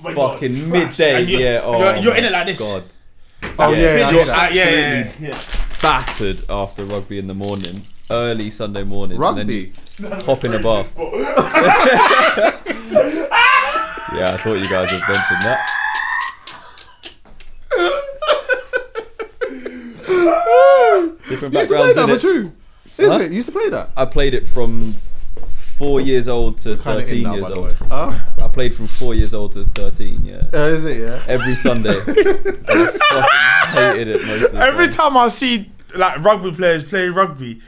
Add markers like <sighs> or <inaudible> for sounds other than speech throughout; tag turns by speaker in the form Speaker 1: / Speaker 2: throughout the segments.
Speaker 1: when you're
Speaker 2: fucking
Speaker 1: trashed
Speaker 2: midday.
Speaker 1: and you're-
Speaker 2: Yeah. Oh,
Speaker 1: you're, you're in
Speaker 2: my
Speaker 1: it like this.
Speaker 2: God.
Speaker 3: Oh yeah,
Speaker 2: yeah,
Speaker 3: yeah,
Speaker 2: you're
Speaker 1: You're- uh, yeah, yeah, yeah, yeah.
Speaker 2: Battered after rugby in the morning. Early Sunday morning.
Speaker 3: rugby.
Speaker 2: And then hop in a bath. <laughs> yeah, I thought you guys had mentioned that. Different
Speaker 3: You used to play
Speaker 2: backgrounds
Speaker 3: that
Speaker 2: in
Speaker 3: for
Speaker 2: it.
Speaker 3: true. Is
Speaker 2: Huh?
Speaker 3: it? You used to play that.
Speaker 2: I played it from four years old to
Speaker 3: Kinda in
Speaker 2: thirteen
Speaker 3: now,
Speaker 2: years
Speaker 3: by the
Speaker 2: old.
Speaker 3: way. Oh,
Speaker 2: I played from four years old to thirteen. Yeah,
Speaker 3: uh, is it? Yeah.
Speaker 2: every
Speaker 3: <laughs>
Speaker 2: Sunday. I fucking hated it most of the
Speaker 1: Every
Speaker 2: time.
Speaker 1: time I see like rugby players play rugby,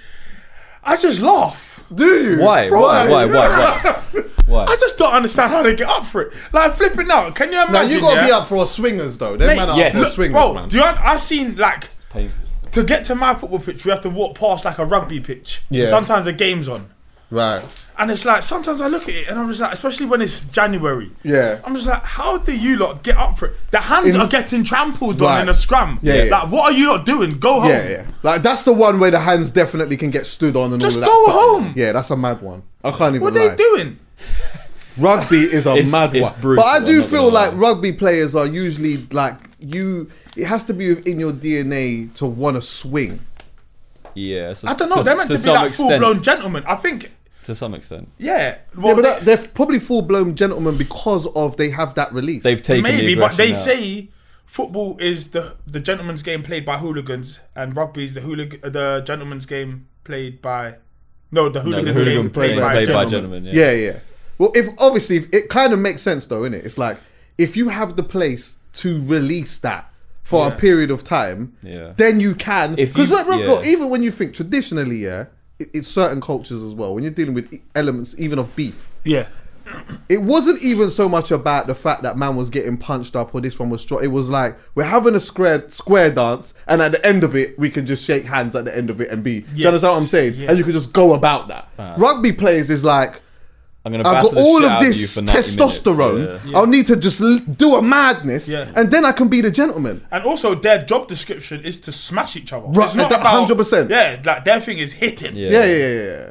Speaker 1: I just laugh.
Speaker 3: Do you?
Speaker 2: Why?
Speaker 3: Bro,
Speaker 2: Why? Why?
Speaker 1: <laughs>
Speaker 2: Why? Why?
Speaker 1: I
Speaker 2: Why?
Speaker 1: just don't understand how they get up for it. Like flipping out. Can you imagine?
Speaker 3: Now you gotta
Speaker 1: yeah?
Speaker 3: be up for swingers though. They
Speaker 1: Mate,
Speaker 3: man are
Speaker 2: yes.
Speaker 3: up for
Speaker 2: Look,
Speaker 3: swingers,
Speaker 1: Bro,
Speaker 3: man.
Speaker 1: do you? Have, I've seen like
Speaker 2: Painful.
Speaker 1: to get to my football pitch, we have to walk past like a rugby pitch.
Speaker 3: Yeah.
Speaker 1: Sometimes the game's on.
Speaker 3: right.
Speaker 1: And it's like sometimes I look at it and I'm just like, especially when it's January.
Speaker 3: Yeah.
Speaker 1: I'm just like, how do you lot get up for it? The hands
Speaker 3: In-
Speaker 1: are getting trampled on
Speaker 3: Right.
Speaker 1: in a scrum.
Speaker 3: Yeah, yeah.
Speaker 1: Like, what are you lot doing? Go home.
Speaker 3: Yeah, yeah. Like that's the one where the hands definitely can get stood on and
Speaker 1: Just
Speaker 3: all of that.
Speaker 1: go
Speaker 3: stuff.
Speaker 1: home.
Speaker 3: Yeah, that's a mad one. I can't even
Speaker 1: What
Speaker 3: lie.
Speaker 1: are they doing?
Speaker 3: Rugby is a
Speaker 2: It's-
Speaker 3: mad
Speaker 2: it's
Speaker 3: one.
Speaker 2: brutal,
Speaker 3: but I
Speaker 2: I'm
Speaker 3: do
Speaker 2: not
Speaker 3: feel
Speaker 2: gonna
Speaker 3: like
Speaker 2: lie.
Speaker 3: rugby players are usually like you it has to be within your DNA to wanna swing.
Speaker 2: Yeah. So
Speaker 1: I don't know.
Speaker 2: To,
Speaker 1: They're meant to, be
Speaker 2: some
Speaker 1: like
Speaker 2: extent,
Speaker 1: full blown gentlemen. I think,
Speaker 2: To some extent,
Speaker 1: yeah.
Speaker 3: Yeah,
Speaker 1: Well,
Speaker 3: but
Speaker 1: they-
Speaker 3: that, they're probably full blown gentlemen because of they have that release.
Speaker 2: they've taken the
Speaker 1: maybe, but
Speaker 2: aggression
Speaker 1: they
Speaker 2: out.
Speaker 1: say football is the the gentleman's game played by hooligans, and rugby is the hoolig- uh, the gentleman's game played by no the hooligans
Speaker 2: hooligan
Speaker 1: game
Speaker 2: played
Speaker 1: played, by,
Speaker 2: by gentlemen,
Speaker 1: gentlemen.
Speaker 3: Yeah.
Speaker 2: yeah.
Speaker 3: yeah, Well, if obviously if- it kind of makes sense though, innit? It's like if you have the place to release that for a period of time,
Speaker 2: Yeah.
Speaker 3: then you can.
Speaker 2: If
Speaker 3: Because
Speaker 2: you-
Speaker 3: look, look,
Speaker 2: yeah.
Speaker 3: look, even when you think traditionally, yeah, it, it's certain cultures as well. When you're dealing with e- elements even of beef,
Speaker 1: Yeah,
Speaker 3: it wasn't even so much about the fact that man was getting punched up or this one was strong. It was like we're having a square square dance, and at the end of it, we can just shake hands at the end of it and be. Do you
Speaker 1: Yes.
Speaker 3: understand what I'm saying?
Speaker 1: Yeah.
Speaker 3: And you can just go about that. Rugby players is like.
Speaker 2: I'm gonna
Speaker 3: I've
Speaker 2: batter
Speaker 3: got
Speaker 2: the
Speaker 3: all
Speaker 2: shit
Speaker 3: of
Speaker 2: out you
Speaker 3: this
Speaker 2: for 90 minutes.
Speaker 3: testosterone.
Speaker 2: Yeah.
Speaker 3: I'll need to just l- do a madness,
Speaker 1: Yeah.
Speaker 3: and then I can be the gentleman.
Speaker 1: and also their job description is to smash each other.
Speaker 3: Right,
Speaker 1: It's not
Speaker 3: that-
Speaker 1: about
Speaker 3: 100%.
Speaker 1: Yeah, like their thing is hitting.
Speaker 2: Yeah.
Speaker 3: Yeah, yeah, yeah. yeah.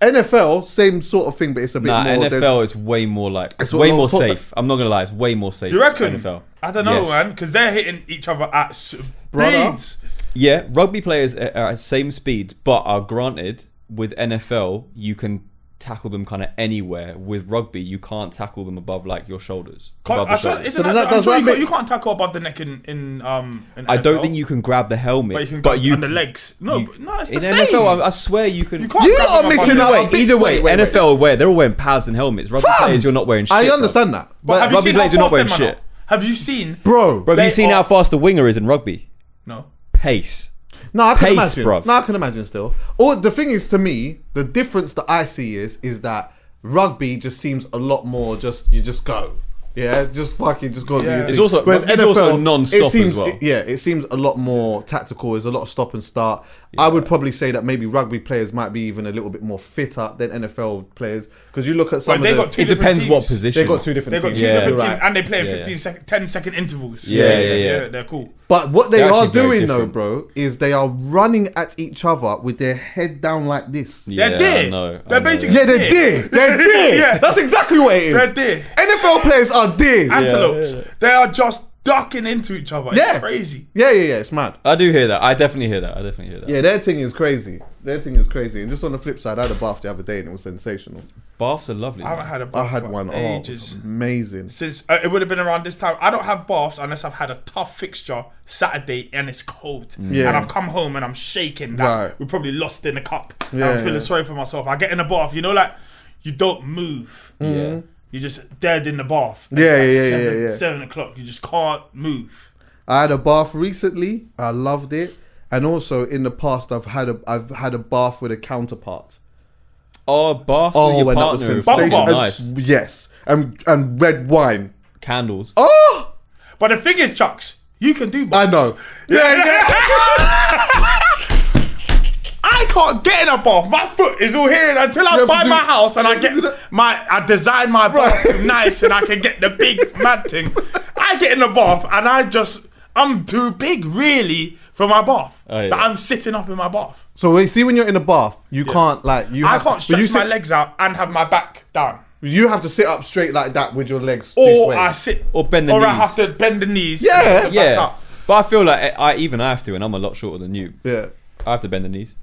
Speaker 3: NFL, same sort of thing, but it's a bit
Speaker 2: Nah,
Speaker 3: more. there's-
Speaker 2: NFL is way more like it's
Speaker 3: what
Speaker 2: way
Speaker 3: Lord
Speaker 2: more
Speaker 3: taught us.
Speaker 2: safe. I'm not gonna lie, it's way more safe.
Speaker 1: You reckon?
Speaker 2: NFL.
Speaker 1: I don't know,
Speaker 2: Yes.
Speaker 1: man, because they're hitting each other at s-
Speaker 3: Brother.
Speaker 1: blades.
Speaker 2: Yeah, rugby players are are at same speeds, but are granted with NFL you can tackle them kind of anywhere. With rugby, you can't tackle them above like your shoulders.
Speaker 1: Can't,
Speaker 2: above
Speaker 1: I
Speaker 2: the
Speaker 1: swear,
Speaker 2: shoulders.
Speaker 1: isn't
Speaker 3: So does
Speaker 1: that-
Speaker 3: that-
Speaker 1: I'm
Speaker 3: does
Speaker 1: sure
Speaker 3: that
Speaker 1: you, can't,
Speaker 3: make-
Speaker 1: you can't tackle above the neck in in um. In
Speaker 2: I don't
Speaker 1: NFL,
Speaker 2: think you can grab the helmet,
Speaker 1: But
Speaker 2: but
Speaker 1: you
Speaker 2: you
Speaker 1: can grab on the legs. No, but- no, it's the
Speaker 2: in
Speaker 1: same.
Speaker 2: NFL, I, I swear you can.
Speaker 1: You can't
Speaker 3: You
Speaker 1: grab
Speaker 3: lot
Speaker 1: them
Speaker 3: are
Speaker 1: above
Speaker 3: missing
Speaker 1: the
Speaker 3: out
Speaker 1: neck.
Speaker 3: on big-
Speaker 2: Either way,
Speaker 3: wait, wait, wait.
Speaker 2: NFL are aware they're all wearing pads and helmets. Rugby
Speaker 3: Fam!
Speaker 2: players, you're not wearing shit.
Speaker 3: I
Speaker 2: bro.
Speaker 3: understand that,
Speaker 1: But have you
Speaker 2: rugby
Speaker 1: seen
Speaker 2: players
Speaker 1: how
Speaker 2: are not
Speaker 1: fast
Speaker 2: wearing
Speaker 1: them are
Speaker 2: shit.
Speaker 1: now? Have you seen?
Speaker 3: bro.
Speaker 2: Bro, have
Speaker 1: They
Speaker 2: you seen
Speaker 1: are-
Speaker 2: how fast the winger is in rugby?
Speaker 1: No.
Speaker 2: Pace.
Speaker 3: No, I can
Speaker 2: Pace,
Speaker 3: imagine.
Speaker 2: bruv.
Speaker 3: No, I can imagine still. Or the thing is, to me, the difference that I see is is that rugby just seems a lot more just you just go. Yeah, just fucking just go and do
Speaker 1: Yeah.
Speaker 3: your
Speaker 1: It's
Speaker 3: thing.
Speaker 2: also-
Speaker 3: Whereas
Speaker 2: it's also non-stop
Speaker 3: it seems,
Speaker 2: as well.
Speaker 3: Yeah, it seems a lot more tactical. There's a lot of stop and start. I would probably say that maybe rugby players might be even a little bit more fitter than NFL players because you look at some
Speaker 1: But they
Speaker 3: of the,
Speaker 1: got two
Speaker 2: It
Speaker 1: different
Speaker 2: depends what
Speaker 1: teams.
Speaker 2: position.
Speaker 3: they've got two different
Speaker 1: They've got
Speaker 3: teams.
Speaker 1: two
Speaker 2: Yeah.
Speaker 1: different
Speaker 3: You're
Speaker 1: teams, and they play in
Speaker 2: Yeah,
Speaker 1: 15
Speaker 2: yeah.
Speaker 1: sec- 10 second intervals.
Speaker 2: Yeah,
Speaker 3: yeah,
Speaker 2: yeah.
Speaker 1: They're cool.
Speaker 3: But what they
Speaker 2: They're
Speaker 3: are
Speaker 2: actually very
Speaker 3: doing though,
Speaker 2: different.
Speaker 3: bro, is they are running at each other with their head down like this. Yeah,
Speaker 1: They're
Speaker 2: Yeah, I
Speaker 1: there.
Speaker 2: know, I
Speaker 1: They're
Speaker 2: know.
Speaker 1: basically
Speaker 3: they're deer. They're
Speaker 1: <laughs>
Speaker 3: deer.
Speaker 1: Yeah.
Speaker 3: That's exactly what it is.
Speaker 1: They're deer.
Speaker 3: NFL players are deer.
Speaker 1: Antelopes. They are just ducking into each other. It's
Speaker 3: Yeah.
Speaker 1: crazy.
Speaker 3: Yeah, yeah, yeah. It's mad.
Speaker 2: I do hear that. I definitely hear that. I definitely hear that.
Speaker 3: Yeah, their thing is crazy. Their thing is crazy. And just on the flip side, I had a bath the other day and it was sensational.
Speaker 2: Baths are lovely.
Speaker 1: I haven't
Speaker 2: man.
Speaker 1: had a
Speaker 3: I
Speaker 1: bath
Speaker 3: had
Speaker 1: for
Speaker 3: one. Oh, it was
Speaker 1: ages.
Speaker 3: amazing.
Speaker 1: Since uh, it would have been around this time, I don't have baths unless I've had a tough fixture Saturday and it's cold.
Speaker 3: Mm. Yeah.
Speaker 1: And I've come home and I'm shaking. That
Speaker 3: Right.
Speaker 1: We probably lost in the cup. And
Speaker 3: Yeah,
Speaker 1: I'm feeling
Speaker 3: yeah.
Speaker 1: sorry for myself. I get in the bath. You know, like you don't move.
Speaker 2: Yeah.
Speaker 3: Mm-hmm.
Speaker 1: You're just dead in the bath.
Speaker 3: Mm. Yeah,
Speaker 1: It's
Speaker 3: yeah, yeah,
Speaker 1: seven,
Speaker 3: yeah, yeah.
Speaker 1: Seven o'clock. You just can't move.
Speaker 3: I had a bath recently. I loved it. And also in the past, I've had a I've had a bath with a counterpart.
Speaker 2: Oh, baths
Speaker 3: Oh,
Speaker 2: with your
Speaker 3: and that was
Speaker 2: partner. is fucking
Speaker 3: sensational.
Speaker 1: Bubble
Speaker 2: Nice.
Speaker 3: And- Yes, and and red wine.
Speaker 2: Candles.
Speaker 3: Oh,
Speaker 1: But the thing is, Chucks, you can do
Speaker 3: I
Speaker 1: baths. <laughs>
Speaker 3: know. Yeah, yeah.
Speaker 1: I can't get in a bath. My foot is all here until
Speaker 3: You
Speaker 1: I
Speaker 3: have to
Speaker 1: buy
Speaker 3: do-
Speaker 1: my house and
Speaker 3: you
Speaker 1: I
Speaker 3: have to
Speaker 1: get
Speaker 3: do that.
Speaker 1: my. I design my
Speaker 3: Right.
Speaker 1: bathroom nice and I can get the
Speaker 3: <laughs>
Speaker 1: big mad thing. I get in the bath and I just I'm too big really for my bath.
Speaker 2: Oh, yeah.
Speaker 1: Like, I'm sitting up in my bath.
Speaker 3: so when you see when you're in a bath, you can't like you.
Speaker 1: I
Speaker 3: have
Speaker 1: can't
Speaker 3: to, but
Speaker 1: stretch
Speaker 3: you
Speaker 1: my
Speaker 3: sit-
Speaker 1: legs out and have my back down.
Speaker 3: You have to sit up straight like that with your legs. this
Speaker 1: Or
Speaker 3: way.
Speaker 1: I sit
Speaker 2: Or bend the
Speaker 1: or I
Speaker 2: knees.
Speaker 1: have to bend the knees.
Speaker 3: Yeah.
Speaker 1: and bend the back
Speaker 2: Yeah.
Speaker 1: up.
Speaker 2: But I feel like I, I even I have to, and I'm a lot shorter than you.
Speaker 3: Yeah,
Speaker 2: I have to bend the knees.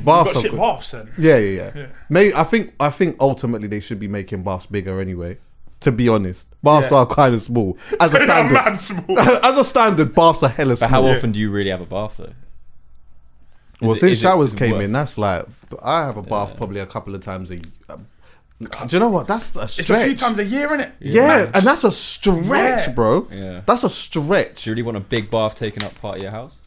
Speaker 3: baths.
Speaker 2: Oh,
Speaker 1: Got
Speaker 3: are
Speaker 1: shit
Speaker 3: good.
Speaker 1: baths then.
Speaker 3: Yeah, yeah, yeah. Maybe I think I think ultimately they should be making baths bigger anyway. To be honest, baths
Speaker 1: Yeah.
Speaker 3: are kind of small
Speaker 1: <laughs>
Speaker 3: as a
Speaker 1: They are
Speaker 3: standard.
Speaker 1: mad small.
Speaker 3: <laughs> as a standard, baths are hella small.
Speaker 2: But how often do you really have a bath though?
Speaker 3: well,
Speaker 2: it-
Speaker 3: since
Speaker 2: is it-
Speaker 3: showers
Speaker 2: is it
Speaker 3: came
Speaker 2: worth
Speaker 3: in,
Speaker 2: it?
Speaker 3: that's like I have a bath probably a couple of times a. Um, do you know what? That's a stretch.
Speaker 1: It's a few times a year, innit?
Speaker 3: yeah,
Speaker 1: Max.
Speaker 3: and that's a stretch,
Speaker 1: Yeah.
Speaker 3: bro.
Speaker 2: Yeah.
Speaker 3: That's a stretch.
Speaker 2: Do you really want a big bath taking up part of your house?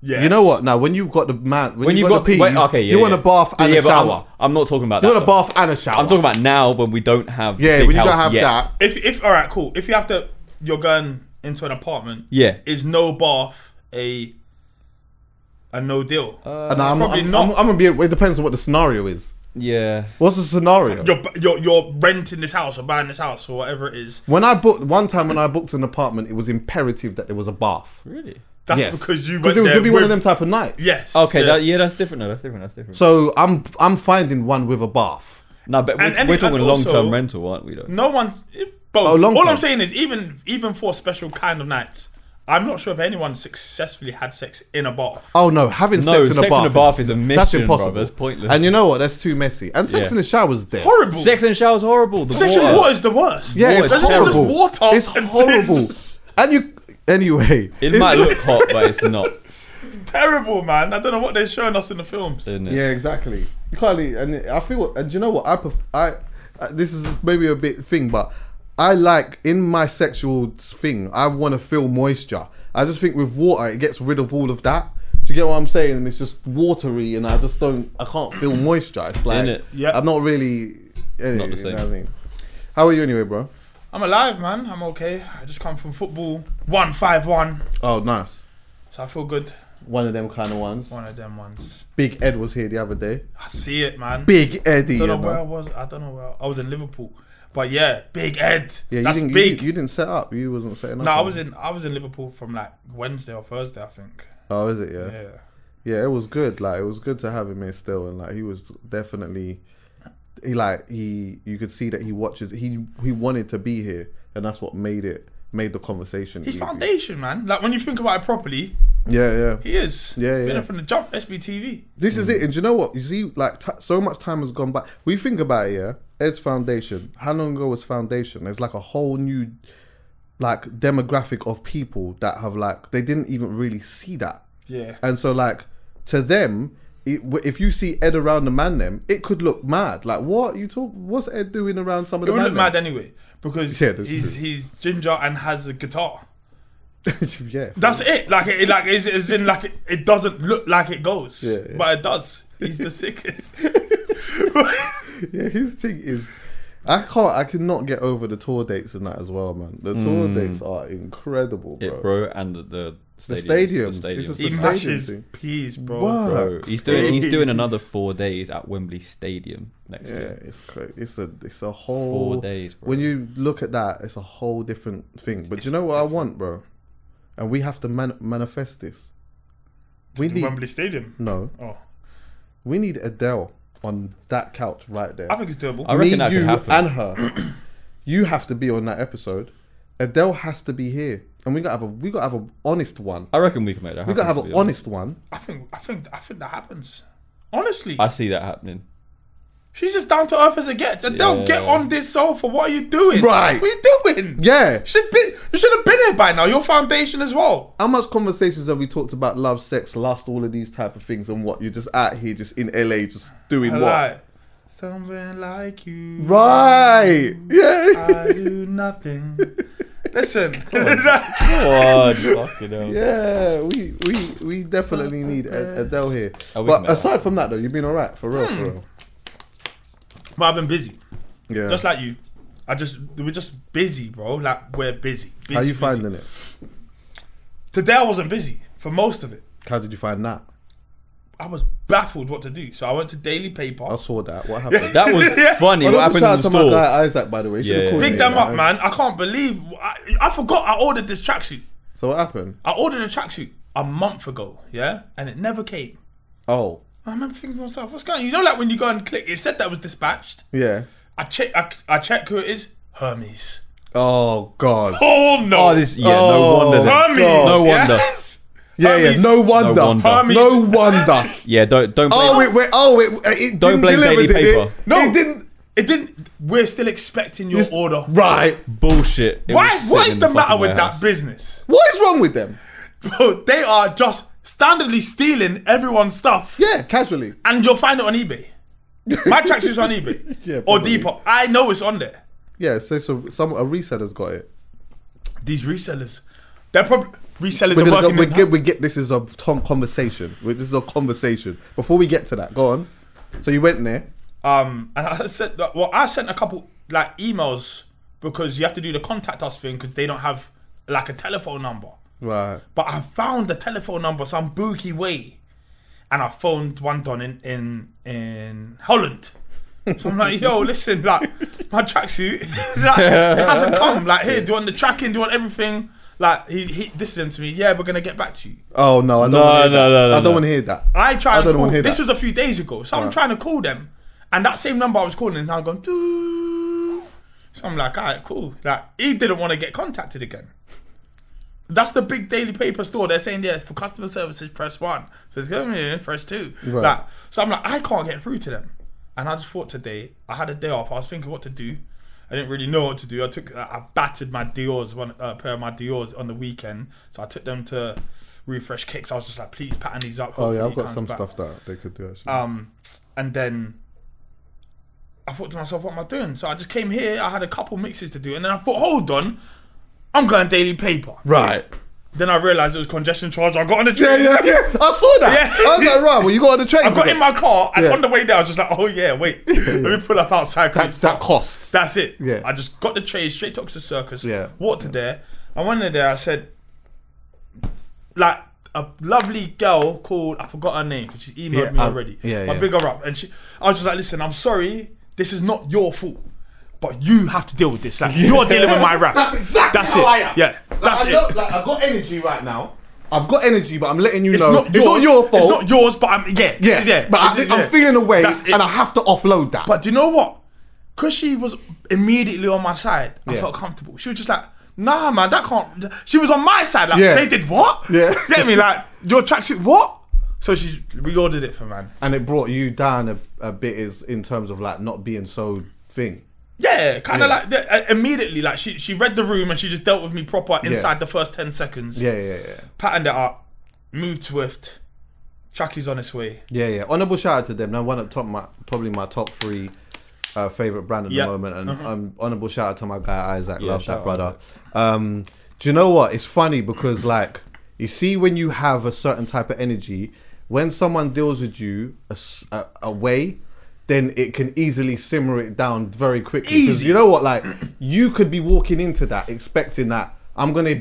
Speaker 1: Yes.
Speaker 3: You know what? Now, when you've got the man, when,
Speaker 2: When
Speaker 3: you've
Speaker 2: you've
Speaker 3: got,
Speaker 2: got
Speaker 3: the pee,
Speaker 2: wait,
Speaker 3: you-
Speaker 2: okay, yeah,
Speaker 3: you want
Speaker 2: yeah.
Speaker 3: a bath and
Speaker 2: Yeah,
Speaker 3: a
Speaker 2: but I'm-
Speaker 3: shower.
Speaker 2: I'm not talking about
Speaker 3: You
Speaker 2: that.
Speaker 3: want a
Speaker 2: though.
Speaker 3: bath and a shower.
Speaker 2: I'm talking about now when we don't have
Speaker 3: yeah,
Speaker 2: big
Speaker 3: when you
Speaker 2: house
Speaker 3: don't have
Speaker 2: yet.
Speaker 3: that.
Speaker 1: If if all right, cool. If you have to, you're going into an apartment.
Speaker 2: Yeah.
Speaker 1: Is no bath a a no deal?
Speaker 3: And I'm,
Speaker 1: probably
Speaker 3: I'm,
Speaker 1: not.
Speaker 3: I'm, I'm gonna be. It depends on what the scenario is.
Speaker 2: Yeah.
Speaker 3: What's the scenario?
Speaker 1: you're, bu- you're you're renting this house or buying this house or whatever it is.
Speaker 3: When I booked one time, when I booked an apartment, it was imperative that there was a bath.
Speaker 2: Really?
Speaker 1: That's
Speaker 3: Yes.
Speaker 1: because you
Speaker 3: because
Speaker 1: went
Speaker 3: it was
Speaker 1: there
Speaker 3: gonna be one of them
Speaker 1: with-
Speaker 3: type of nights.
Speaker 1: Yes.
Speaker 2: Okay,
Speaker 1: yeah.
Speaker 2: that, yeah, that's different. though. that's different. That's different.
Speaker 3: So I'm I'm finding one with a bath.
Speaker 2: no, but we're,
Speaker 1: And- and-
Speaker 2: we're talking
Speaker 1: and
Speaker 2: long term
Speaker 1: also-
Speaker 2: rental, aren't we? Though?
Speaker 1: no one's both.
Speaker 3: Oh, long
Speaker 1: All
Speaker 3: time.
Speaker 1: I'm saying is even even for special kind of nights, I'm not sure if anyone successfully had sex in a bath.
Speaker 3: Oh no, having
Speaker 2: No,
Speaker 3: sex in a
Speaker 2: sex in
Speaker 3: bath,
Speaker 2: a bath is a
Speaker 3: That's
Speaker 2: mission,
Speaker 3: impossible.
Speaker 2: brother. It's pointless.
Speaker 3: And you know what? That's too messy. And sex
Speaker 2: Yeah.
Speaker 3: in the shower's dead.
Speaker 1: Horrible.
Speaker 2: Sex and showers horrible. The
Speaker 1: Sex
Speaker 2: water.
Speaker 1: and water is the worst.
Speaker 3: Yeah,
Speaker 2: Water
Speaker 3: it's
Speaker 2: is terrible.
Speaker 3: horrible.
Speaker 1: Just water
Speaker 3: it's
Speaker 1: and-
Speaker 3: horrible. and you anyway.
Speaker 2: It
Speaker 3: it's-
Speaker 2: might look hot, but it's not.
Speaker 1: Terrible, man. I don't know what they're showing us in the films.
Speaker 2: Isn't it?
Speaker 3: <laughs> Yeah, exactly. You can't. Eat, and I feel. And you know what? I. Pref- I. Uh, this is maybe a bit thing, but I like in my sexual thing. I want to feel moisture. I just think with water, it gets rid of all of that. Do you get what I'm saying? And it's just watery, and I just don't. I can't feel moisture. It's like
Speaker 2: Innit?
Speaker 1: Yeah.
Speaker 3: I'm not really. Anyway,
Speaker 2: the
Speaker 3: you know
Speaker 2: same.
Speaker 3: what I mean? How are you anyway, bro?
Speaker 1: I'm alive, man. I'm okay. I just come from football. One five one.
Speaker 3: Oh, nice.
Speaker 1: So I feel good.
Speaker 3: One of them kind of ones.
Speaker 1: One of them ones.
Speaker 3: Big Ed was here the other day.
Speaker 1: I see it, man.
Speaker 3: Big Eddie.
Speaker 1: I don't know
Speaker 3: you know?
Speaker 1: where I was. I don't know where I was in Liverpool. But yeah, Big Ed.
Speaker 3: Yeah, you
Speaker 1: That's
Speaker 3: didn't.
Speaker 1: big.
Speaker 3: You, you didn't set up. You wasn't setting up.
Speaker 1: no, I
Speaker 3: or-
Speaker 1: was in. I was in Liverpool from like Wednesday or Thursday, I think.
Speaker 3: Oh, is it?
Speaker 1: Yeah.
Speaker 3: Yeah, it was good. Like it was good to have him here still, and like he was definitely, he like he you could see that he watches. He he wanted to be here, and that's what made it made the conversation.
Speaker 1: He's
Speaker 3: easy.
Speaker 1: foundation, man. Like when you think about it properly,
Speaker 3: Yeah, yeah.
Speaker 1: he is.
Speaker 3: Yeah,
Speaker 1: Been
Speaker 3: yeah.
Speaker 1: there from the jump. SBTV.
Speaker 3: This is it, and do you know what? You see, like t- so much time has gone by. We think about it, yeah. Ed's foundation. How long ago was foundation? There's like a whole new, like demographic of people that have like they didn't even really see that.
Speaker 1: Yeah.
Speaker 3: And so, like, to them, it, w- if you see Ed around the man, them, it could look mad. Like, what you talk? What's Ed doing around some of
Speaker 1: It
Speaker 3: the
Speaker 1: would
Speaker 3: man?
Speaker 1: look mad anyway because
Speaker 3: Yeah, that's
Speaker 1: he's
Speaker 3: true.
Speaker 1: he's ginger and has a guitar.
Speaker 3: them? <laughs> yeah.
Speaker 1: That's it. Like it, like is as in like it, it doesn't look like it goes,
Speaker 3: Yeah, yeah. <laughs>
Speaker 1: <laughs> but it does. He's the sickest.
Speaker 3: yeah, his thing is. I can't. I cannot get over the tour dates and that as well, man. The tour dates are incredible, bro.
Speaker 2: Mm. It, bro, and the, the
Speaker 3: The
Speaker 2: stadium.
Speaker 3: stadiums.
Speaker 2: stadium.
Speaker 3: It's just
Speaker 1: He
Speaker 3: the
Speaker 1: mashes
Speaker 3: stadium thing.
Speaker 1: peas, bro.
Speaker 2: Bro,
Speaker 3: Works.
Speaker 2: he's doing he's doing
Speaker 1: Jeez.
Speaker 2: another four days at Wembley Stadium next
Speaker 3: Yeah,
Speaker 2: year.
Speaker 3: it's crazy. It's a it's a whole
Speaker 2: days, bro.
Speaker 3: When you look at that, it's a whole different thing. But do you know what I want, bro? And we have to man- manifest this. We
Speaker 1: In
Speaker 3: need
Speaker 1: Wembley Stadium.
Speaker 3: no.
Speaker 1: Oh,
Speaker 3: We need Adele on that couch right there.
Speaker 1: I think it's doable.
Speaker 2: I reckon that could
Speaker 3: you
Speaker 2: happen.
Speaker 3: and her. <clears throat> you have to be on that episode. Adele has to be here, and we gotta have a we gotta have an honest one.
Speaker 2: I reckon we can make that.
Speaker 3: We gotta have
Speaker 2: happen, to
Speaker 3: an
Speaker 2: be honest.
Speaker 3: honest one.
Speaker 1: I think I think I think that happens. Honestly,
Speaker 2: I see that happening.
Speaker 1: she's just down to earth as it gets. Adele,
Speaker 2: Yeah.
Speaker 1: get on this sofa. What are you doing?
Speaker 3: Right.
Speaker 1: What are you doing?
Speaker 3: Yeah.
Speaker 1: Should be, you should have been here by now. Your foundation as well.
Speaker 3: How much conversations have we talked about love, sex, lust, all of these type of things, and what you're just out here, just in LA, just doing
Speaker 1: I
Speaker 3: what?
Speaker 1: lie. Someone like you.
Speaker 3: Right. Yeah.
Speaker 1: Um,
Speaker 3: <laughs>
Speaker 1: I do nothing. Listen. <laughs>
Speaker 3: <laughs>
Speaker 2: God, fucking hell.
Speaker 3: yeah. We we we
Speaker 1: Uh,
Speaker 3: definitely need Ad- Adele here.
Speaker 2: Oh, we can
Speaker 3: But
Speaker 2: make
Speaker 3: aside from that, though, you've been alright for real,
Speaker 1: Hmm.
Speaker 3: for real.
Speaker 1: but I've been busy,
Speaker 3: Yeah.
Speaker 1: just like you. I just we're just busy, bro. Like we're busy. busy
Speaker 3: how you
Speaker 1: busy.
Speaker 3: finding it?
Speaker 1: Today I wasn't busy for most of it.
Speaker 3: How did you find that?
Speaker 1: I was baffled what to do, so I went to Daily Paper.
Speaker 3: I saw
Speaker 2: <laughs>
Speaker 3: that. What happened?
Speaker 2: That was funny.
Speaker 3: Oh,
Speaker 2: what
Speaker 3: look,
Speaker 2: happened
Speaker 3: shout
Speaker 2: in the
Speaker 3: out to my
Speaker 2: store?
Speaker 3: guy Isaac, by the way.
Speaker 2: Yeah.
Speaker 3: Yeah,
Speaker 1: Pick them up, man. I can't believe I, I forgot I ordered this tracksuit.
Speaker 3: So what happened?
Speaker 1: I ordered a tracksuit a month ago, yeah, and it never came.
Speaker 3: Oh,
Speaker 1: I remember thinking to myself, what's going on? You know, like when you go and click, it said that was dispatched.
Speaker 3: yeah.
Speaker 1: I check, I, I check who it is. Hermes.
Speaker 3: Oh God.
Speaker 1: Oh no!
Speaker 2: Oh, this yeah. No wonder. then.
Speaker 1: Hermes.
Speaker 2: No wonder.
Speaker 1: <laughs> yes!
Speaker 3: Yeah, yeah.
Speaker 1: Hermes.
Speaker 3: No wonder. No
Speaker 2: wonder.
Speaker 3: wonder.
Speaker 1: Hermes. <laughs>
Speaker 2: Yeah, don't don't.
Speaker 3: Oh,
Speaker 2: blame-
Speaker 3: it went. Oh, it. it
Speaker 2: Don't
Speaker 3: didn't
Speaker 2: blame
Speaker 3: deliver,
Speaker 2: Daily
Speaker 3: did it?
Speaker 2: Paper.
Speaker 3: No,
Speaker 1: No.
Speaker 3: it didn't.
Speaker 1: It didn't. We're still expecting your
Speaker 3: It's-
Speaker 1: order.
Speaker 3: Right.
Speaker 2: bullshit. It
Speaker 1: Why?
Speaker 2: was
Speaker 1: What
Speaker 2: sitting
Speaker 1: is
Speaker 2: in
Speaker 1: the matter
Speaker 2: fucking
Speaker 1: with
Speaker 2: warehouse.
Speaker 1: that business? <laughs>
Speaker 3: What is wrong with them?
Speaker 1: Bro, they are just standardly stealing everyone's stuff,
Speaker 3: Yeah, casually.
Speaker 1: and you'll find it on eBay. My tracksuit's on
Speaker 2: <laughs>
Speaker 1: eBay
Speaker 3: <laughs> Yeah,
Speaker 1: or
Speaker 3: probably.
Speaker 1: Depop. I know it's on there.
Speaker 3: Yeah. So, so some a reseller's got it.
Speaker 1: These resellers, they're probably resellers
Speaker 3: We're
Speaker 1: are
Speaker 3: gonna go,
Speaker 1: working.
Speaker 3: we
Speaker 1: in-
Speaker 3: get. We get. This is a ton conversation. We- This is a conversation. Before we get to that, go on. So you went there.
Speaker 1: Um, and I sent well, I sent a couple like emails because you have to do the contact us thing because they don't have like a telephone number.
Speaker 3: Right.
Speaker 1: But I found the telephone number some booky way, and I phoned one don in in in Holland. So I'm like, yo, listen, like my tracksuit, <laughs> like, it hasn't come. Like, here, do you want the tracking? Do you want everything? Like, he, he this is him to me. Yeah, we're gonna get back to you.
Speaker 3: Oh no, I don't.
Speaker 2: No,
Speaker 3: wanna
Speaker 2: no,
Speaker 3: hear that.
Speaker 2: no, no,
Speaker 3: I don't
Speaker 2: no.
Speaker 3: want to hear that.
Speaker 1: I tried.
Speaker 3: I don't
Speaker 1: to
Speaker 3: wanna
Speaker 1: call.
Speaker 3: hear
Speaker 1: This
Speaker 3: that.
Speaker 1: was a few days ago, so I'm trying to call them, and that same number I was calling is now going. Doo. So I'm like, all right, cool. Like he didn't want to get contacted again. That's the big daily paper store. They're saying, yeah, for customer services, press one. For customer press two.
Speaker 3: Right.
Speaker 1: Like, so I'm like, I can't get through to them. And I just thought today, I had a day off. I was thinking what to do. I didn't really know what to do. I took, I battered my Dior's, one uh, pair of my Dior's on the weekend. So I took them to refresh kicks. I was just like, please pattern these up.
Speaker 3: Oh yeah,
Speaker 1: Hopefully
Speaker 3: I've
Speaker 1: it
Speaker 3: got
Speaker 1: comes
Speaker 3: some
Speaker 1: back.
Speaker 3: stuff that they could do actually.
Speaker 1: Um, and then I thought to myself, what am I doing? So I just came here. I had a couple mixes to do, and then I thought, hold on, I'm going daily paper.
Speaker 3: right.
Speaker 1: Then I realised it was congestion charge. I got on the
Speaker 3: Yeah,
Speaker 1: train.
Speaker 3: yeah, yeah. I saw that.
Speaker 1: Yeah.
Speaker 3: I was like, right, well, you got on the train.
Speaker 1: I got in my car, and
Speaker 3: Yeah.
Speaker 1: on the way down, I was just like, oh yeah,
Speaker 3: <laughs>
Speaker 1: wait, let me pull up outside. 'cause
Speaker 3: That, that costs.
Speaker 1: That's it.
Speaker 3: Yeah.
Speaker 1: I just got the train straight to Oxford Circus.
Speaker 3: Yeah.
Speaker 1: Walked to there. I went in there. I said, like a lovely girl called I forgot her name because she emailed
Speaker 3: Yeah,
Speaker 1: me
Speaker 3: I-
Speaker 1: already.
Speaker 3: yeah,
Speaker 1: I
Speaker 3: yeah.
Speaker 1: big her up, and she. I was just like, listen, I'm sorry. This is not your fault. But you have to deal with this. Like you're dealing with
Speaker 3: <laughs>
Speaker 1: my rap.
Speaker 3: That's exactly
Speaker 1: That's
Speaker 3: how
Speaker 1: it.
Speaker 3: I am.
Speaker 1: Yeah,
Speaker 3: Like,
Speaker 1: that's
Speaker 3: I
Speaker 1: it.
Speaker 3: don't- like, I've got energy right now. I've got energy, but I'm letting you
Speaker 1: It's
Speaker 3: know
Speaker 1: not
Speaker 3: it's not
Speaker 1: yours.
Speaker 3: your fault.
Speaker 1: It's not yours, but I'm yeah. this
Speaker 3: Yes,
Speaker 1: is- yeah
Speaker 3: but I,
Speaker 1: this is-
Speaker 3: I'm
Speaker 1: yeah.
Speaker 3: feeling away,
Speaker 1: That's it.
Speaker 3: and I have to offload that.
Speaker 1: But do you know what? Because she was immediately on my side, I
Speaker 3: Yeah.
Speaker 1: felt comfortable. She was just like, nah, man, that can't. She was on my side. Like,
Speaker 3: Yeah.
Speaker 1: they did what?
Speaker 3: Yeah.
Speaker 1: You Get me? Like, your tracksuit, what? So she reordered it for man.
Speaker 3: and it brought you down a, a bit, is in terms of like not being so thing.
Speaker 1: Yeah, kind of
Speaker 3: Yeah.
Speaker 1: like the, uh, immediately, like she she read the room and she just dealt with me proper inside
Speaker 3: Yeah.
Speaker 1: the first ten seconds.
Speaker 3: Yeah, yeah, yeah,
Speaker 1: patterned it up, moved swift. Chucky's on his way.
Speaker 3: yeah, yeah. Honorable shout out to them. Now one at top, my probably my top three uh, favorite brand at
Speaker 1: Yeah.
Speaker 3: the moment, and um, honorable shout out to my guy Isaac. Love
Speaker 2: Uh-huh. shout
Speaker 3: that
Speaker 2: out
Speaker 3: brother. Um, do you know what? It's funny because like you see when you have a certain type of energy, when someone deals with you a, s- a- a way, then it can easily simmer it down very quickly. Because you know what, like you could be walking into that expecting that I'm gonna,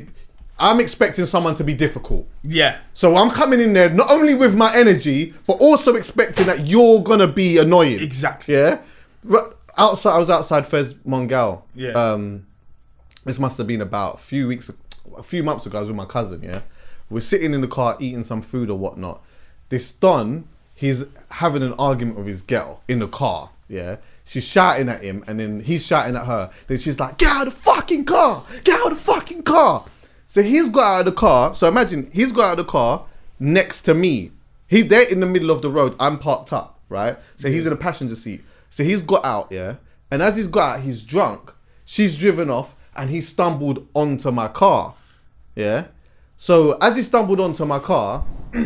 Speaker 3: I'm expecting someone to be difficult.
Speaker 1: Yeah.
Speaker 3: So I'm coming in there not only with my energy, but also expecting that you're gonna be annoying.
Speaker 1: Exactly.
Speaker 3: Yeah. Ru- Outside, I was outside Fez Mongal.
Speaker 1: Yeah.
Speaker 3: Um, this must have been about a few weeks, a few months ago. I was with my cousin. Yeah, we're sitting in the car eating some food or whatnot. This Don, he's having an argument with his girl in the car. Yeah, she's shouting at him, and then he's shouting at her. Then she's like, "Get out of the fucking car! Get out of the fucking car!" So he's got out of the car. So imagine he's got out of the car next to me. He they're in the middle of the road. I'm parked up, right? So he's in a passenger seat. So he's got out, yeah. And as he's got out, he's drunk. She's driven off, and he stumbled onto my car. Yeah. So as he stumbled onto my car, <clears throat>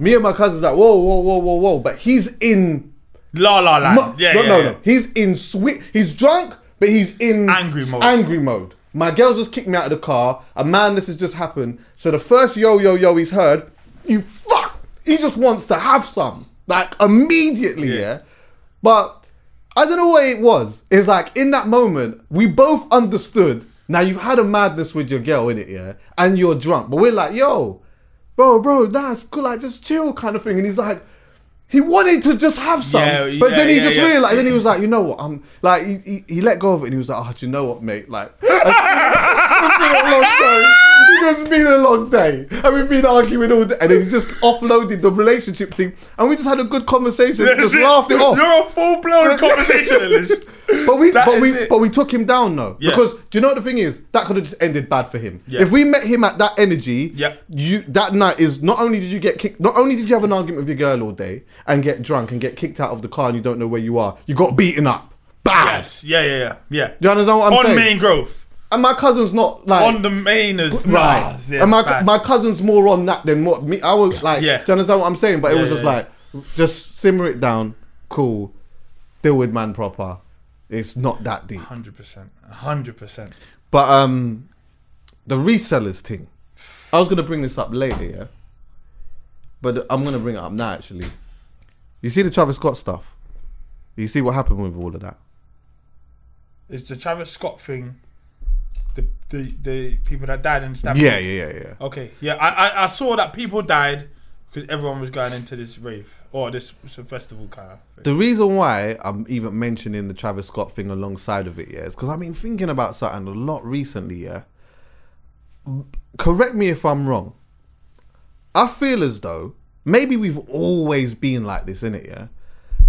Speaker 3: me and my cousin's like, whoa, whoa, whoa, whoa, whoa. But he's in
Speaker 1: La La Land.
Speaker 3: no,
Speaker 1: yeah,
Speaker 3: no,
Speaker 1: yeah,
Speaker 3: no,
Speaker 1: yeah.
Speaker 3: no. He's in sweet. He's drunk, but he's in
Speaker 1: Angry mode.
Speaker 3: Angry mode. My girls just kicked me out of the car. A man, this has just happened. So the first yo yo yo he's heard, you fuck. He just wants to have some, like immediately, yeah. But I don't know what it was. It's like in that moment, we both understood. Now you've had a madness with your girl in it, yeah, and you're drunk. But we're like, yo, bro, bro, nah, it's cool. Like just chill, kind of thing. And he's like, he wanted to just have some,
Speaker 1: Yeah,
Speaker 3: but
Speaker 1: yeah,
Speaker 3: then he
Speaker 1: yeah,
Speaker 3: just
Speaker 1: yeah.
Speaker 3: realized. Then he was like, you know what? I'm like, he, he, he let go of it, and he was like, oh, do you know what, mate? Like, <laughs> it's been a long day. Because it's been a long day, and we've been arguing all day, and then he just offloaded the relationship thing, and we just had a good conversation, just
Speaker 1: <laughs>
Speaker 3: laughed it off.
Speaker 1: You're a full blown conversationalist.
Speaker 3: But we,
Speaker 1: That
Speaker 3: but
Speaker 1: is
Speaker 3: we,
Speaker 1: it.
Speaker 3: but we took him down though,
Speaker 1: Yeah.
Speaker 3: because do you know what the thing is? That could have just ended bad for him.
Speaker 1: Yeah.
Speaker 3: If we met him at that energy,
Speaker 1: Yeah.
Speaker 3: you that night is not only did you get kicked, not only did you have an argument with your girl all day and get drunk and get kicked out of the car and you don't know where you are, you got beaten up. Bad.
Speaker 1: yes. Yeah, yeah, yeah. yeah.
Speaker 3: Do you understand what I'm
Speaker 1: On
Speaker 3: saying?
Speaker 1: main growth.
Speaker 3: And my cousin's not like
Speaker 1: on the mainers.
Speaker 3: right.
Speaker 1: Right. Yeah,
Speaker 3: and my
Speaker 1: bad.
Speaker 3: my cousin's more on that than what me. I was like,
Speaker 1: Yeah.
Speaker 3: do you understand what I'm saying? But it was just
Speaker 1: yeah, yeah.
Speaker 3: like, just simmer it down, cool, deal with man proper. It's not that deep.
Speaker 1: 100%. 100%.
Speaker 3: But um, the resellers thing. I was gonna bring this up later, yeah. But I'm gonna bring it up now. Actually, you see the Travis Scott stuff. You see what happened with all of that.
Speaker 1: It's the Travis Scott thing. The, the the people that died in Stabbing.
Speaker 3: Yeah, yeah, yeah, yeah.
Speaker 1: Okay, yeah, I, I, I saw that people died because everyone was going into this rave or this, it's a festival kind of.
Speaker 3: The
Speaker 1: Thing.
Speaker 3: reason why I'm even mentioning the Travis Scott thing alongside of it, yeah, is because I've been thinking about something a lot recently, yeah. Correct me if I'm wrong. I feel as though maybe we've always been like this, innit, yeah?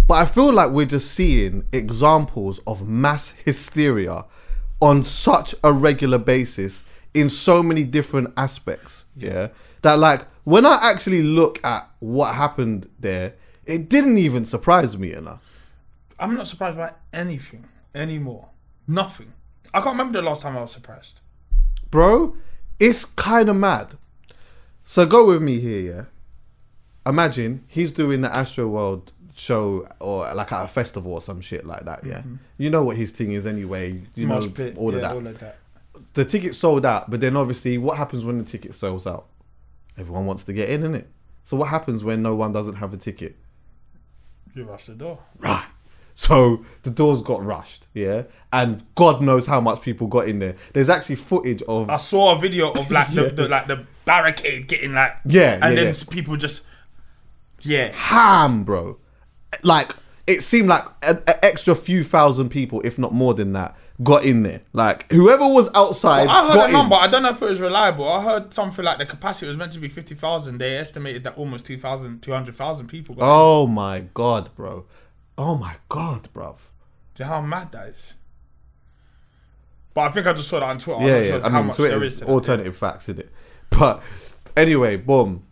Speaker 3: But I feel like we're just seeing examples of mass hysteria on such a regular basis in so many different aspects. Yeah. That like when I actually look at what happened there, it didn't even surprise me enough.
Speaker 1: I'm not surprised by anything anymore. Nothing. I can't remember the last time I was surprised.
Speaker 3: Bro, it's kinda mad. So go with me here, yeah. Imagine he's doing the Astro World show or like at a festival or some shit like that, yeah. You know what his thing is anyway. You
Speaker 1: Mm-hmm. Mosh
Speaker 3: know
Speaker 1: pit,
Speaker 3: all of
Speaker 1: yeah,
Speaker 3: that.
Speaker 1: all of that.
Speaker 3: the ticket sold out, but then obviously, what happens when the ticket sells out? Everyone wants to get in, innit? So what happens when no one doesn't have a ticket?
Speaker 1: You rush the door.
Speaker 3: Right. So the doors got rushed, yeah, and God knows how much people got in there. There's actually footage of
Speaker 1: I saw a video of like
Speaker 3: <laughs>
Speaker 1: the, the like the barricade getting like
Speaker 3: Yeah,
Speaker 1: and
Speaker 3: yeah,
Speaker 1: then
Speaker 3: yeah.
Speaker 1: s- people just yeah
Speaker 3: ham, bro. Like it seemed like an extra few thousand people, if not more than that, got in there. Like whoever was outside,
Speaker 1: I
Speaker 3: got
Speaker 1: heard a
Speaker 3: in.
Speaker 1: number. I don't know if it was reliable. I heard something like the capacity was meant to be fifty thousand. They estimated that almost 2,000, 200,000 people. Got
Speaker 3: Oh my god, bro! Oh my god, bruv.
Speaker 1: Do you know how mad that is? But I think I just saw that on Twitter. I'm
Speaker 3: yeah,
Speaker 1: not
Speaker 3: yeah.
Speaker 1: sure
Speaker 3: I
Speaker 1: how
Speaker 3: mean,
Speaker 1: much
Speaker 3: Twitter
Speaker 1: there
Speaker 3: is
Speaker 1: is. to that.
Speaker 3: alternative facts in it, <laughs> but anyway, boom.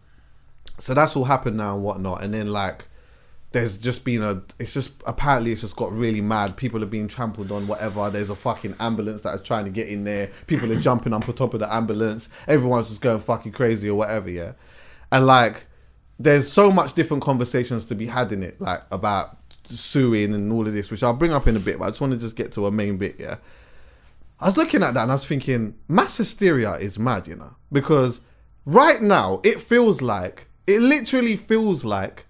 Speaker 3: So that's all happened now and whatnot, and then like, there's just been a. It's just apparently it's just got really mad. People are being trampled on, whatever. There's a fucking ambulance that is trying to get in there. People are jumping up on top of the ambulance. Everyone's just going fucking crazy or whatever, yeah. And like, there's so much different conversations to be had in it, like about suing and all of this, which I'll bring up in a bit. But I just want to just get to a main bit, yeah. I was looking at that and I was thinking, mass hysteria is mad, you know, because right now it feels like, it literally feels like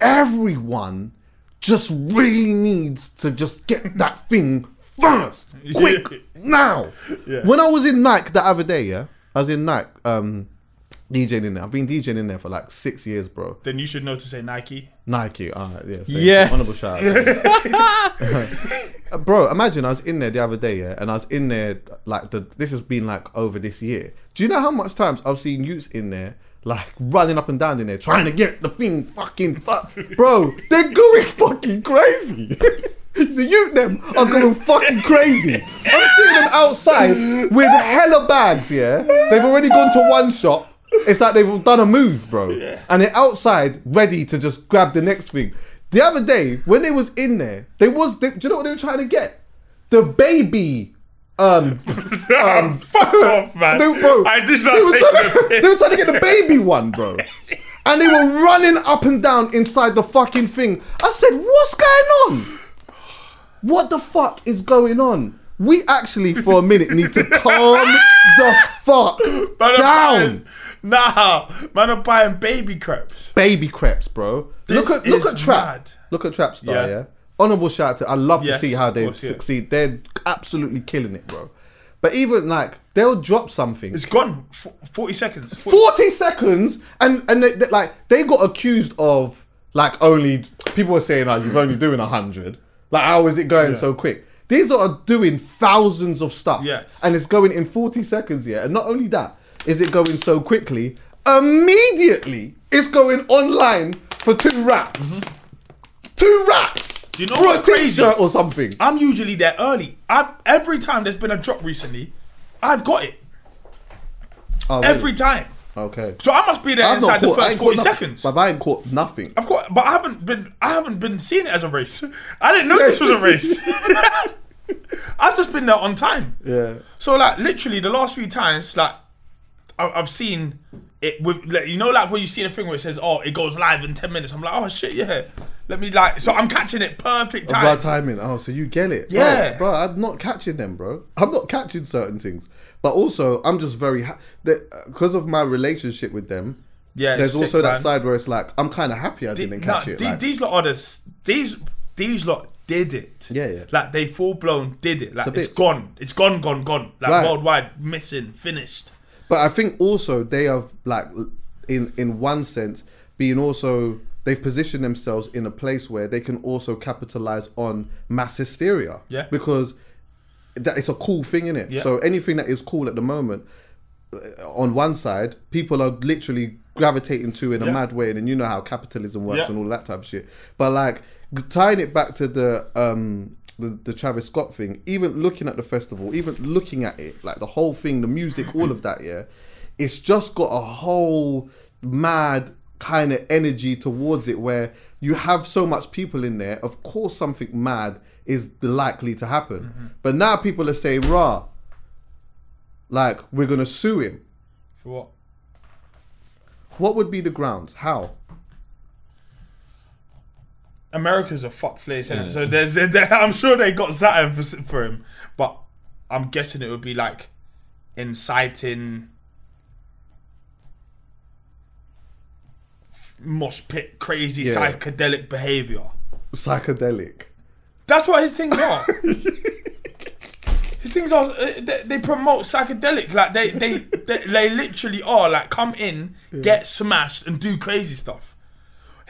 Speaker 3: everyone just really needs to just get that thing fast, quick, now. When I was in Nike the other day, yeah, I was in Nike um, DJing in there. I've been DJing in there for like six years, bro.
Speaker 1: Then you should know to say
Speaker 3: <laughs>
Speaker 1: Nike.
Speaker 3: Nike, all right, yeah, same.
Speaker 2: Yes.
Speaker 3: honorable shout. out. Uh, bro, imagine I was in there the other day, yeah, and I was in there like the this has been like over this year. Do you know how much times I've seen youths in there? Like running up and down in there, trying to get the thing fucking fu- bro. They're going fucking crazy. <laughs> the youth them are going fucking crazy. I'm seeing them outside with hella bags. Yeah, they've already gone to one shop. It's like they've done a move, bro, and they're outside ready to just grab the next thing. The other day, when they was in there, they was. They, do you know what they were trying to get? The baby.
Speaker 1: <laughs>
Speaker 3: Um, um
Speaker 1: Fuck off, man.
Speaker 3: No, bro.
Speaker 1: I did not
Speaker 3: they were
Speaker 1: take
Speaker 3: trying
Speaker 1: the
Speaker 3: to,
Speaker 1: piss.
Speaker 3: They were trying to get the baby
Speaker 1: <laughs>
Speaker 3: one, bro. And they were running up and down inside the fucking thing. I said, "What's going on? What the fuck is going on?" We actually, for a minute, need to calm the fuck
Speaker 1: Man,
Speaker 3: down.
Speaker 1: I'm buying- Nah, man, I'm buying baby crepes.
Speaker 3: baby creps, bro.
Speaker 1: This
Speaker 3: look at look
Speaker 1: is
Speaker 3: at trap.
Speaker 1: mad.
Speaker 3: Look at trap star.
Speaker 1: Yeah.
Speaker 3: Yeah. Honorable shout out to. I love
Speaker 1: Yes,
Speaker 3: to see how
Speaker 1: of
Speaker 3: they
Speaker 1: course, yeah.
Speaker 3: succeed. They're absolutely killing it, bro. But even like they'll drop something.
Speaker 1: It's gone. F- Forty seconds. 40
Speaker 3: 40 seconds and and they, they- like they got accused of like only people were saying like you've only doing 100 like how is it going so quick these are doing thousands of stuff
Speaker 1: Yes.
Speaker 3: and it's going in 40 seconds yeah and not only that is it going so quickly immediately it's going online for two racks two racks
Speaker 1: Mm-hmm. Do you know
Speaker 3: for
Speaker 1: what's
Speaker 3: a
Speaker 1: crazy?
Speaker 3: t-shirt or something
Speaker 1: I'm usually there early. I've, every time there's been a drop recently, I've got it.
Speaker 3: Oh, really?
Speaker 1: Every time.
Speaker 3: okay
Speaker 1: So I must be there
Speaker 3: I've
Speaker 1: inside
Speaker 3: not
Speaker 1: the
Speaker 3: caught- I
Speaker 1: first
Speaker 3: ain't caught
Speaker 1: forty
Speaker 3: nothing.
Speaker 1: seconds.
Speaker 3: But I ain't caught nothing.
Speaker 1: I've got, but I haven't been. I haven't been seeing it as a race. <laughs> I didn't know this was a race.
Speaker 3: <laughs>
Speaker 1: <laughs> I've just been there on time.
Speaker 3: Yeah.
Speaker 1: So like literally the last few times like I- I've seen it with like, you know like when you see the thing where it says oh it goes live in ten minutes I'm like oh shit yeah let me like so I'm catching it perfect time.
Speaker 3: Bad timing. Oh, so you get it. Bro,
Speaker 1: Yeah.
Speaker 3: Bro, I'm not catching them, bro. I'm not catching certain things. But also, I'm just very happy. Because of my relationship with them,
Speaker 1: Yeah,
Speaker 3: there's
Speaker 1: it's
Speaker 3: also
Speaker 1: sick,
Speaker 3: that
Speaker 1: man.
Speaker 3: side where it's like, I'm kind of happy I didn't
Speaker 1: Nah,
Speaker 3: catch it.
Speaker 1: the-
Speaker 3: like,
Speaker 1: these lot are the, s- these these lot did it.
Speaker 3: Yeah, yeah.
Speaker 1: Like they full blown did it. Like
Speaker 3: It's a
Speaker 1: it's
Speaker 3: bit-
Speaker 1: gone. It's gone, gone, gone. Like
Speaker 3: Right.
Speaker 1: worldwide, missing, finished.
Speaker 3: But I think also they have like in in one sense being also they've positioned themselves in a place where they can also capitalize on mass hysteria.
Speaker 1: Yeah.
Speaker 3: Because that it's a cool thing in it.
Speaker 1: Yeah.
Speaker 3: So anything that is cool at the moment uh, on one side, people are literally gravitating to in a
Speaker 1: Yeah.
Speaker 3: mad way and then you know how capitalism works
Speaker 1: Yeah.
Speaker 3: and all that type of shit. But like g- tying it back to the um the, the Travis Scott thing, even looking at the festival, even looking at it, like the whole thing, the music, all of that, yeah, it's just got a whole mad kind of energy towards it where you have so much people in there, of course something mad is likely to happen.
Speaker 1: Mm-hmm.
Speaker 3: But now people are saying, rah, like we're gonna sue him.
Speaker 1: For what?
Speaker 3: What would be the grounds? How?
Speaker 1: America's a fuck place, innit? So there's, <laughs> there, I'm sure they got Saturn for, s- for him, but I'm guessing it would be like inciting mosh pit, crazy
Speaker 3: Yeah.
Speaker 1: psychedelic behavior.
Speaker 3: Psychedelic.
Speaker 1: That's what his things are. his things are uh, they, they promote psychedelic, like they they, they they literally are like come in, get smashed, and do crazy stuff.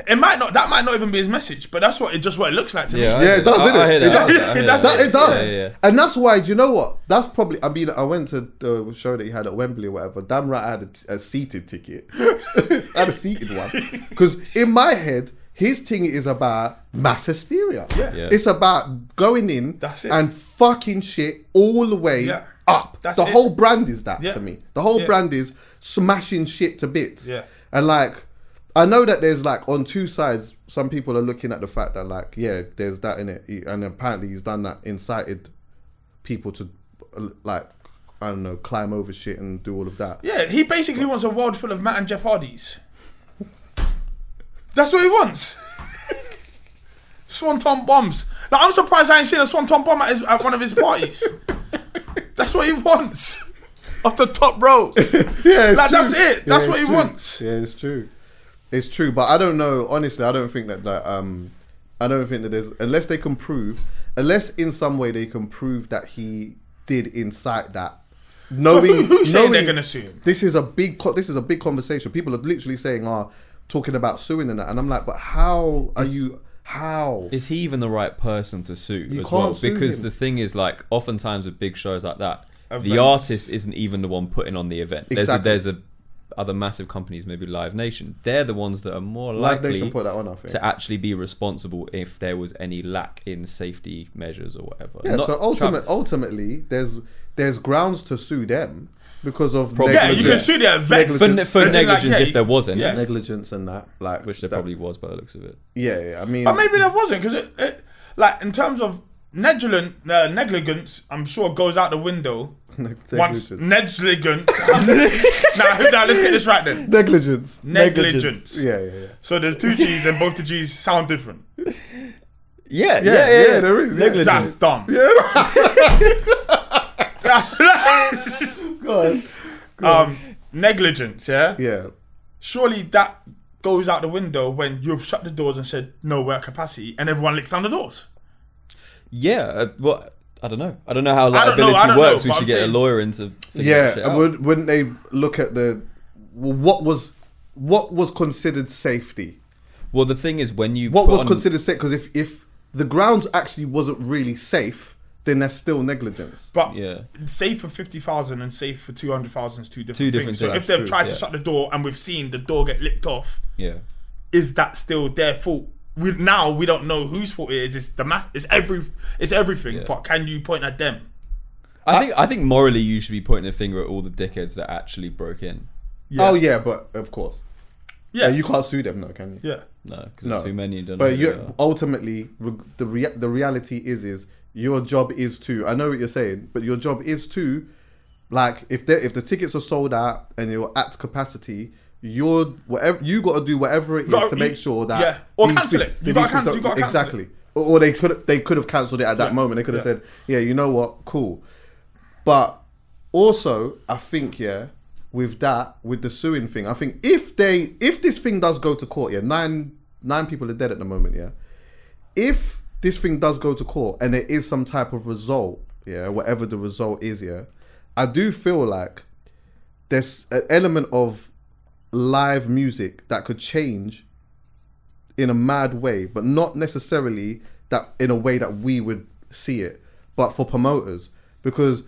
Speaker 1: It might not that might not even be his message, but that's what it just what it looks like to me.
Speaker 2: Yeah, I
Speaker 3: Yeah,
Speaker 2: hear
Speaker 3: it does,
Speaker 2: that.
Speaker 3: innit?
Speaker 2: I- I hear
Speaker 3: It
Speaker 2: that. I
Speaker 3: does.
Speaker 2: hear that. I hear
Speaker 1: That's-
Speaker 3: That,
Speaker 2: that.
Speaker 3: it does.
Speaker 2: Yeah, yeah, yeah.
Speaker 3: And that's why, do you know what? That's probably, I mean, I went to the show that he had at Wembley or whatever. Damn right I had a, t- a seated ticket. <laughs> I had a seated one. Because in my head, his thing is about mass hysteria.
Speaker 1: Yeah.
Speaker 2: Yeah.
Speaker 3: It's about going in
Speaker 1: That's it.
Speaker 3: and fucking shit all the way
Speaker 1: Yeah.
Speaker 3: up.
Speaker 1: That's
Speaker 3: the
Speaker 1: it.
Speaker 3: whole brand is that
Speaker 1: Yeah.
Speaker 3: to me. The whole
Speaker 1: Yeah.
Speaker 3: brand is smashing shit to bits.
Speaker 1: Yeah.
Speaker 3: And like, I know that there's like on two sides, some people are looking at the fact that like, yeah, there's that in it, He- and apparently he's done that, incited people to uh, like, I don't know, climb over shit and do all of that.
Speaker 1: Yeah, he basically wants a world full of Matt and Jeff Hardys. That's what he wants. <laughs> Swanton bombs. Like I'm surprised I ain't seen a Swanton bomb at, his, at one of his parties. That's what he wants. <laughs> Off the top rope.
Speaker 3: Yeah, it's
Speaker 1: Like,
Speaker 3: true.
Speaker 1: that's it. That's what
Speaker 3: Yeah, it's
Speaker 1: he
Speaker 3: true.
Speaker 1: wants.
Speaker 3: Yeah, it's true. It's true, but I don't know. Honestly, I don't think that that um I don't think that there's unless they can prove, unless in some way they can prove that he did incite that. Knowing,
Speaker 1: <laughs> who- who's saying
Speaker 3: knowing
Speaker 1: they're gonna sue him?
Speaker 3: This is a big, co- this is a big conversation. People are literally saying, "Ah, talking about suing and that," and I'm like, "But how are you? How?"
Speaker 2: Is he even the right person to sue
Speaker 3: You
Speaker 2: as well?
Speaker 3: can't sue
Speaker 2: Because
Speaker 3: him.
Speaker 2: the thing is, like, oftentimes with big shows like that, the
Speaker 1: Events.
Speaker 2: artist isn't even the one putting on the event.
Speaker 3: Exactly.
Speaker 2: There's a, there's a other massive companies, maybe Live Nation. They're the ones that are more
Speaker 3: Live
Speaker 2: likely
Speaker 3: Nation put that on, I think.
Speaker 2: to actually be responsible if there was any lack in safety measures or whatever.
Speaker 3: Yeah,
Speaker 2: Not
Speaker 3: so ultimate,
Speaker 2: Travis.
Speaker 3: ultimately, there's there's grounds to sue them because of
Speaker 2: Probably.
Speaker 1: Yeah, you can
Speaker 3: negligence-
Speaker 1: sue the event.
Speaker 2: for,
Speaker 3: negligence-
Speaker 2: for
Speaker 1: As in, like,
Speaker 2: negligence,
Speaker 1: yeah,
Speaker 2: if there was any,
Speaker 1: yeah.
Speaker 3: negligence and that, like
Speaker 2: which there
Speaker 3: that-
Speaker 2: probably was by the looks of it.
Speaker 3: yeah, yeah. I mean,
Speaker 1: But maybe there wasn't because it, it, like in terms of negligent uh, negligence, I'm sure goes out the window. Once negligence. now, now let's get this right then.
Speaker 3: negligence,
Speaker 1: Negligence.
Speaker 3: yeah, yeah, yeah.
Speaker 1: So there's two G's and both the G's sound different.
Speaker 2: Yeah,
Speaker 3: yeah, yeah, yeah, there is, yeah.
Speaker 2: Negligence.
Speaker 1: That's dumb.
Speaker 2: <laughs>
Speaker 3: God.
Speaker 1: um, negligence. Yeah.
Speaker 3: yeah,
Speaker 1: Surely that goes out the window when you've shut the doors and said no work capacity, and everyone licks down the doors.
Speaker 2: Yeah, uh, well, I don't know. I don't know how
Speaker 1: I don't know,
Speaker 2: liability
Speaker 1: I don't know,
Speaker 2: works. we
Speaker 1: but
Speaker 2: should
Speaker 1: I'm
Speaker 2: get
Speaker 1: saying-
Speaker 2: a lawyer into figure that
Speaker 3: yeah.
Speaker 2: shit
Speaker 3: and
Speaker 2: out.
Speaker 3: Would, wouldn't they look at the well, what was what was considered safety?
Speaker 2: Well, the thing is, when you
Speaker 3: What
Speaker 2: put
Speaker 3: was
Speaker 2: on-
Speaker 3: considered safe? Because if if the grounds actually wasn't really safe, then that's still negligence.
Speaker 1: But
Speaker 2: Yeah.
Speaker 1: safe for fifty thousand and safe for two hundred thousand is two different
Speaker 2: Two different
Speaker 1: things. so
Speaker 2: things,
Speaker 1: if they've
Speaker 2: true,
Speaker 1: tried
Speaker 2: yeah.
Speaker 1: to shut the door and we've seen the door get licked off,
Speaker 2: yeah,
Speaker 1: is that still their fault? We, now we don't know whose fault it is. It's the ma- It's every. It's everything.
Speaker 2: Yeah.
Speaker 1: But can you point at them?
Speaker 2: I think I think morally you should be pointing a finger at all the dickheads that actually broke in.
Speaker 3: Oh yeah, but of course,
Speaker 1: Yeah.
Speaker 3: you can't sue them, though, can you?
Speaker 1: yeah.
Speaker 2: No, because there's too many. And don't know
Speaker 3: but
Speaker 2: who they
Speaker 3: you
Speaker 2: are.
Speaker 3: ultimately re- the rea- the reality is is your job is to I know what you're saying, but your job is to like if the if the tickets are sold out and you're at capacity, you're whatever you got to do whatever it is
Speaker 1: Gotta-
Speaker 3: to make sure that
Speaker 1: yeah. Or
Speaker 3: these
Speaker 1: cancel
Speaker 3: pe-
Speaker 1: it.
Speaker 3: that
Speaker 1: You gotta
Speaker 3: these
Speaker 1: cancel-
Speaker 3: people-
Speaker 1: you gotta cancel it.
Speaker 3: exactly. Or or they could they could have cancelled it at that moment. They could have
Speaker 1: Yeah.
Speaker 3: said, yeah, you know what, cool. But also, I think yeah, with that, with the suing thing, I think if they if this thing does go to court, yeah, nine nine people are dead at the moment, yeah. If this thing does go to court and there is some type of result, yeah, whatever the result is, yeah, I do feel like there's an element of live music that could change in a mad way, but not necessarily that in a way that we would see it, but for promoters. Because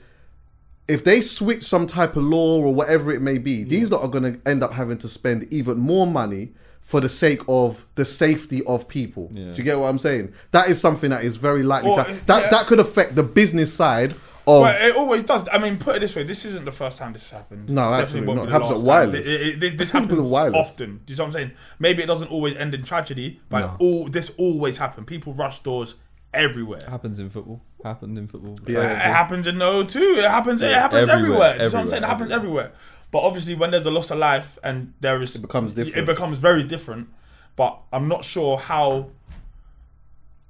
Speaker 3: if they switch some type of law or whatever it may be, these lot are going to end up having to spend even more money for the sake of the safety of people. Do you get what I'm saying? That is something that is very likely
Speaker 1: Or-
Speaker 3: to that
Speaker 1: yeah.
Speaker 3: that could affect the business side of
Speaker 1: Well, it always does. I mean, put it this way: this isn't the first time this has happened.
Speaker 3: No, absolutely
Speaker 1: Definitely won't
Speaker 3: not.
Speaker 1: be the
Speaker 3: Happens at
Speaker 1: last
Speaker 3: Wireless.
Speaker 1: time. It- it- it- this
Speaker 3: Happens at
Speaker 1: happens
Speaker 3: Wireless.
Speaker 1: often. Do you know what I'm saying? Maybe it doesn't always end in tragedy, but it all this always happens. People rush doors everywhere.
Speaker 2: happens in football. Happened in football.
Speaker 1: It happens in the O2. It happens. it
Speaker 2: Yeah,
Speaker 1: happens
Speaker 2: everywhere,
Speaker 1: everywhere. That's what I'm saying. It
Speaker 2: everywhere,
Speaker 1: happens everywhere. But obviously, when there's a loss of life and there is, it
Speaker 3: becomes different.
Speaker 1: It becomes very different. But I'm not sure how.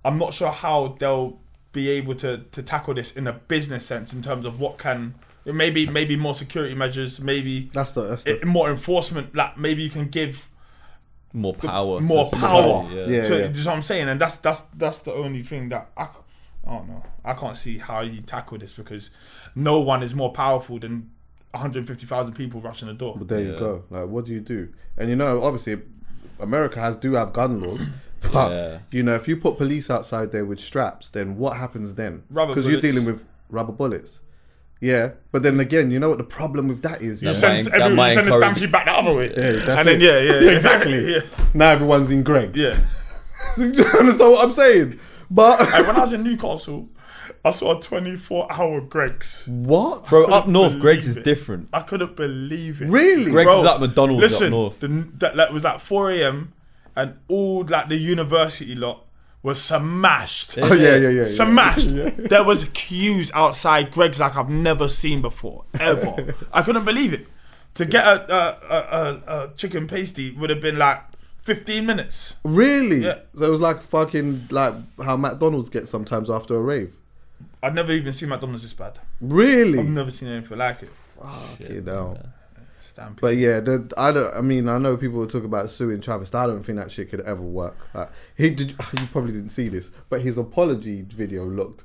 Speaker 1: I'm not sure how they'll be able to to tackle this in a business sense in terms of what can maybe maybe more security measures, maybe
Speaker 3: that's the that's the
Speaker 1: it, more enforcement. Like maybe you can give
Speaker 2: more power. to
Speaker 1: more
Speaker 2: somebody,
Speaker 1: power.
Speaker 2: Yeah.
Speaker 3: Yeah.
Speaker 1: to, do you know what I'm saying? And that's that's that's the only thing that I, c- I don't know. I can't see how you tackle this because no one is more powerful than 150,000 people rushing the door.
Speaker 3: There you go. Like, what do you do? And you know, obviously, America has do have gun laws, <laughs> but
Speaker 2: Yeah.
Speaker 3: you know, if you put police outside there with straps, then what happens then?
Speaker 1: Rubber
Speaker 3: Because you're
Speaker 1: bullets.
Speaker 3: dealing with rubber bullets. Yeah, but then again, you know what the problem with that is?
Speaker 1: You
Speaker 3: yeah?
Speaker 1: send,
Speaker 2: might- that
Speaker 1: every,
Speaker 2: might
Speaker 1: you send the
Speaker 2: encourage-
Speaker 1: stampede back the other way.
Speaker 3: Yeah, <laughs> that's
Speaker 1: and then,
Speaker 3: it.
Speaker 1: yeah,
Speaker 2: <laughs>
Speaker 1: yeah, yeah.
Speaker 3: <laughs>
Speaker 1: <laughs>
Speaker 3: exactly.
Speaker 1: yeah.
Speaker 3: Now everyone's in Greg. <laughs>
Speaker 1: yeah.
Speaker 3: do you understand what I'm saying? But
Speaker 1: And when I was in Newcastle, I saw a 24 hour Greg's.
Speaker 3: <laughs> what,
Speaker 2: Bro, up north,
Speaker 1: Believe
Speaker 2: Greg's is
Speaker 1: it.
Speaker 2: different.
Speaker 1: I couldn't believe it.
Speaker 3: Really?
Speaker 2: Greg's
Speaker 1: Bro,
Speaker 2: is like McDonald's
Speaker 1: listen,
Speaker 2: up north.
Speaker 1: The, that, that was like 4 a.m. and all like the university lot was smashed.
Speaker 3: <laughs> Oh yeah, yeah, yeah. yeah.
Speaker 1: Smashed. <laughs> There was queues outside Greg's like I've never seen before, ever. I couldn't believe it. To get a, a, a, a, a chicken pasty would have been like 15 minutes.
Speaker 3: Really?
Speaker 1: Yeah.
Speaker 3: So it was like fucking like how McDonald's get sometimes after a rave.
Speaker 1: I've never even seen McDonald's this bad.
Speaker 3: Really?
Speaker 1: I've never seen anything like it.
Speaker 3: Fucking hell.
Speaker 1: Stampede.
Speaker 3: But yeah, the, I don't. I mean, I know people talk about suing Travis. Scott. I don't think that shit could ever work. Like, he did. <sighs> You probably didn't see this, but his apology video looked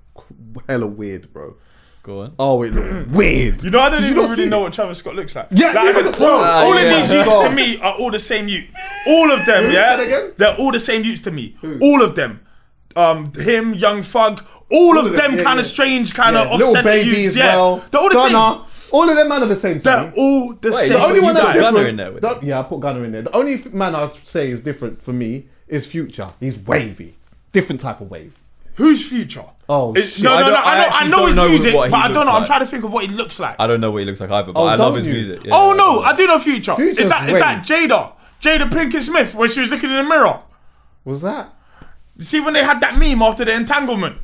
Speaker 3: hella weird, bro.
Speaker 2: Go on.
Speaker 3: Oh, it
Speaker 2: <clears throat>
Speaker 3: looked weird.
Speaker 1: you know, I don't
Speaker 3: Did you
Speaker 1: even
Speaker 3: not
Speaker 1: really
Speaker 3: see
Speaker 1: know
Speaker 3: it?
Speaker 1: what Travis Scott looks like.
Speaker 3: Yeah,
Speaker 1: Like,
Speaker 3: yeah,
Speaker 1: I mean,
Speaker 3: bro.
Speaker 2: Ah,
Speaker 1: all
Speaker 2: yeah.
Speaker 1: of these youths
Speaker 3: Bro.
Speaker 1: to me are all the same youth. All of them,
Speaker 3: Who?
Speaker 1: yeah.
Speaker 3: Say that again?
Speaker 1: They're all the same youths to me. All of them. Um, him, Young Thug, all, of them
Speaker 3: yeah,
Speaker 1: kind
Speaker 3: yeah.
Speaker 1: of strange, kind
Speaker 3: Yeah,
Speaker 1: of off
Speaker 3: little
Speaker 1: offset
Speaker 3: baby
Speaker 1: youths.
Speaker 3: as
Speaker 1: yeah,
Speaker 3: well.
Speaker 1: they're all the
Speaker 3: Gunna.
Speaker 1: same.
Speaker 3: All of them man are the same. to
Speaker 1: They're
Speaker 3: me.
Speaker 1: all the
Speaker 2: Wait,
Speaker 1: same.
Speaker 3: the only
Speaker 1: You
Speaker 3: one that's
Speaker 1: guys-
Speaker 2: Gunna
Speaker 3: different.
Speaker 2: in there with
Speaker 3: the-
Speaker 2: it.
Speaker 3: yeah, I put Gunner in there. The only f- man I'd say is different for me is Future. He's wavy, different type of wave.
Speaker 1: Who's Future?
Speaker 3: Oh,
Speaker 1: It's-
Speaker 3: shit.
Speaker 1: no,
Speaker 2: I
Speaker 1: no, no.
Speaker 2: don't- I
Speaker 1: I know, I
Speaker 2: actually
Speaker 1: know
Speaker 2: don't
Speaker 1: his
Speaker 2: know
Speaker 1: music,
Speaker 2: what he
Speaker 1: but I
Speaker 2: looks
Speaker 1: don't know. I'm
Speaker 2: like.
Speaker 1: trying to think of what he looks like.
Speaker 2: I don't know what he looks like either, but
Speaker 3: Oh,
Speaker 2: I love
Speaker 3: don't
Speaker 2: his
Speaker 3: you?
Speaker 2: music. Yeah,
Speaker 1: Oh
Speaker 2: I
Speaker 1: no,
Speaker 2: love
Speaker 1: I
Speaker 2: it.
Speaker 1: do know Future.
Speaker 3: Future's
Speaker 1: is that is
Speaker 3: great.
Speaker 1: that Jada? Jada Pinkett Smith when she was looking in the mirror.
Speaker 3: Was that?
Speaker 1: You see when they had that meme after the entanglement,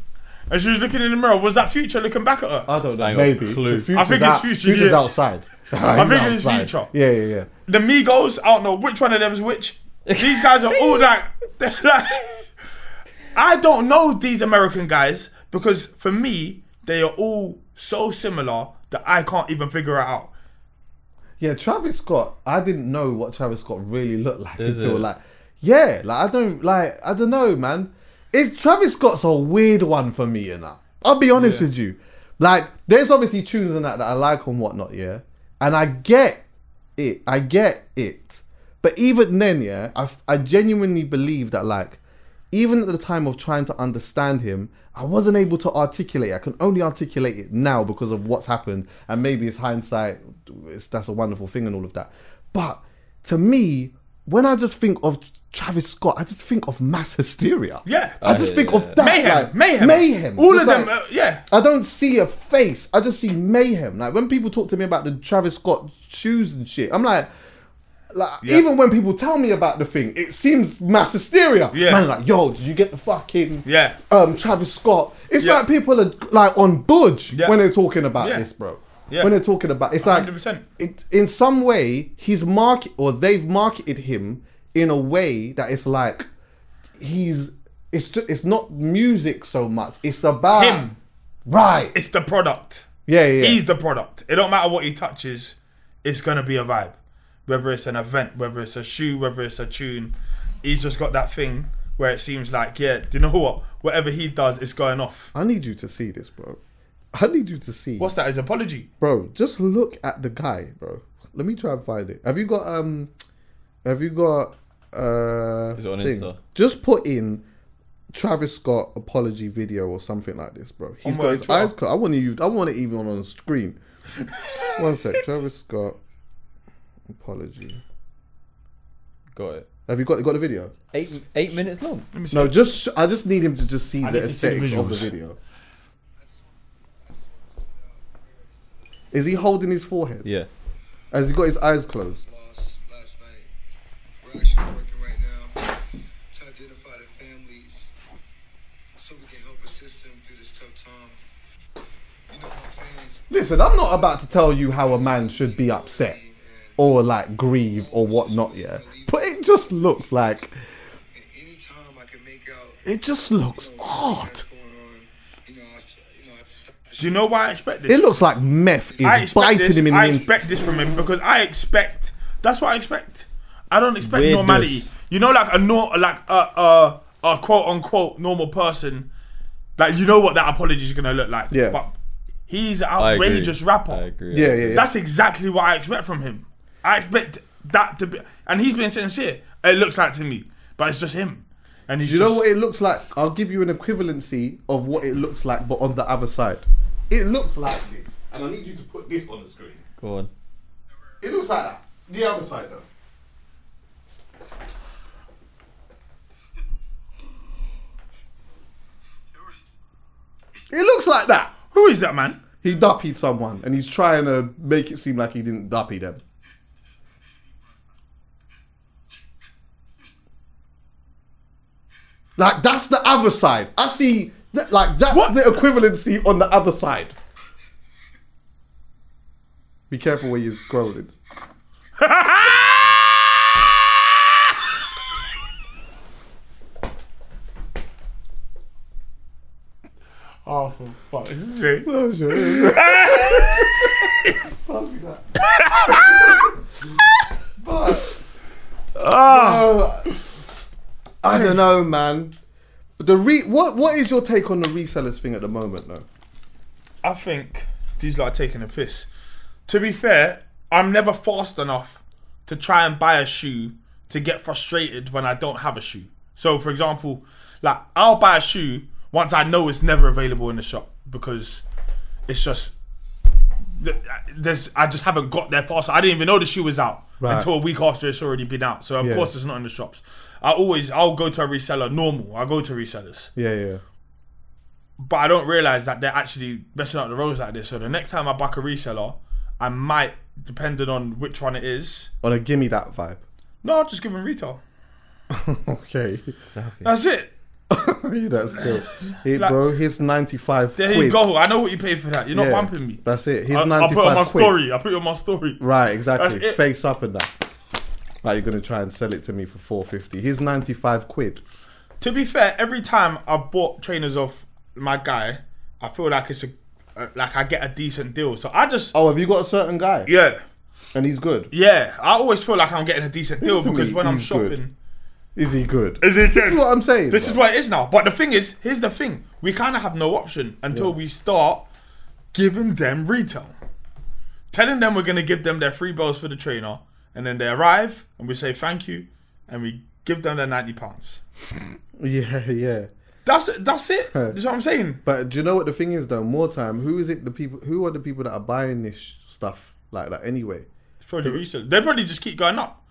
Speaker 1: and she was looking in the mirror. Was that Future looking back at her?
Speaker 3: I don't know.
Speaker 2: Hang on,
Speaker 3: maybe.
Speaker 2: clue.
Speaker 3: The
Speaker 1: I think
Speaker 3: Future's
Speaker 1: it's
Speaker 3: out-
Speaker 1: Future,
Speaker 3: Future's
Speaker 1: yeah.
Speaker 3: outside.
Speaker 1: <laughs>
Speaker 3: <laughs>
Speaker 1: I think it's
Speaker 3: Outside.
Speaker 1: Future.
Speaker 3: Yeah, yeah, yeah.
Speaker 1: The Migos, I don't know which one of them is which. These guys are
Speaker 3: <laughs>
Speaker 1: all like, they're like- I don't know these American guys because for me they are all so similar that I can't even figure it out.
Speaker 3: Yeah, Travis Scott. I didn't know what Travis Scott really looked like
Speaker 2: Is
Speaker 3: until
Speaker 2: it?
Speaker 3: like, yeah, like I don't like I don't know, man. It's Travis Scott's a weird one for me, you know. I'll be honest with you. Like, there's obviously tunes and that that I like and whatnot, yeah. And I get it, I get it. But even then, yeah, I f- I genuinely believe that like, even at the time of trying to understand him, I wasn't able to articulate. it. I can only articulate it now because of what's happened, and maybe it's hindsight. It's, that's a wonderful thing and all of that. But to me, when I just think of Travis Scott, I just think of mass hysteria.
Speaker 1: Yeah.
Speaker 3: I just think of that
Speaker 1: Mayhem,
Speaker 3: like,
Speaker 1: mayhem.
Speaker 3: mayhem.
Speaker 1: All
Speaker 3: Just
Speaker 1: of them,
Speaker 3: like-
Speaker 1: uh, yeah.
Speaker 3: I don't see a face. I just see mayhem. Like when people talk to me about the Travis Scott shoes and shit, I'm like, like
Speaker 1: Yeah.
Speaker 3: even when people tell me about the thing, it seems mass hysteria.
Speaker 1: Yeah.
Speaker 3: man, like yo, did you get the fucking
Speaker 1: Yeah.
Speaker 3: um Travis Scott? It's
Speaker 1: Yeah.
Speaker 3: like people are like on budge
Speaker 1: Yeah.
Speaker 3: when they're talking about
Speaker 1: Yeah.
Speaker 3: this, bro.
Speaker 1: Yeah.
Speaker 3: When they're talking about it's like
Speaker 1: 100%.
Speaker 3: it, in some way he's market or they've marketed him in a way that it's like he's it's just, it's not music so much. It's about
Speaker 1: Him.
Speaker 3: Right.
Speaker 1: It's the product.
Speaker 3: yeah, yeah. yeah.
Speaker 1: He's the product. It don't matter what he touches, it's gonna be a vibe. Whether it's an event, whether it's a shoe, whether it's a tune, he's just got that thing where it seems like, yeah, do you know what? Whatever he does, it's going off.
Speaker 3: I need you to see this, bro. I need you to see.
Speaker 1: What's that? His apology.
Speaker 3: Bro, just look at the guy, bro. Let me try and find it. Have you got um have you got uh
Speaker 2: Is it on Insta?
Speaker 3: Just put in Travis Scott apology video or something like this, bro. He's
Speaker 1: On
Speaker 3: got
Speaker 1: my
Speaker 3: his
Speaker 1: Twitter.
Speaker 3: eyes closed. I want you I want it even on
Speaker 1: <laughs>
Speaker 3: the screen. One sec, Travis Scott apology.
Speaker 2: Got it.
Speaker 3: Have you got got the video?
Speaker 2: Eight eight minutes long.
Speaker 3: No, just I just need him to just see the
Speaker 1: need to see the
Speaker 3: aesthetics of the
Speaker 1: visuals.
Speaker 3: video. Is he holding his forehead?
Speaker 2: Yeah.
Speaker 3: Has he got his eyes closed?
Speaker 4: lost last night. We're actually working right now to identify the families so we can help assist them through this tough time. You know, my fans
Speaker 3: Listen, I'm not about to tell you how a man should be upset or like grieve or whatnot, yeah. But it just looks like
Speaker 4: and anytime I can make out
Speaker 3: it just looks odd.
Speaker 4: what's going on, you know, I, s- you know, I stop.
Speaker 1: Do you know why I expect this?
Speaker 3: It looks like meth
Speaker 1: I
Speaker 3: is
Speaker 1: expect
Speaker 3: biting
Speaker 1: this.
Speaker 3: him in the
Speaker 1: I
Speaker 3: ins-
Speaker 1: expect this from him because I expect. That's what I expect. I don't expect
Speaker 2: Weirdness.
Speaker 1: normality. You know, like a nor, like a, a a quote unquote normal person. Like you know what that apology is gonna look like.
Speaker 3: Yeah.
Speaker 1: But he's an
Speaker 2: I agree.
Speaker 1: outrageous rapper.
Speaker 2: I agree.
Speaker 3: Yeah, yeah, yeah.
Speaker 1: That's exactly what I expect from him. I expect that to be, and he's been sincere. It looks like to me, but it's just him. And he's
Speaker 3: Do you know
Speaker 1: just-
Speaker 3: what it looks like? I'll give you an equivalency of what it looks like, but on the other side. It looks like this, and I need you to put this on the screen.
Speaker 2: Go on.
Speaker 3: It looks like that. The other side, though. It looks like that.
Speaker 1: Who is that man?
Speaker 3: He duppied someone, and he's trying to make it seem like he didn't duppy them. Like that's the other side. I see. That, like that's
Speaker 1: What?
Speaker 3: the equivalency on the other side. Be careful where you're scrolling.
Speaker 1: <laughs> Oh, for fuck's sake.
Speaker 3: Pass me that. Oh, I don't know, man. The re what what is your take on the resellers thing at the moment, though?
Speaker 1: I think these lot are taking a piss. To be fair, I'm never fast enough to try and buy a shoe to get frustrated when I don't have a shoe. So, for example, like I'll buy a shoe once I know it's never available in the shop because it's just th- there's I just haven't got there fast. I didn't even know the shoe was out
Speaker 3: Right.
Speaker 1: until a week after it's already been out. So of
Speaker 3: Yeah.
Speaker 1: course it's not in the shops. I always I'll go to a reseller normal. I go to resellers
Speaker 3: Yeah, yeah.
Speaker 1: but I don't realize that they're actually messing up the roads like this. So the next time I buck a reseller, I might, depending on which one it is,
Speaker 3: On a Oh, gimme that vibe.
Speaker 1: no, I'll just give them retail.
Speaker 3: Okay,
Speaker 1: That's it.
Speaker 3: <laughs> He that's still. He, bro, he's ninety five.
Speaker 1: There you go. I know what you paid for that. You're not
Speaker 3: Yeah,
Speaker 1: bumping me.
Speaker 3: that's it. He's
Speaker 1: I- I'll put it on
Speaker 3: 95
Speaker 1: my
Speaker 3: quid.
Speaker 1: story. I'll put it on my story.
Speaker 3: Right, exactly.
Speaker 1: That's it.
Speaker 3: Face up and that. Like you're gonna try and sell it to me for four fifty. He's ninety five quid.
Speaker 1: To be fair, every time I've bought trainers off my guy, I feel like it's a, uh, like I get a decent deal. So I just,
Speaker 3: Oh, have you got a certain guy?
Speaker 1: yeah,
Speaker 3: And he's good.
Speaker 1: yeah. I always feel like I'm getting a decent deal
Speaker 3: to
Speaker 1: because
Speaker 3: me,
Speaker 1: when I'm
Speaker 3: he's good.
Speaker 1: shopping,
Speaker 3: Is he good?
Speaker 1: Is he
Speaker 3: This
Speaker 1: good?
Speaker 3: is what I'm saying.
Speaker 1: This
Speaker 3: bro.
Speaker 1: is what it is now. But the thing is, here's the thing: we kind of have no option until we start giving them retail, telling them we're gonna give them their free bills for the trainer, and then they arrive and we say thank you, and we give them their ninety pounds.
Speaker 3: Yeah, yeah.
Speaker 1: That's it. That's it. That's what I'm saying.
Speaker 3: But do you know what the thing is though? More time. Who is it? The people. Who are the people that are buying this sh- stuff like that? Anyway.
Speaker 1: It's probably resell. They probably just keep going up.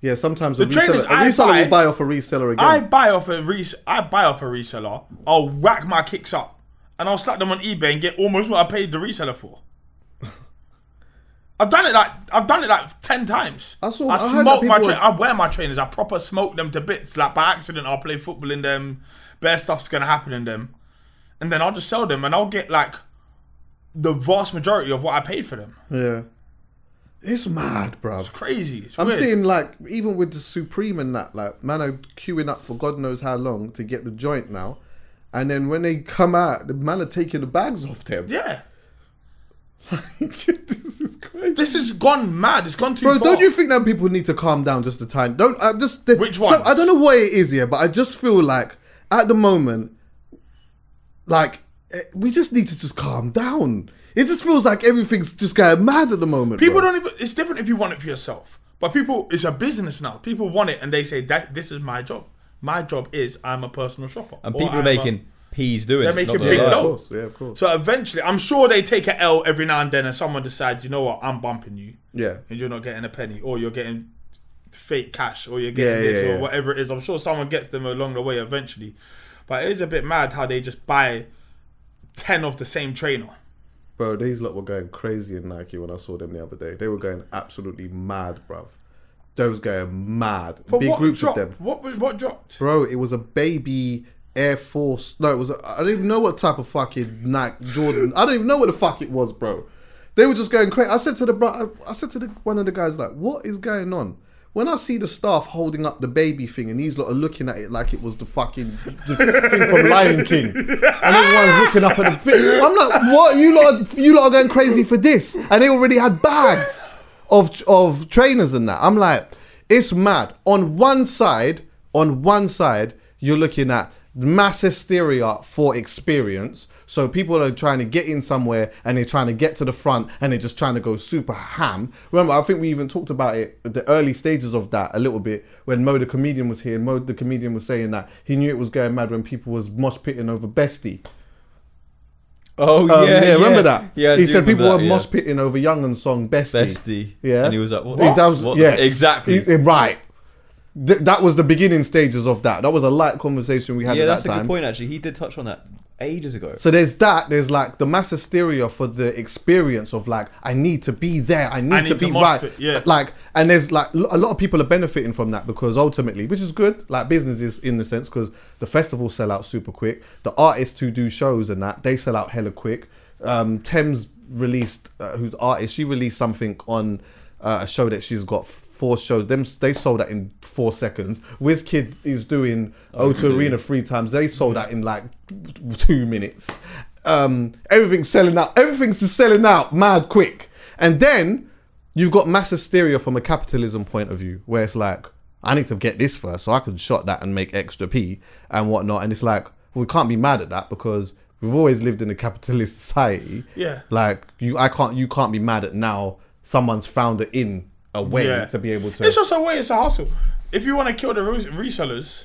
Speaker 3: Yeah. Sometimes a
Speaker 1: The trainers
Speaker 3: reseller, a
Speaker 1: I
Speaker 3: reseller will
Speaker 1: buy-
Speaker 3: buy off a reseller again.
Speaker 1: I buy off a res- I buy off a reseller. I'll whack my kicks up, and I'll slap them on eBay and get almost what I paid the reseller for. I've done it like I've done it like ten times.
Speaker 3: I saw- I heard that
Speaker 1: smoke my
Speaker 3: people
Speaker 1: tra-
Speaker 3: were-
Speaker 1: I wear my trainers. I proper smoke them to bits. Like by accident, I'll play football in them. Bare stuff's gonna happen in them, and then I'll just sell them, and I'll get like the vast majority of what I paid for them.
Speaker 3: yeah. It's mad, bruv.
Speaker 1: Crazy. It's
Speaker 3: I'm
Speaker 1: weird.
Speaker 3: seeing like even with the Supreme and that, like Mano queuing up for God knows how long to get the joint now, and then when they come out, the man are taking the bags off them.
Speaker 1: Yeah.
Speaker 3: <laughs> this is crazy.
Speaker 1: This has gone mad. It's gone too
Speaker 3: Bro,
Speaker 1: far.
Speaker 3: don't you think that people need to calm down just a time? Don't I just
Speaker 1: Which ones?
Speaker 3: I don't know what it is here, but I just feel like at the moment, like eh, we just need to just calm down. It just feels like everything's just going mad at the moment.
Speaker 1: People
Speaker 3: bro.
Speaker 1: don't even. It's different if you want it for yourself, but people. It's a business now. People want it, and they say that this is my job. My job is I'm a personal shopper.
Speaker 2: And
Speaker 1: Or
Speaker 2: people are
Speaker 1: I'm a-
Speaker 2: making peas doing
Speaker 1: They're
Speaker 2: it. not
Speaker 1: making
Speaker 2: gonna
Speaker 1: big
Speaker 2: lie.
Speaker 3: Yeah, of
Speaker 1: dough.
Speaker 3: course. Yeah, of course.
Speaker 1: So eventually, I'm sure they take a L every now and then, and someone decides, you know what, I'm bumping you,
Speaker 3: Yeah.
Speaker 1: and you're not getting a penny, or you're getting fake cash, or you're
Speaker 3: Yeah,
Speaker 1: getting
Speaker 3: yeah,
Speaker 1: this, or
Speaker 3: yeah.
Speaker 1: whatever it is. I'm sure someone gets them along the way eventually, but it is a bit mad how they just buy ten of the same trainer.
Speaker 3: Bro, these lot were going crazy in Nike when I saw them the other day. They were going absolutely mad, bruv. They was going mad.
Speaker 1: But
Speaker 3: Big
Speaker 1: what
Speaker 3: groups
Speaker 1: dropped?
Speaker 3: of them.
Speaker 1: What was what dropped?
Speaker 3: Bro, it was a baby Air Force. No, it was. I I don't even know what type of fucking Nike Jordan. I don't even know what the fuck it was, bro. They were just going crazy. I said to the bro, I, I said to the, one of the guys like, "What is going on?" When I see the staff holding up the baby thing and these lot are looking at it like it was the fucking the thing from Lion King, and everyone's looking up at the thing, I'm like, "What? You lot, you lot are going crazy for this?" And they already had bags of of trainers and that. I'm like, it's mad. On one side, on one side, you're looking at mass hysteria for experience. So people are trying to get in somewhere and they're trying to get to the front and they're just trying to go super ham. Remember, I think we even talked about it at the early stages of that a little bit when Mo the comedian was here. Mo the comedian was saying that he knew it was going mad when people was mosh pitting over Bestie.
Speaker 2: Oh yeah,
Speaker 3: Um, yeah,
Speaker 2: yeah,
Speaker 3: remember that?
Speaker 2: Yeah, I
Speaker 3: he
Speaker 2: do
Speaker 3: said people
Speaker 2: remember
Speaker 3: were
Speaker 2: that,
Speaker 3: mosh
Speaker 2: yeah.
Speaker 3: pitting over Youngun's song Bestie.
Speaker 2: Bestie.
Speaker 3: Yeah,
Speaker 2: And he was like, what?
Speaker 3: That was
Speaker 2: What?
Speaker 3: yes,
Speaker 2: Exactly.
Speaker 3: He- eh, right. Th- that was the beginning stages of that. That was a light conversation we had
Speaker 2: Yeah,
Speaker 3: at
Speaker 2: that's
Speaker 3: that
Speaker 2: a
Speaker 3: time.
Speaker 2: good point. Actually, he did touch on that ages ago.
Speaker 3: So there's that. There's like the mass hysteria for the experience of like I need to be there. I need,
Speaker 1: I need
Speaker 3: to,
Speaker 1: to
Speaker 3: be
Speaker 1: mosh
Speaker 3: right.
Speaker 1: pit, yeah.
Speaker 3: Like and there's like lo- a lot of people are benefiting from that because ultimately, which is good. Like businesses in the sense because the festivals sell out super quick. The artists who do shows and that they sell out hella quick. Um, Thames released uh, who's artist. She released something on uh, a show that she's got. Four shows, them they sold that in four seconds. Wizkid is doing Ota Arena three times. They sold that in like two minutes um, everything's selling out. Everything's just selling out mad quick. And then you've got mass hysteria from a capitalism point of view, where it's like, I need to get this first so I can shot that and make extra P and whatnot. And it's like, we can't be mad at that because we've always lived in a capitalist society.
Speaker 1: Yeah.
Speaker 3: Like you I can't you can't be mad at now someone's found it in a way
Speaker 1: Yeah.
Speaker 3: to be able to
Speaker 1: It's just a way. It's a hustle. If you want to kill the res- resellers,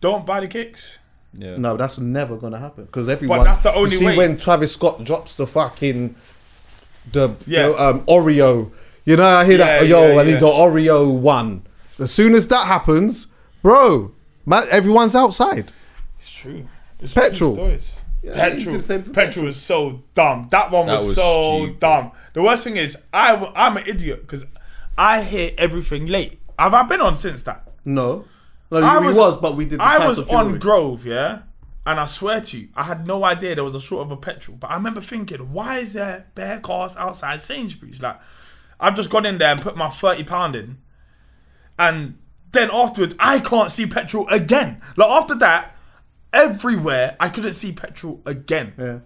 Speaker 1: don't buy the kicks.
Speaker 2: Yeah.
Speaker 3: No, that's never gonna happen because everyone.
Speaker 1: that's the only
Speaker 3: you see
Speaker 1: way.
Speaker 3: when Travis Scott drops the fucking the,
Speaker 1: Yeah.
Speaker 3: the, um, Oreo. You know, I hear
Speaker 1: Yeah,
Speaker 3: that. Yo,
Speaker 1: yeah,
Speaker 3: I need
Speaker 1: yeah.
Speaker 3: the Oreo one. As soon as that happens, bro, man, everyone's outside.
Speaker 1: It's true. It's
Speaker 3: Petrol.
Speaker 1: true stories.
Speaker 3: Yeah, you
Speaker 1: petrol.
Speaker 3: did the same for
Speaker 1: Petrol. is so dumb. That one
Speaker 2: That
Speaker 1: was,
Speaker 2: was
Speaker 1: so
Speaker 2: stupid.
Speaker 1: dumb. The worst thing is, I w- I'm an idiot because I hear everything late. Have I been on since that?
Speaker 3: No, no,
Speaker 1: I
Speaker 3: we was, but we did. The
Speaker 1: I
Speaker 3: Tyson
Speaker 1: was
Speaker 3: Fury.
Speaker 1: on Grove, yeah, and I swear to you, I had no idea there was a short of a petrol. But I remember thinking, why is there bare cars outside Sainsbury's? Like, I've just gone in there and put my thirty pound in, and then afterwards, I can't see petrol again. Like after that, everywhere I couldn't see petrol again.
Speaker 3: Yeah.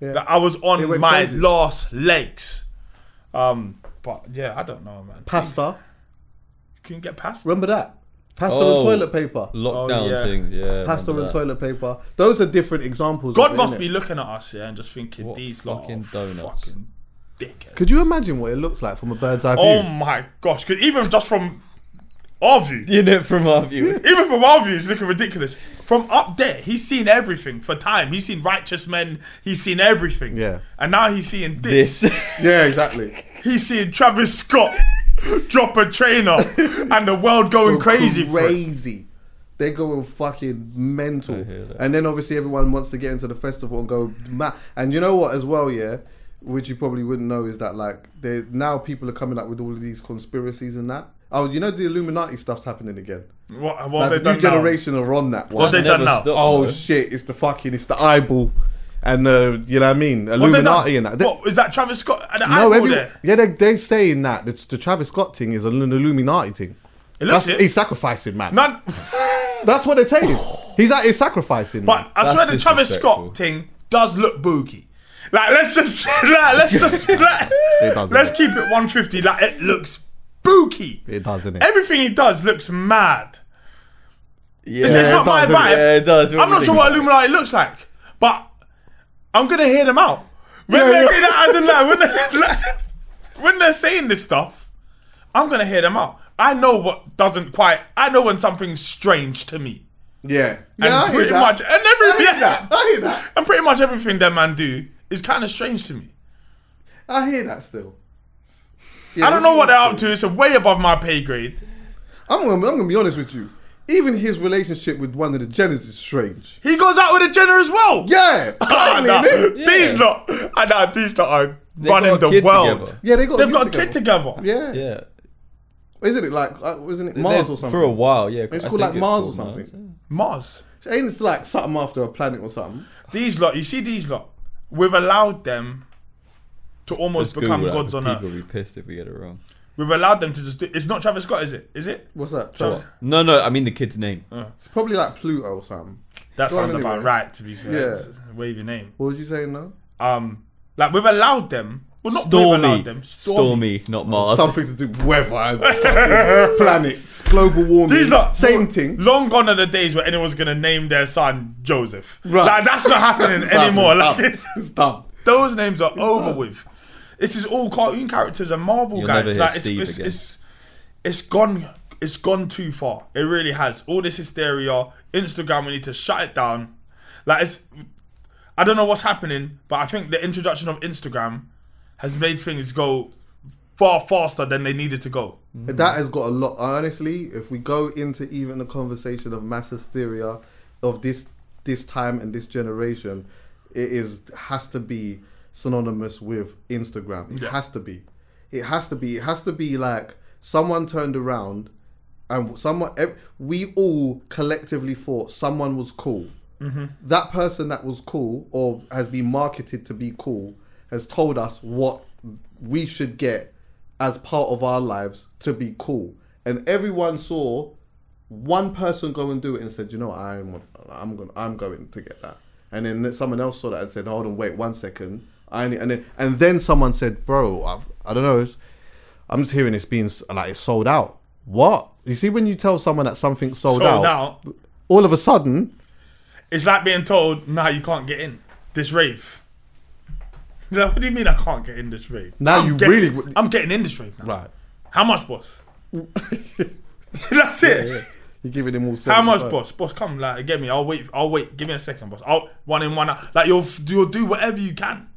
Speaker 3: Yeah.
Speaker 1: Like, I was
Speaker 3: It
Speaker 1: on
Speaker 3: went
Speaker 1: my
Speaker 3: crazy.
Speaker 1: last legs. Um, but yeah, I don't know, man.
Speaker 3: pasta.
Speaker 1: Can you get past?
Speaker 3: Remember that pasta
Speaker 2: Oh.
Speaker 3: and toilet paper.
Speaker 2: Lockdown
Speaker 1: Oh, yeah.
Speaker 2: things, yeah.
Speaker 3: Pasta
Speaker 2: remember
Speaker 3: and
Speaker 2: that.
Speaker 3: toilet paper. Those are different examples.
Speaker 1: God
Speaker 3: of it,
Speaker 1: must
Speaker 3: innit?
Speaker 1: be looking at us yeah, and just thinking
Speaker 2: What
Speaker 1: these lot
Speaker 2: fucking
Speaker 1: are
Speaker 2: donuts."
Speaker 1: fucking dickheads.
Speaker 3: Could you imagine what it looks like from a bird's eye view?
Speaker 1: oh my gosh! Because even just from our view,
Speaker 2: You know, from our view.
Speaker 1: even from our view, it's looking ridiculous. From up there, he's seen everything for time. He's seen righteous men. He's seen everything.
Speaker 3: Yeah.
Speaker 1: And now he's seeing this.
Speaker 2: this.
Speaker 3: yeah, exactly.
Speaker 1: <laughs> He's seeing Travis Scott <laughs> drop a
Speaker 3: <laughs>
Speaker 1: trainer and the world going
Speaker 3: Go
Speaker 1: crazy. for it.
Speaker 3: crazy. They're going fucking mental. And then obviously everyone wants to get into the festival and go mad. And you know what as well, yeah, which you probably wouldn't know is that like they now people are coming up with all of these conspiracies and that. Oh, you know the Illuminati stuff's happening again.
Speaker 1: What, what have
Speaker 3: Like, the
Speaker 1: they
Speaker 3: new
Speaker 1: done now?
Speaker 3: generation are on that
Speaker 1: What
Speaker 3: one.
Speaker 1: have they
Speaker 2: Never
Speaker 1: done now?
Speaker 2: stopped,
Speaker 3: oh
Speaker 2: though.
Speaker 3: shit, it's the fucking it's the eyeball and the you know what I mean?
Speaker 1: What have they done?
Speaker 3: Illuminati and that. They-
Speaker 1: What, is that Travis Scott? And
Speaker 3: no,
Speaker 1: eyeball
Speaker 3: every,
Speaker 1: there.
Speaker 3: yeah, they they saying that it's the Travis Scott thing is an Illuminati thing.
Speaker 1: It looks
Speaker 3: That's,
Speaker 1: it.
Speaker 3: he's sacrificing, man.
Speaker 1: None.
Speaker 3: That's what
Speaker 1: <sighs>
Speaker 3: they're saying. He's out here sacrificing.
Speaker 1: But I
Speaker 2: That's
Speaker 1: swear the Travis
Speaker 2: disrespectful.
Speaker 1: Scott thing does look boogie. Like let's just <laughs> like,
Speaker 2: <laughs>
Speaker 1: let's just like,
Speaker 3: It does,
Speaker 1: let's
Speaker 3: innit?
Speaker 1: keep it 150. Like it looks boogie.
Speaker 3: It does, innit?
Speaker 1: Everything he does looks mad.
Speaker 2: Yeah,
Speaker 1: it's not
Speaker 3: it
Speaker 1: my
Speaker 3: does, innit?
Speaker 1: vibe.
Speaker 2: Yeah, it does. What
Speaker 1: I'm
Speaker 2: do you
Speaker 1: not sure
Speaker 2: think
Speaker 1: what
Speaker 2: about it?
Speaker 1: Illuminati looks like, but I'm gonna hear them out. When
Speaker 3: Yeah,
Speaker 1: they're
Speaker 3: yeah.
Speaker 1: being that as in, like,
Speaker 2: <laughs>
Speaker 1: when they're, like, when they're saying this stuff, I'm gonna hear them out. I know what doesn't quite. I know when something's strange to me.
Speaker 3: yeah,
Speaker 1: And
Speaker 3: yeah, I hear
Speaker 1: pretty
Speaker 3: that.
Speaker 1: much, and every,
Speaker 3: I hear
Speaker 1: yeah.
Speaker 3: that. I hear that.
Speaker 1: And pretty much everything that man do is kind of strange to me.
Speaker 3: I hear that still.
Speaker 1: I don't know what they're up to. It's way above my pay grade.
Speaker 3: I'm gonna, I'm gonna be honest with you. Even his relationship with one of the Jenners is strange.
Speaker 1: He goes out with a Jenner as well.
Speaker 3: Yeah,
Speaker 1: Ah,
Speaker 3: totally,
Speaker 1: <laughs> nah.
Speaker 3: innit?
Speaker 1: These lot, <laughs> I know these lot are
Speaker 2: got
Speaker 1: running
Speaker 2: a
Speaker 1: the
Speaker 2: kid
Speaker 1: world.
Speaker 2: together.
Speaker 3: yeah, they got
Speaker 1: They've got a kid together.
Speaker 3: Yeah.
Speaker 2: Yeah.
Speaker 3: isn't it like uh, wasn't it Mars or something
Speaker 2: For a while, yeah.
Speaker 3: It's
Speaker 2: I
Speaker 3: called
Speaker 2: think
Speaker 3: like Mars
Speaker 2: called
Speaker 3: or something.
Speaker 1: Mars.
Speaker 3: Ain't it like something after a planet or something?
Speaker 1: These lot, you see these lot. We've allowed them to almost
Speaker 2: Just
Speaker 1: become
Speaker 2: Google that,
Speaker 1: gods
Speaker 2: because
Speaker 1: on
Speaker 2: People
Speaker 1: earth.
Speaker 2: will be pissed if we get it wrong.
Speaker 1: We've allowed them to just do. It's not Travis Scott, is it? Is it?
Speaker 3: What's that?
Speaker 1: Travis-
Speaker 3: Travis?
Speaker 2: No, no, I mean the kid's name.
Speaker 1: Uh,
Speaker 3: It's probably like Pluto or something.
Speaker 1: That
Speaker 3: Go on
Speaker 1: sounds
Speaker 3: anyway.
Speaker 1: about right. To be fair,
Speaker 3: Yeah.
Speaker 1: wave your name.
Speaker 3: What was you saying now?
Speaker 1: Um, like we've allowed them. Well, not we've
Speaker 2: Stormy.
Speaker 1: allowed them.
Speaker 2: Stormy, not Mars.
Speaker 3: Something to do with weather, and fucking planets, global warming,
Speaker 1: These lot, lo-
Speaker 3: same thing.
Speaker 1: Long gone are the days where anyone's gonna name their son Joseph.
Speaker 3: Right.
Speaker 1: Like that's not happening
Speaker 3: It's done,
Speaker 1: anymore.
Speaker 3: it's
Speaker 1: Like
Speaker 3: done.
Speaker 1: it's,
Speaker 3: it's done.
Speaker 1: those names are over with. This is all cartoon characters and Marvel
Speaker 2: You'll
Speaker 1: guys.
Speaker 2: never hear
Speaker 1: like it's,
Speaker 2: Steve
Speaker 1: it's,
Speaker 2: again.
Speaker 1: it's it's gone it's gone too far. It really has. All this hysteria, Instagram, we need to shut it down. Like it's I don't know what's happening, but I think the introduction of Instagram has made things go far faster than they needed to go.
Speaker 3: That has got a lot. Honestly, if we go into even the conversation of mass hysteria of this this time and this generation, it is has to be synonymous with Instagram. It has to be. It has to be. It has to be like someone turned around and someone. ev- We all collectively thought someone was cool. That person that was cool or has been marketed to be cool has told us what we should get as part of our lives to be cool. And everyone saw one person go and do it and said, "You know, what, I am, I'm going, I'm going to get that." And then someone else saw that and said, "Hold on, wait one second. I need, and then and then someone said, "Bro, I've, I don't know." It's, I'm just hearing it's being s- like it's sold out. What? You see, when you tell someone that something's sold,
Speaker 1: Sold
Speaker 3: out,
Speaker 1: out.
Speaker 3: all of a sudden, <laughs>
Speaker 1: It's like being told, nah, you can't get in this rave. Like, what do you mean I can't get in this rave?
Speaker 3: Now
Speaker 1: I'm
Speaker 3: you
Speaker 1: getting-
Speaker 3: really would-
Speaker 1: I'm getting in this rave now.
Speaker 3: right?
Speaker 1: How much, boss? <laughs> That's it.
Speaker 3: You're giving him all.
Speaker 1: How much,
Speaker 3: 75.
Speaker 1: boss? Boss, come, like, get me. I'll wait. I'll wait. Give me a second, boss. I'll one in, one out. Like, you'll you'll do whatever you can.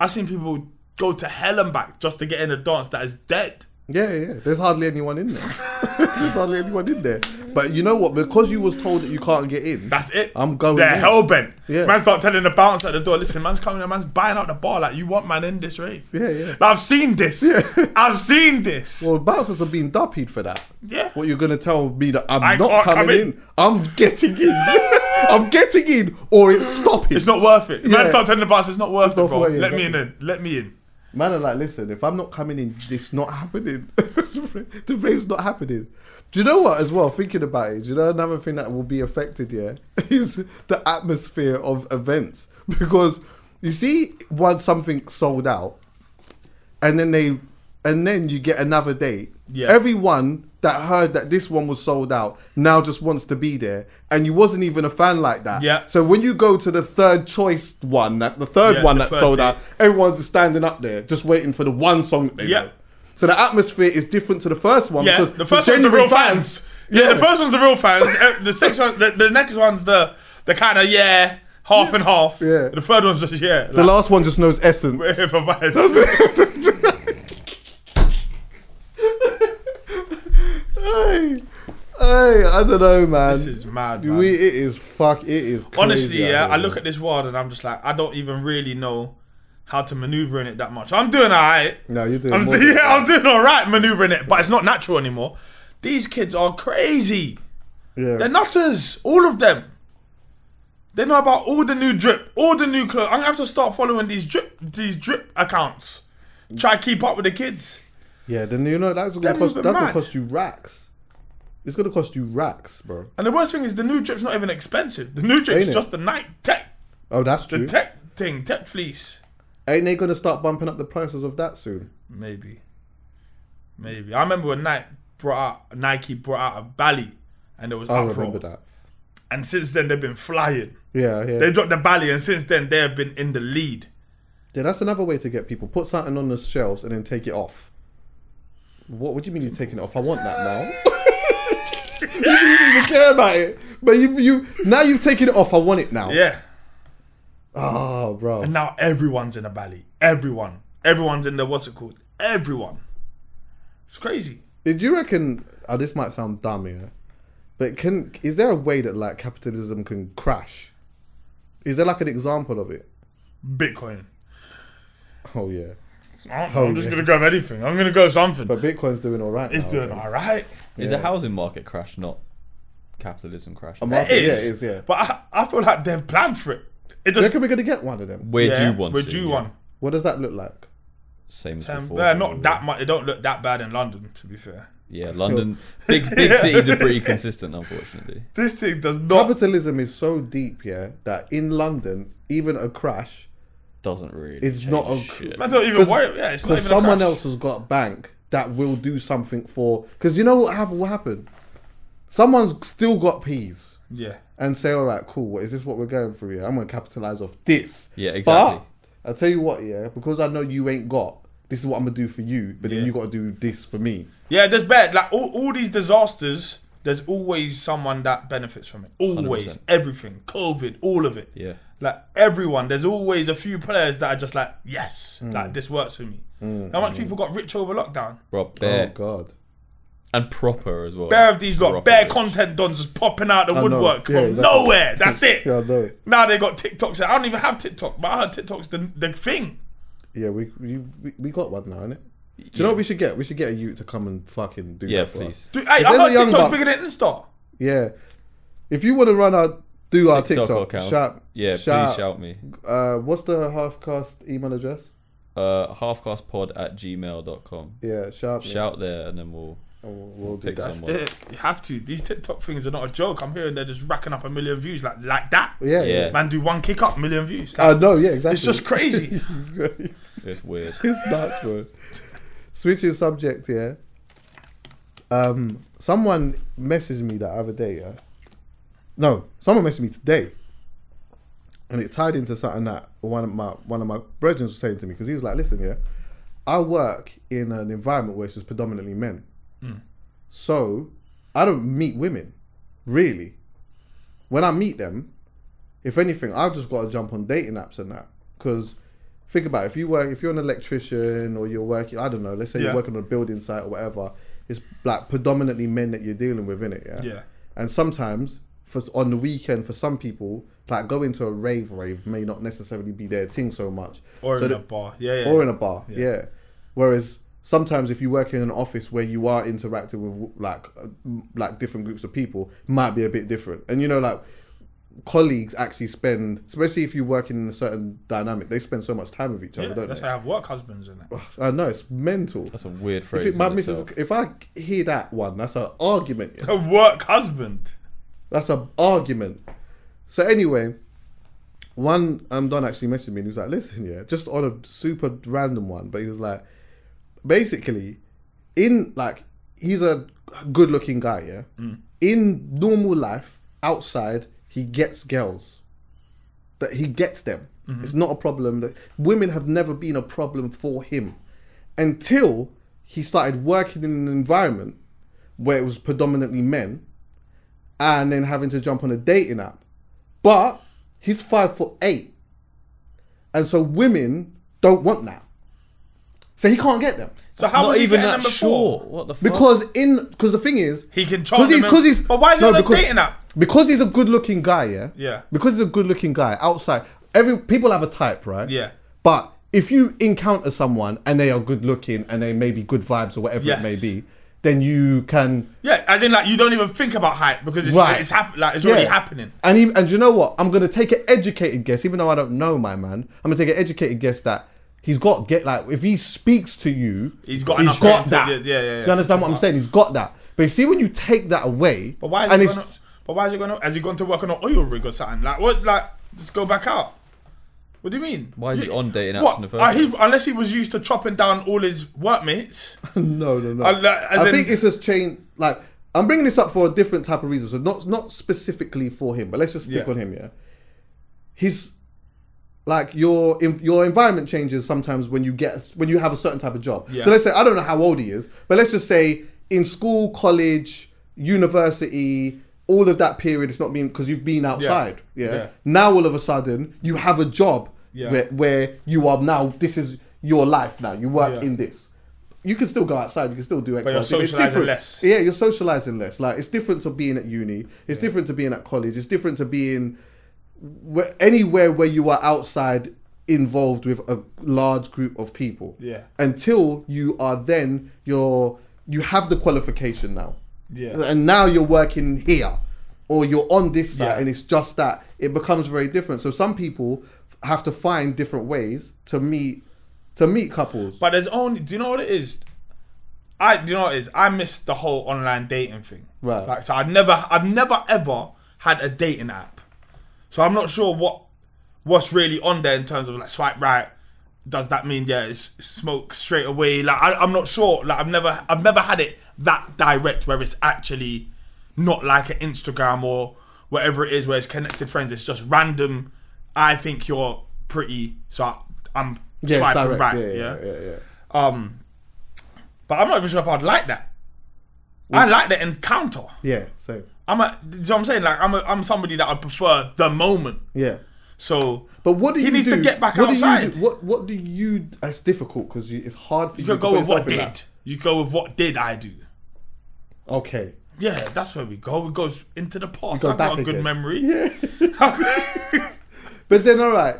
Speaker 1: I've seen people go to hell and back just to get in a dance that is dead.
Speaker 3: Yeah, yeah. There's hardly anyone in there. <laughs> There's hardly anyone in there. But you know what? Because you was told that you can't get in.
Speaker 1: That's it.
Speaker 3: I'm going.
Speaker 1: They're
Speaker 3: in.
Speaker 1: hell bent.
Speaker 3: Yeah.
Speaker 1: Man's not telling the bouncer at the door. Listen, man's coming. in, Man's buying out the bar. Like you want man in this rave.
Speaker 3: Yeah, yeah.
Speaker 1: Like, I've seen this. <laughs> I've seen this.
Speaker 3: Well, bouncers have been duppied for that.
Speaker 1: Yeah.
Speaker 3: What you're gonna tell me that I'm
Speaker 1: I
Speaker 3: not
Speaker 1: can't
Speaker 3: coming
Speaker 1: come
Speaker 3: in.
Speaker 1: in.
Speaker 3: I'm getting in. <laughs> I'm getting in, or it's stopping.
Speaker 1: it's not worth it.
Speaker 3: Yeah.
Speaker 1: Man's not telling the bouncer. It's not worth
Speaker 3: It's
Speaker 1: it,
Speaker 3: not
Speaker 1: bro.
Speaker 3: worth it,
Speaker 1: Let me in.
Speaker 3: exactly.
Speaker 1: then. Let me in.
Speaker 3: Man are like, listen, if I'm not coming in, this not happening. <laughs> the rave's not happening. Do you know what? As well, thinking about it, do you know another thing that will be affected? Yeah, <laughs> is the atmosphere of events because you see, once something's sold out, and then they, and then you get another date.
Speaker 1: Yeah.
Speaker 3: Everyone that heard that this one was sold out now just wants to be there, and you wasn't even a fan like that.
Speaker 1: Yeah.
Speaker 3: So when you go to the third choice one, that the third
Speaker 1: Yeah,
Speaker 3: one
Speaker 1: the
Speaker 3: that
Speaker 1: third
Speaker 3: sold
Speaker 1: date.
Speaker 3: out, Everyone's just standing up there, just waiting for the one song that they
Speaker 1: Yeah.
Speaker 3: know. So the atmosphere is different to the first one.
Speaker 1: Yeah,
Speaker 3: because
Speaker 1: the first one's the
Speaker 3: genuine
Speaker 1: real fans. Yeah. the first one's the real fans. Eh, the sixth one, the, the next one's the the kind of yeah, half and half.
Speaker 3: Yeah.
Speaker 1: The third one's just yeah. <laughs>
Speaker 3: The last one just knows essence.
Speaker 1: we're here for vibes.
Speaker 3: hey, hey, I don't know, man.
Speaker 1: This is mad, man.
Speaker 3: We, it is fuck. It is crazy
Speaker 1: Honestly,
Speaker 3: out
Speaker 1: yeah,
Speaker 3: here,
Speaker 1: I look
Speaker 3: man.
Speaker 1: at this world and I'm just like, I don't even really know how to maneuver in it that much. I'm doing all right.
Speaker 3: No, you're doing
Speaker 1: I'm, <laughs>
Speaker 3: more
Speaker 1: yeah,
Speaker 3: than
Speaker 1: I'm doing all right maneuvering it, but it's not natural anymore. These kids are crazy.
Speaker 3: Yeah.
Speaker 1: They're nutters, all of them. They know about all the new drip, all the new clothes. I'm gonna have to start following these drip, these drip accounts. Try to keep up with the kids.
Speaker 3: yeah, then you know that's gonna
Speaker 1: Them
Speaker 3: cost.
Speaker 1: are
Speaker 3: That's gonna
Speaker 1: mad.
Speaker 3: cost you racks. It's gonna cost you racks, bro.
Speaker 1: And the worst thing is, the new drip's not even expensive. The new drip's
Speaker 3: Ain't it?
Speaker 1: just the night tech,
Speaker 3: Oh, that's
Speaker 1: the
Speaker 3: true.
Speaker 1: tech thing, tech fleece.
Speaker 3: Ain't they gonna start bumping up the prices of that soon?
Speaker 1: Maybe. Maybe. I remember when Nike brought out, Nike brought out a Bally and there was
Speaker 3: Oh, I
Speaker 1: uproar.
Speaker 3: remember that.
Speaker 1: And since then they've been flying.
Speaker 3: Yeah, yeah.
Speaker 1: They dropped the Bally and since then they have been in the lead.
Speaker 3: Yeah, that's another way to get people. Put something on the shelves and then take it off. What, what do you mean you're taking it off? I want that now. <laughs> you didn't even care about it, but you you now you've taken it off. I want it now.
Speaker 1: Yeah.
Speaker 3: Oh, bro.
Speaker 1: And now everyone's in a Bally. Everyone. Everyone's in the what's it called? Everyone. It's crazy.
Speaker 3: Did you reckon? Oh, this might sound dumb, yeah, but can is there a way that like capitalism can crash? Is there like an example of it?
Speaker 1: Bitcoin.
Speaker 3: Oh yeah,
Speaker 1: I don't know,
Speaker 3: Oh,
Speaker 1: I'm just
Speaker 3: yeah.
Speaker 1: gonna grab anything. I'm gonna go something.
Speaker 3: but Bitcoin's doing all right.
Speaker 1: it's
Speaker 3: now,
Speaker 1: doing
Speaker 3: yeah.
Speaker 1: alright.
Speaker 2: Is a housing market crash not capitalism crash?
Speaker 3: A
Speaker 1: It
Speaker 3: market-
Speaker 1: is.
Speaker 3: Yeah, it is. Yeah.
Speaker 1: But I, I feel like they've planned for it. It
Speaker 3: Do you
Speaker 1: just
Speaker 3: reckon we're gonna get one of them?
Speaker 2: We're
Speaker 1: yeah,
Speaker 2: due one.
Speaker 1: We're
Speaker 2: soon,
Speaker 1: due
Speaker 2: yeah.
Speaker 1: one.
Speaker 3: What does that look like?
Speaker 2: Same as
Speaker 1: Um,
Speaker 2: before.
Speaker 1: yeah,
Speaker 2: probably.
Speaker 1: not that much. It don't look that bad in London, to be fair.
Speaker 2: Yeah, London. Big
Speaker 3: <laughs>
Speaker 2: big cities are pretty consistent, unfortunately.
Speaker 1: This thing does not.
Speaker 3: capitalism is so deep, yeah, that in London, even a crash,
Speaker 2: Doesn't really.
Speaker 3: It's
Speaker 2: change
Speaker 3: not a-
Speaker 2: shit.
Speaker 1: I don't even worry. Yeah, it's not
Speaker 3: because
Speaker 1: even
Speaker 3: someone
Speaker 1: a crash.
Speaker 3: else has got a bank that will do something for. Because you know what happened? What happened? Someone's still got peas
Speaker 1: Yeah,
Speaker 3: and say, "All right, cool. What is this? What we're going through here? I'm gonna capitalize off this."
Speaker 2: Yeah, exactly.
Speaker 3: But I tell you what, yeah, because I know you ain't got. This is what I'm gonna do for you, but then
Speaker 1: Yeah.
Speaker 3: you gotta do this for me.
Speaker 1: yeah. There's bad. Like all, all these disasters. There's always someone that benefits from it. Always,
Speaker 2: 100%.
Speaker 1: everything, COVID, all of it.
Speaker 2: Yeah.
Speaker 1: Like everyone, there's always a few players that are just like, yes,
Speaker 3: Mm.
Speaker 1: like this works for me. How much people got rich over lockdown?
Speaker 2: Bro, bare
Speaker 3: Oh God.
Speaker 2: and proper as well.
Speaker 1: Bare of these lot,
Speaker 2: Proper
Speaker 1: bare
Speaker 2: rich.
Speaker 1: content dons just popping out the
Speaker 3: know.
Speaker 1: woodwork
Speaker 3: Yeah,
Speaker 1: from
Speaker 3: exactly.
Speaker 1: nowhere. That's it.
Speaker 3: <laughs> Yeah, I know.
Speaker 1: Now they got TikToks. I don't even have TikTok, but I heard TikTok's the, the thing.
Speaker 3: Yeah, we we, we- we got one now, innit? Do you know what we should get? We should get a youth to come and fucking do
Speaker 2: Yeah,
Speaker 3: that for
Speaker 2: please.
Speaker 3: us.
Speaker 1: Dude, hey,
Speaker 3: If
Speaker 1: I
Speaker 3: there's a
Speaker 1: heard
Speaker 3: young
Speaker 1: TikTok's
Speaker 3: buck-
Speaker 1: bigger than Insta.
Speaker 3: Yeah. If you want to run our do our TikTok,
Speaker 2: account.
Speaker 3: shout
Speaker 2: yeah, please shout me.
Speaker 3: Uh, what's the half cast email address?
Speaker 2: Uh, halfcastpod at gmail.com.
Speaker 3: Yeah, Oh, shout. me.
Speaker 2: Shout there and then we'll
Speaker 3: And We'll, we'll do
Speaker 2: pick
Speaker 3: that.
Speaker 2: someone.
Speaker 1: Eh, you have to. These TikTok things are not a joke. I'm hearing they're just racking up a million views like like that.
Speaker 3: Yeah, Uh, yeah.
Speaker 2: Yeah.
Speaker 1: Man, do one kick up, million views.
Speaker 3: I
Speaker 1: Like,
Speaker 3: <laughs> know. Yeah, exactly.
Speaker 1: it's just crazy.
Speaker 3: <laughs> it's, great.
Speaker 2: It's weird.
Speaker 3: It's nuts, bro. Switching subject here. Um, someone messaged me the other day. Yeah? No, someone messaged me today, and it tied into something that one of my one of my brethren was saying to me because he was like, "Listen, yeah, I work in an environment where it's just predominantly men, so I don't meet women, really. When I meet them, if anything, I've just got to jump on dating apps and that. Because think about it, if you work, if you're an electrician or you're working, I don't know, let's say
Speaker 1: Yeah.
Speaker 3: you're working on a building site or whatever, it's like predominantly men that you're dealing with in it, yeah.
Speaker 1: Yeah.
Speaker 3: And sometimes for on the weekend, for some people, like going to a rave, rave may not necessarily be their thing so much.
Speaker 1: Or
Speaker 3: So
Speaker 1: in a
Speaker 3: that-
Speaker 1: bar. Yeah, yeah.
Speaker 3: or in a bar. Yeah. Whereas sometimes if you work in an office where you are interacting with like uh, like different groups of people, might be a bit different. And you know, like colleagues actually spend, especially if you work in a certain dynamic, they spend so much time with each other,
Speaker 1: Yeah,
Speaker 3: don't
Speaker 1: that's
Speaker 3: they?
Speaker 1: why I have work husbands in it.
Speaker 3: I know it's mental.
Speaker 2: That's a weird
Speaker 3: if,
Speaker 2: phrase.
Speaker 3: it, my
Speaker 2: in
Speaker 3: missus,
Speaker 2: itself.
Speaker 3: if I hear that one, that's an
Speaker 1: <laughs>
Speaker 3: argument. yeah.
Speaker 1: <laughs> A work husband.
Speaker 3: That's an argument. So anyway, one um Don actually messaged me and he was like, "Listen, yeah, just on a super random one, but he was like, basically, in like he's a good-looking guy, yeah. In normal life, outside, he gets girls. That he gets them. It's not a problem. That women have never been a problem for him, until he started working in an environment where it was predominantly men." and then having to jump on a dating app. But he's five foot eight. And so women don't want that. So he can't get them.
Speaker 1: So how
Speaker 2: Not
Speaker 1: was he
Speaker 2: even
Speaker 1: getting
Speaker 2: that
Speaker 1: them before?
Speaker 2: short. What the fuck?
Speaker 3: Because in because the thing is
Speaker 1: He can charge
Speaker 3: he's,
Speaker 1: them
Speaker 3: because
Speaker 1: in-
Speaker 3: he's
Speaker 1: But why is he on a
Speaker 3: because-
Speaker 1: dating app?
Speaker 3: Because he's a good looking guy, yeah?
Speaker 1: Yeah.
Speaker 3: Because he's a good looking guy outside. Every people have a type, right?
Speaker 1: Yeah.
Speaker 3: But if you encounter someone and they are good looking and they may be good vibes or whatever it may
Speaker 1: Yes.
Speaker 3: be, then you can
Speaker 1: Yeah, as in like you don't even think about height because it's
Speaker 3: Right.
Speaker 1: it's hap- like it's already
Speaker 3: Yeah.
Speaker 1: happening.
Speaker 3: And he, and you know what? I'm gonna take an educated guess, even though I don't know my man. I'm gonna take an educated guess that he's got get like if he speaks to you,
Speaker 1: He's got enough
Speaker 3: got
Speaker 1: to-
Speaker 3: that.
Speaker 1: yeah, yeah, yeah, yeah.
Speaker 3: You understand what I'm saying? He's got that. But you see, when you take that away,
Speaker 1: But why is
Speaker 3: and
Speaker 1: he
Speaker 3: it's
Speaker 1: going on, but why is he going on, has he gone to work on an oil rig or something? Like what like just go back out. What do you mean?
Speaker 2: Why is he
Speaker 1: You-
Speaker 2: on dating apps
Speaker 1: what?
Speaker 2: in the first
Speaker 1: Uh, he-
Speaker 2: place?
Speaker 1: Unless he was used to chopping down all his workmates.
Speaker 3: <laughs> no, no, no.
Speaker 1: I li- as
Speaker 3: I
Speaker 1: in-
Speaker 3: think it's just chain. Like I'm bringing this up for a different type of reason, so not not specifically for him, but let's just stick
Speaker 1: Yeah.
Speaker 3: on him. Yeah, he's like your in, your environment changes sometimes when you get when you have a certain type of job.
Speaker 1: Yeah.
Speaker 3: So let's say I don't know how old he is, but let's just say in school, college, university, all of that period, it's not been because you've been outside. Yeah.
Speaker 1: Yeah.
Speaker 3: Now all of a sudden you have a job
Speaker 1: Yeah.
Speaker 3: where, where you are now. This is your life now. You work
Speaker 1: Yeah.
Speaker 3: in this. You can still go outside. You can still do X,
Speaker 1: But you're
Speaker 3: Y, Z, it's
Speaker 1: socialising
Speaker 3: different.
Speaker 1: less.
Speaker 3: Yeah, you're socializing less. Like it's different to being at uni. It's different to being at college. It's different to being where, anywhere where you are outside involved with a large group of people.
Speaker 1: Yeah.
Speaker 3: Until you are then you're you have the qualification now.
Speaker 1: Yeah.
Speaker 3: And now you're working here, or you're on this side,
Speaker 1: Yeah.
Speaker 3: and it's just that it becomes very different. So some people have to find different ways to meet to meet couples.
Speaker 1: But there's only. Do you know what it is? I do you know what it is. I miss the whole online dating thing.
Speaker 3: Right.
Speaker 1: Like so, I've never, I've never ever had a dating app, so I'm not sure what what's really on there in terms of like swipe right. Does that mean yeah, it's smoke straight away? Like I, I'm not sure. Like I've never, I've never had it that direct where it's actually not like an Instagram or whatever it is where it's connected friends. It's just random. I think you're pretty, so I, I'm
Speaker 3: yeah, it's
Speaker 1: swiping
Speaker 3: direct.
Speaker 1: right.
Speaker 3: yeah, yeah, yeah, yeah.
Speaker 1: Um, but I'm not even sure if I'd like that. I like the encounter.
Speaker 3: Yeah, so
Speaker 1: I'm a, do you know what I'm saying? Like I'm, a, I'm somebody that I prefer the moment.
Speaker 3: yeah.
Speaker 1: So,
Speaker 3: But what do
Speaker 1: he
Speaker 3: you
Speaker 1: needs
Speaker 3: do?
Speaker 1: to get back
Speaker 3: what Do you
Speaker 1: outside?
Speaker 3: do, what What do you? It's difficult because it's hard for you.
Speaker 1: you could
Speaker 3: to
Speaker 1: go
Speaker 3: put
Speaker 1: with what
Speaker 3: yourself in
Speaker 1: did.
Speaker 3: that.
Speaker 1: You go with what did I do?
Speaker 3: Okay.
Speaker 1: Yeah, that's where we go. We go into the past.
Speaker 3: go
Speaker 1: I've got
Speaker 3: back
Speaker 1: a good
Speaker 3: again.
Speaker 1: memory. Yeah.
Speaker 3: But then, all right.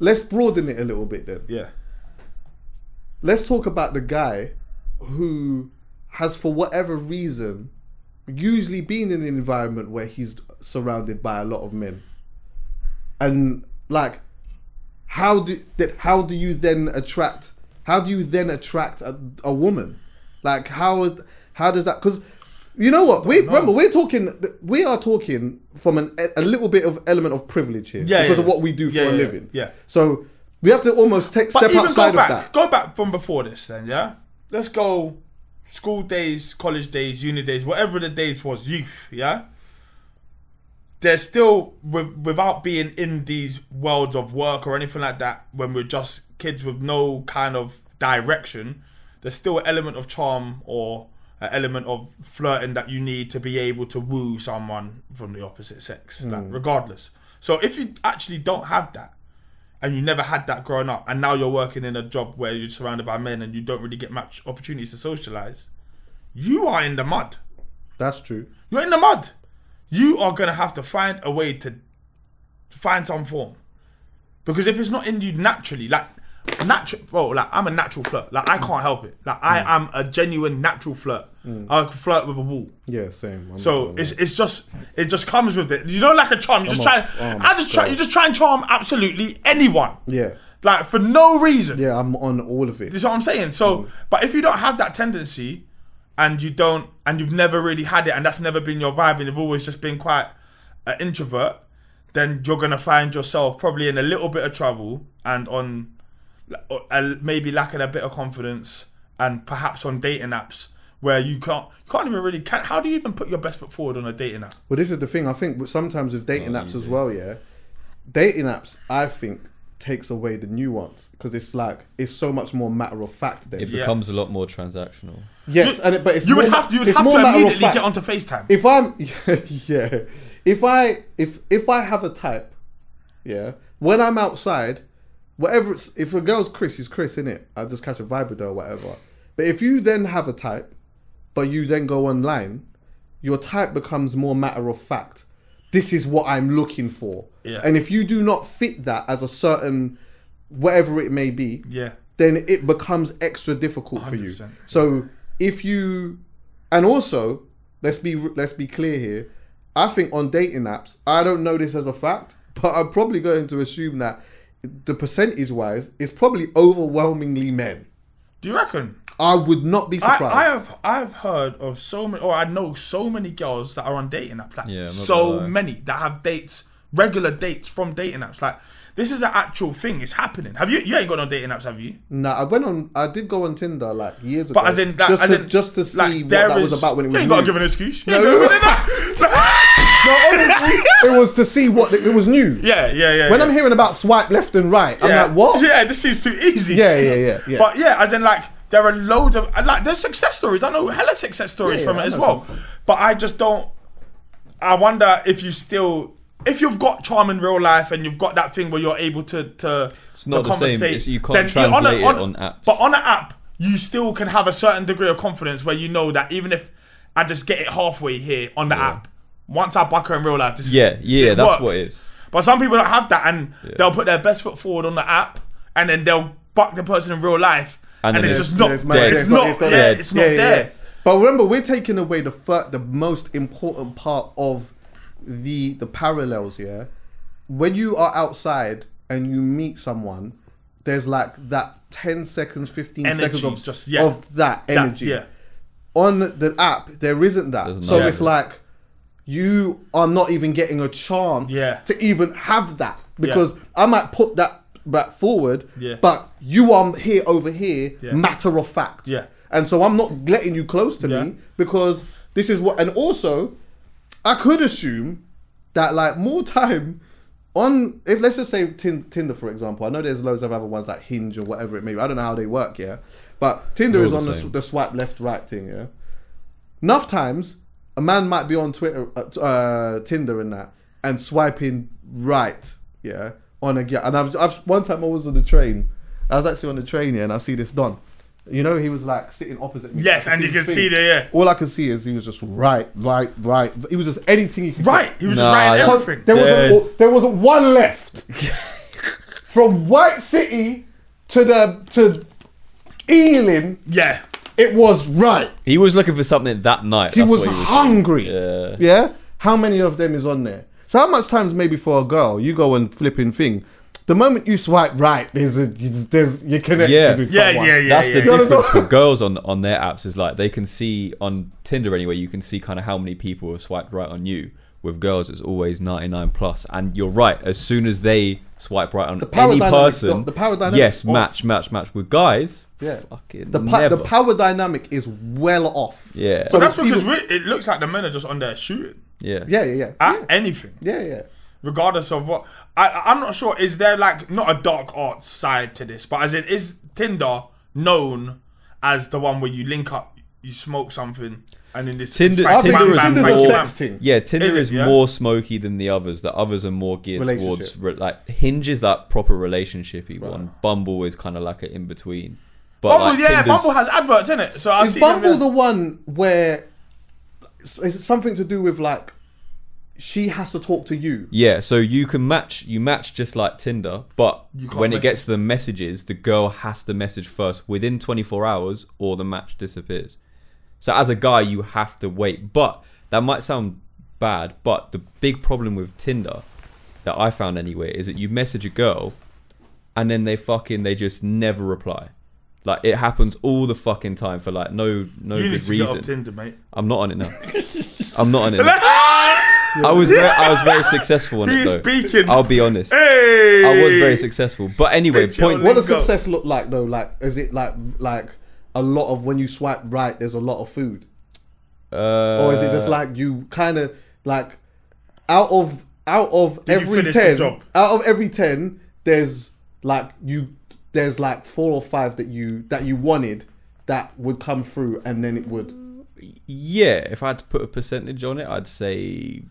Speaker 3: Let's broaden it a little bit then.
Speaker 1: yeah.
Speaker 3: Let's talk about the guy who has, for whatever reason, usually been in an environment where he's surrounded by a lot of men, and like, how do that? How do you then attract? How do you then attract a, a woman? Like, how how does that? Because you know what? We remember we're talking. We are talking from an, a little bit of element of privilege here
Speaker 1: Yeah,
Speaker 3: because
Speaker 1: yeah.
Speaker 3: of what we do for
Speaker 1: Yeah,
Speaker 3: a
Speaker 1: yeah,
Speaker 3: living.
Speaker 1: yeah.
Speaker 3: So we have to almost take,
Speaker 1: But
Speaker 3: step
Speaker 1: even
Speaker 3: outside
Speaker 1: go back,
Speaker 3: of that.
Speaker 1: go back from before this, then yeah. let's go school days, college days, uni days, whatever the days was, youth, yeah? There's still, wi- without being in these worlds of work or anything like that, when we're just kids with no kind of direction, there's still an element of charm or an element of flirting that you need to be able to woo someone from the opposite sex,
Speaker 3: Hmm.
Speaker 1: like, regardless. So if you actually don't have that, and you never had that growing up, and now you're working in a job where you're surrounded by men and you don't really get much opportunities to socialize, you are in the mud.
Speaker 3: That's true.
Speaker 1: You're in the mud. You are gonna have to find a way to find some form, because if it's not in you naturally, like natural, bro, like I'm a natural flirt. Like I can't help it. Like I am a genuine natural flirt. I can flirt with a wall.
Speaker 3: Yeah, same. I'm not
Speaker 1: So
Speaker 3: gonna
Speaker 1: it's
Speaker 3: lie.
Speaker 1: it's just it just comes with it. You know, like a charm. You just try.
Speaker 3: off. Oh my
Speaker 1: I just try.
Speaker 3: God.
Speaker 1: You just try and charm absolutely anyone.
Speaker 3: Yeah.
Speaker 1: Like for no reason.
Speaker 3: yeah, Mm. I'm on all of it.
Speaker 1: This is what I'm saying. So, but if you don't have that tendency, and you don't, and you've never really had it, and that's never been your vibe, and you've always just been quite an introvert, then you're gonna find yourself probably in a little bit of trouble and on, or- uh, maybe lacking a bit of confidence, and perhaps on dating apps where you can't, you can't even really. Can, how do you even put your best foot forward on a dating app?
Speaker 3: But this is the thing. I think sometimes with dating apps as well, yeah. Dating apps, I think, takes away the nuance because it's like it's so much more matter of fact. Then
Speaker 2: It becomes a lot more transactional.
Speaker 3: yes, and it, but it's
Speaker 1: you would
Speaker 3: more-
Speaker 1: have to, you would
Speaker 3: it's
Speaker 1: have
Speaker 3: more matter
Speaker 1: to
Speaker 3: of
Speaker 1: immediately
Speaker 3: fact.
Speaker 1: get onto FaceTime.
Speaker 3: If I'm <laughs> yeah, if I if if I have a type, yeah. When I'm outside, whatever. It's, if a girl's Chris, she's Chris, in it. I just catch a vibe with her, or whatever. But if you then have a type, but you then go online, your type becomes more matter of fact. This is what I'm looking for.
Speaker 1: Yeah.
Speaker 3: And if you do not fit that as a certain whatever it may be,
Speaker 1: Yeah.
Speaker 3: then it becomes extra difficult for you.
Speaker 1: 100%.
Speaker 3: So if you, and also let's be let's be clear here, I think on dating apps, I don't know this as a fact, but I'm probably going to assume that the percentage wise is probably overwhelmingly men.
Speaker 1: do you reckon?
Speaker 3: I would not be
Speaker 1: I,
Speaker 3: surprised.
Speaker 1: I have I've heard of so many, or I know so many girls that are on dating apps. Like
Speaker 2: Yeah, I'm not gonna
Speaker 1: so
Speaker 2: lie.
Speaker 1: many that have dates, regular dates from dating apps. Like this is an actual thing. It's happening. Have you? You ain't got no dating apps, have you?
Speaker 3: nah, I went on. I did go on Tinder like years ago,
Speaker 1: But as in, like,
Speaker 3: just
Speaker 1: as
Speaker 3: to,
Speaker 1: in,
Speaker 3: just to see
Speaker 1: like,
Speaker 3: what
Speaker 1: there
Speaker 3: that was
Speaker 1: is-
Speaker 3: about when it
Speaker 1: you
Speaker 3: was.
Speaker 1: ain't got to
Speaker 3: new.
Speaker 1: give an excuse. You
Speaker 3: No,
Speaker 1: ain't
Speaker 3: no,
Speaker 1: gotta
Speaker 3: <laughs>
Speaker 1: give an-
Speaker 3: no, honestly, it was to see what it was new.
Speaker 1: yeah, yeah, yeah.
Speaker 3: When
Speaker 1: yeah.
Speaker 3: I'm hearing about swipe left and right,
Speaker 1: yeah.
Speaker 3: I'm like,
Speaker 1: <laughs>
Speaker 3: what?
Speaker 1: Yeah, this seems too easy.
Speaker 3: Yeah, yeah, yeah, yeah.
Speaker 1: But yeah, as in like there are loads of and, like there's success stories. I know hella success stories
Speaker 3: Yeah,
Speaker 1: from
Speaker 3: yeah,
Speaker 1: it
Speaker 3: I
Speaker 1: as
Speaker 3: know
Speaker 1: well. But I just don't. I wonder if you still. If you've got charm in real life and you've got that thing where you're able to to, it's
Speaker 2: not the same. It's- you can't translate it on apps.
Speaker 1: But on an app, you still can have a certain degree of confidence where you know that even if I just get it halfway here on the app, once I buck her in real life, this
Speaker 2: Yeah, yeah, that's what it is.
Speaker 1: But some people don't have that, and they'll put their best foot forward on the app, and then they'll buck the person in real life, and,
Speaker 2: And then
Speaker 1: it's
Speaker 2: it's-
Speaker 1: just not.
Speaker 2: yeah,
Speaker 1: It's,
Speaker 2: it's dead.
Speaker 3: It's
Speaker 1: not.
Speaker 3: not-
Speaker 1: yeah,
Speaker 2: dead.
Speaker 1: it's not there.
Speaker 3: But remember, we're taking away the fir- the most important part of the the parallels. Yeah, when you are outside and you meet someone, there's like that 10 seconds, 15
Speaker 1: Energy,
Speaker 3: seconds of
Speaker 1: just- yeah.
Speaker 3: of that
Speaker 1: That-
Speaker 3: energy.
Speaker 1: yeah.
Speaker 3: On the app, there isn't that.
Speaker 2: There's
Speaker 3: so
Speaker 2: none.
Speaker 3: it's like you are not even getting a chance
Speaker 1: Yeah.
Speaker 3: to even have that because I might put that back forward,
Speaker 1: Yeah.
Speaker 3: but you are here over here, matter of fact.
Speaker 1: Yeah.
Speaker 3: And so I'm not letting you close to
Speaker 1: Yeah.
Speaker 3: me because this is what. And also, I could assume that like more time on if let's just say tin, Tinder for example. I know there's loads of other ones like Hinge or whatever it may be. I don't know how they work, yeah. But Tinder
Speaker 2: They're
Speaker 3: is
Speaker 2: all
Speaker 3: on
Speaker 2: the
Speaker 3: the,
Speaker 2: same.
Speaker 3: the swipe left right thing, yeah. Enough times a man might be on Twitter, uh, t- uh, Tinder, and that, and swiping right, yeah, on a yeah. And I've, I've one time I was on the train. I was actually on the train, yeah, and I see this Don. You know, he was like sitting opposite me.
Speaker 1: Yes,
Speaker 3: I
Speaker 1: and you can
Speaker 3: his thing.
Speaker 1: see there, yeah.
Speaker 3: All I could see is he was just right, right, right. He was just anything he could.
Speaker 1: Right, he was
Speaker 2: Nah,
Speaker 1: just right
Speaker 2: yeah.
Speaker 1: in
Speaker 3: So
Speaker 1: everything.
Speaker 3: there
Speaker 2: Dead.
Speaker 3: wasn't there wasn't
Speaker 1: <laughs>
Speaker 3: one left from White City to the to Ealing.
Speaker 1: yeah,
Speaker 3: It was right.
Speaker 2: He was looking for something that night.
Speaker 3: He
Speaker 2: That's
Speaker 3: was
Speaker 2: what he was
Speaker 3: hungry.
Speaker 2: Yeah.
Speaker 3: Yeah? How many of them is on there? So how much times maybe for a girl you go and flipping thing? The moment you swipe right, there's a there's you're
Speaker 2: <laughs>
Speaker 3: connected
Speaker 2: Yeah.
Speaker 3: with
Speaker 1: yeah,
Speaker 3: someone.
Speaker 1: yeah, yeah.
Speaker 2: That's
Speaker 1: yeah,
Speaker 2: the
Speaker 1: yeah.
Speaker 2: difference for girls on on their apps is like they can see on Tinder anyway. You can see kind of how many people have swiped right on you. with girls it's always 99 plus and you're right as soon as they swipe right on
Speaker 3: power
Speaker 2: any
Speaker 3: dynamic's
Speaker 2: person
Speaker 3: not- the power dynamic's
Speaker 2: yes
Speaker 3: off.
Speaker 2: match match match with guys
Speaker 3: Yeah.
Speaker 2: fucking
Speaker 3: The, pa-
Speaker 2: never.
Speaker 3: the power dynamic is well off.
Speaker 2: Yeah.
Speaker 3: So
Speaker 1: That's
Speaker 3: there's
Speaker 1: because
Speaker 3: even-
Speaker 1: we- it looks like the men are just on there shooting
Speaker 2: yeah
Speaker 3: yeah, yeah, yeah.
Speaker 1: at anything,
Speaker 3: yeah, yeah.
Speaker 1: regardless of what. I, I'm not sure. Is there like not a dark arts side to this? But as it is Tinder known as the one where you link up, you smoke something, and then this
Speaker 2: Tinder,
Speaker 1: bang,
Speaker 2: Tinder
Speaker 1: bang,
Speaker 2: is
Speaker 1: bang,
Speaker 3: Tinder's
Speaker 1: bang,
Speaker 2: more,
Speaker 3: a
Speaker 1: bang.
Speaker 3: sex thing.
Speaker 2: yeah. Tinder
Speaker 1: Is
Speaker 2: is,
Speaker 1: it, yeah?
Speaker 2: more smoky than the others. The others are more geared
Speaker 3: Relationship.
Speaker 2: towards re- like hinges that proper relationshipy one. Bumble is kind of like an in between. But
Speaker 1: Bumble,
Speaker 2: like,
Speaker 1: yeah,
Speaker 2: Tinder's-
Speaker 1: Bumble has adverts in it, so I
Speaker 3: Is
Speaker 1: see them,
Speaker 3: Bumble
Speaker 1: yeah.
Speaker 3: the one where is it something to do with like she has to talk to you?
Speaker 2: yeah. So you can match. You match just like Tinder, but
Speaker 1: can't
Speaker 2: when it
Speaker 1: message.
Speaker 2: gets to the messages, the girl has to message first within 24 hours, or the match disappears. So as a guy, you have to wait. But that might sound bad, but the big problem with Tinder that I found anyway is that you message a girl and then they fucking they just never reply. Like it happens all the fucking time for like no no
Speaker 1: You need
Speaker 2: good
Speaker 1: to get off
Speaker 2: reason.
Speaker 1: Tinder, mate.
Speaker 2: I'm not on it now. I'm not
Speaker 1: <laughs>
Speaker 2: on it. Now. I was very, I was very successful on it
Speaker 1: He's
Speaker 2: though.
Speaker 1: speaking.
Speaker 2: I'll be honest.
Speaker 1: Hey,
Speaker 2: I was very successful. But anyway,
Speaker 1: Bitch, you're
Speaker 2: point
Speaker 3: What does
Speaker 1: Bingo.
Speaker 3: success look like though? Like, is it like like a lot of when you swipe right, there's a lot of food,
Speaker 2: uh,
Speaker 3: or is it just like you kind of like out of out of
Speaker 1: Did you
Speaker 3: every
Speaker 1: finish the
Speaker 3: ten,
Speaker 1: job?
Speaker 3: out of every ten, there's like you there's like four or five that you that you wanted that would come through, and then it would.
Speaker 2: Yeah, if I had to put a percentage on it, I'd say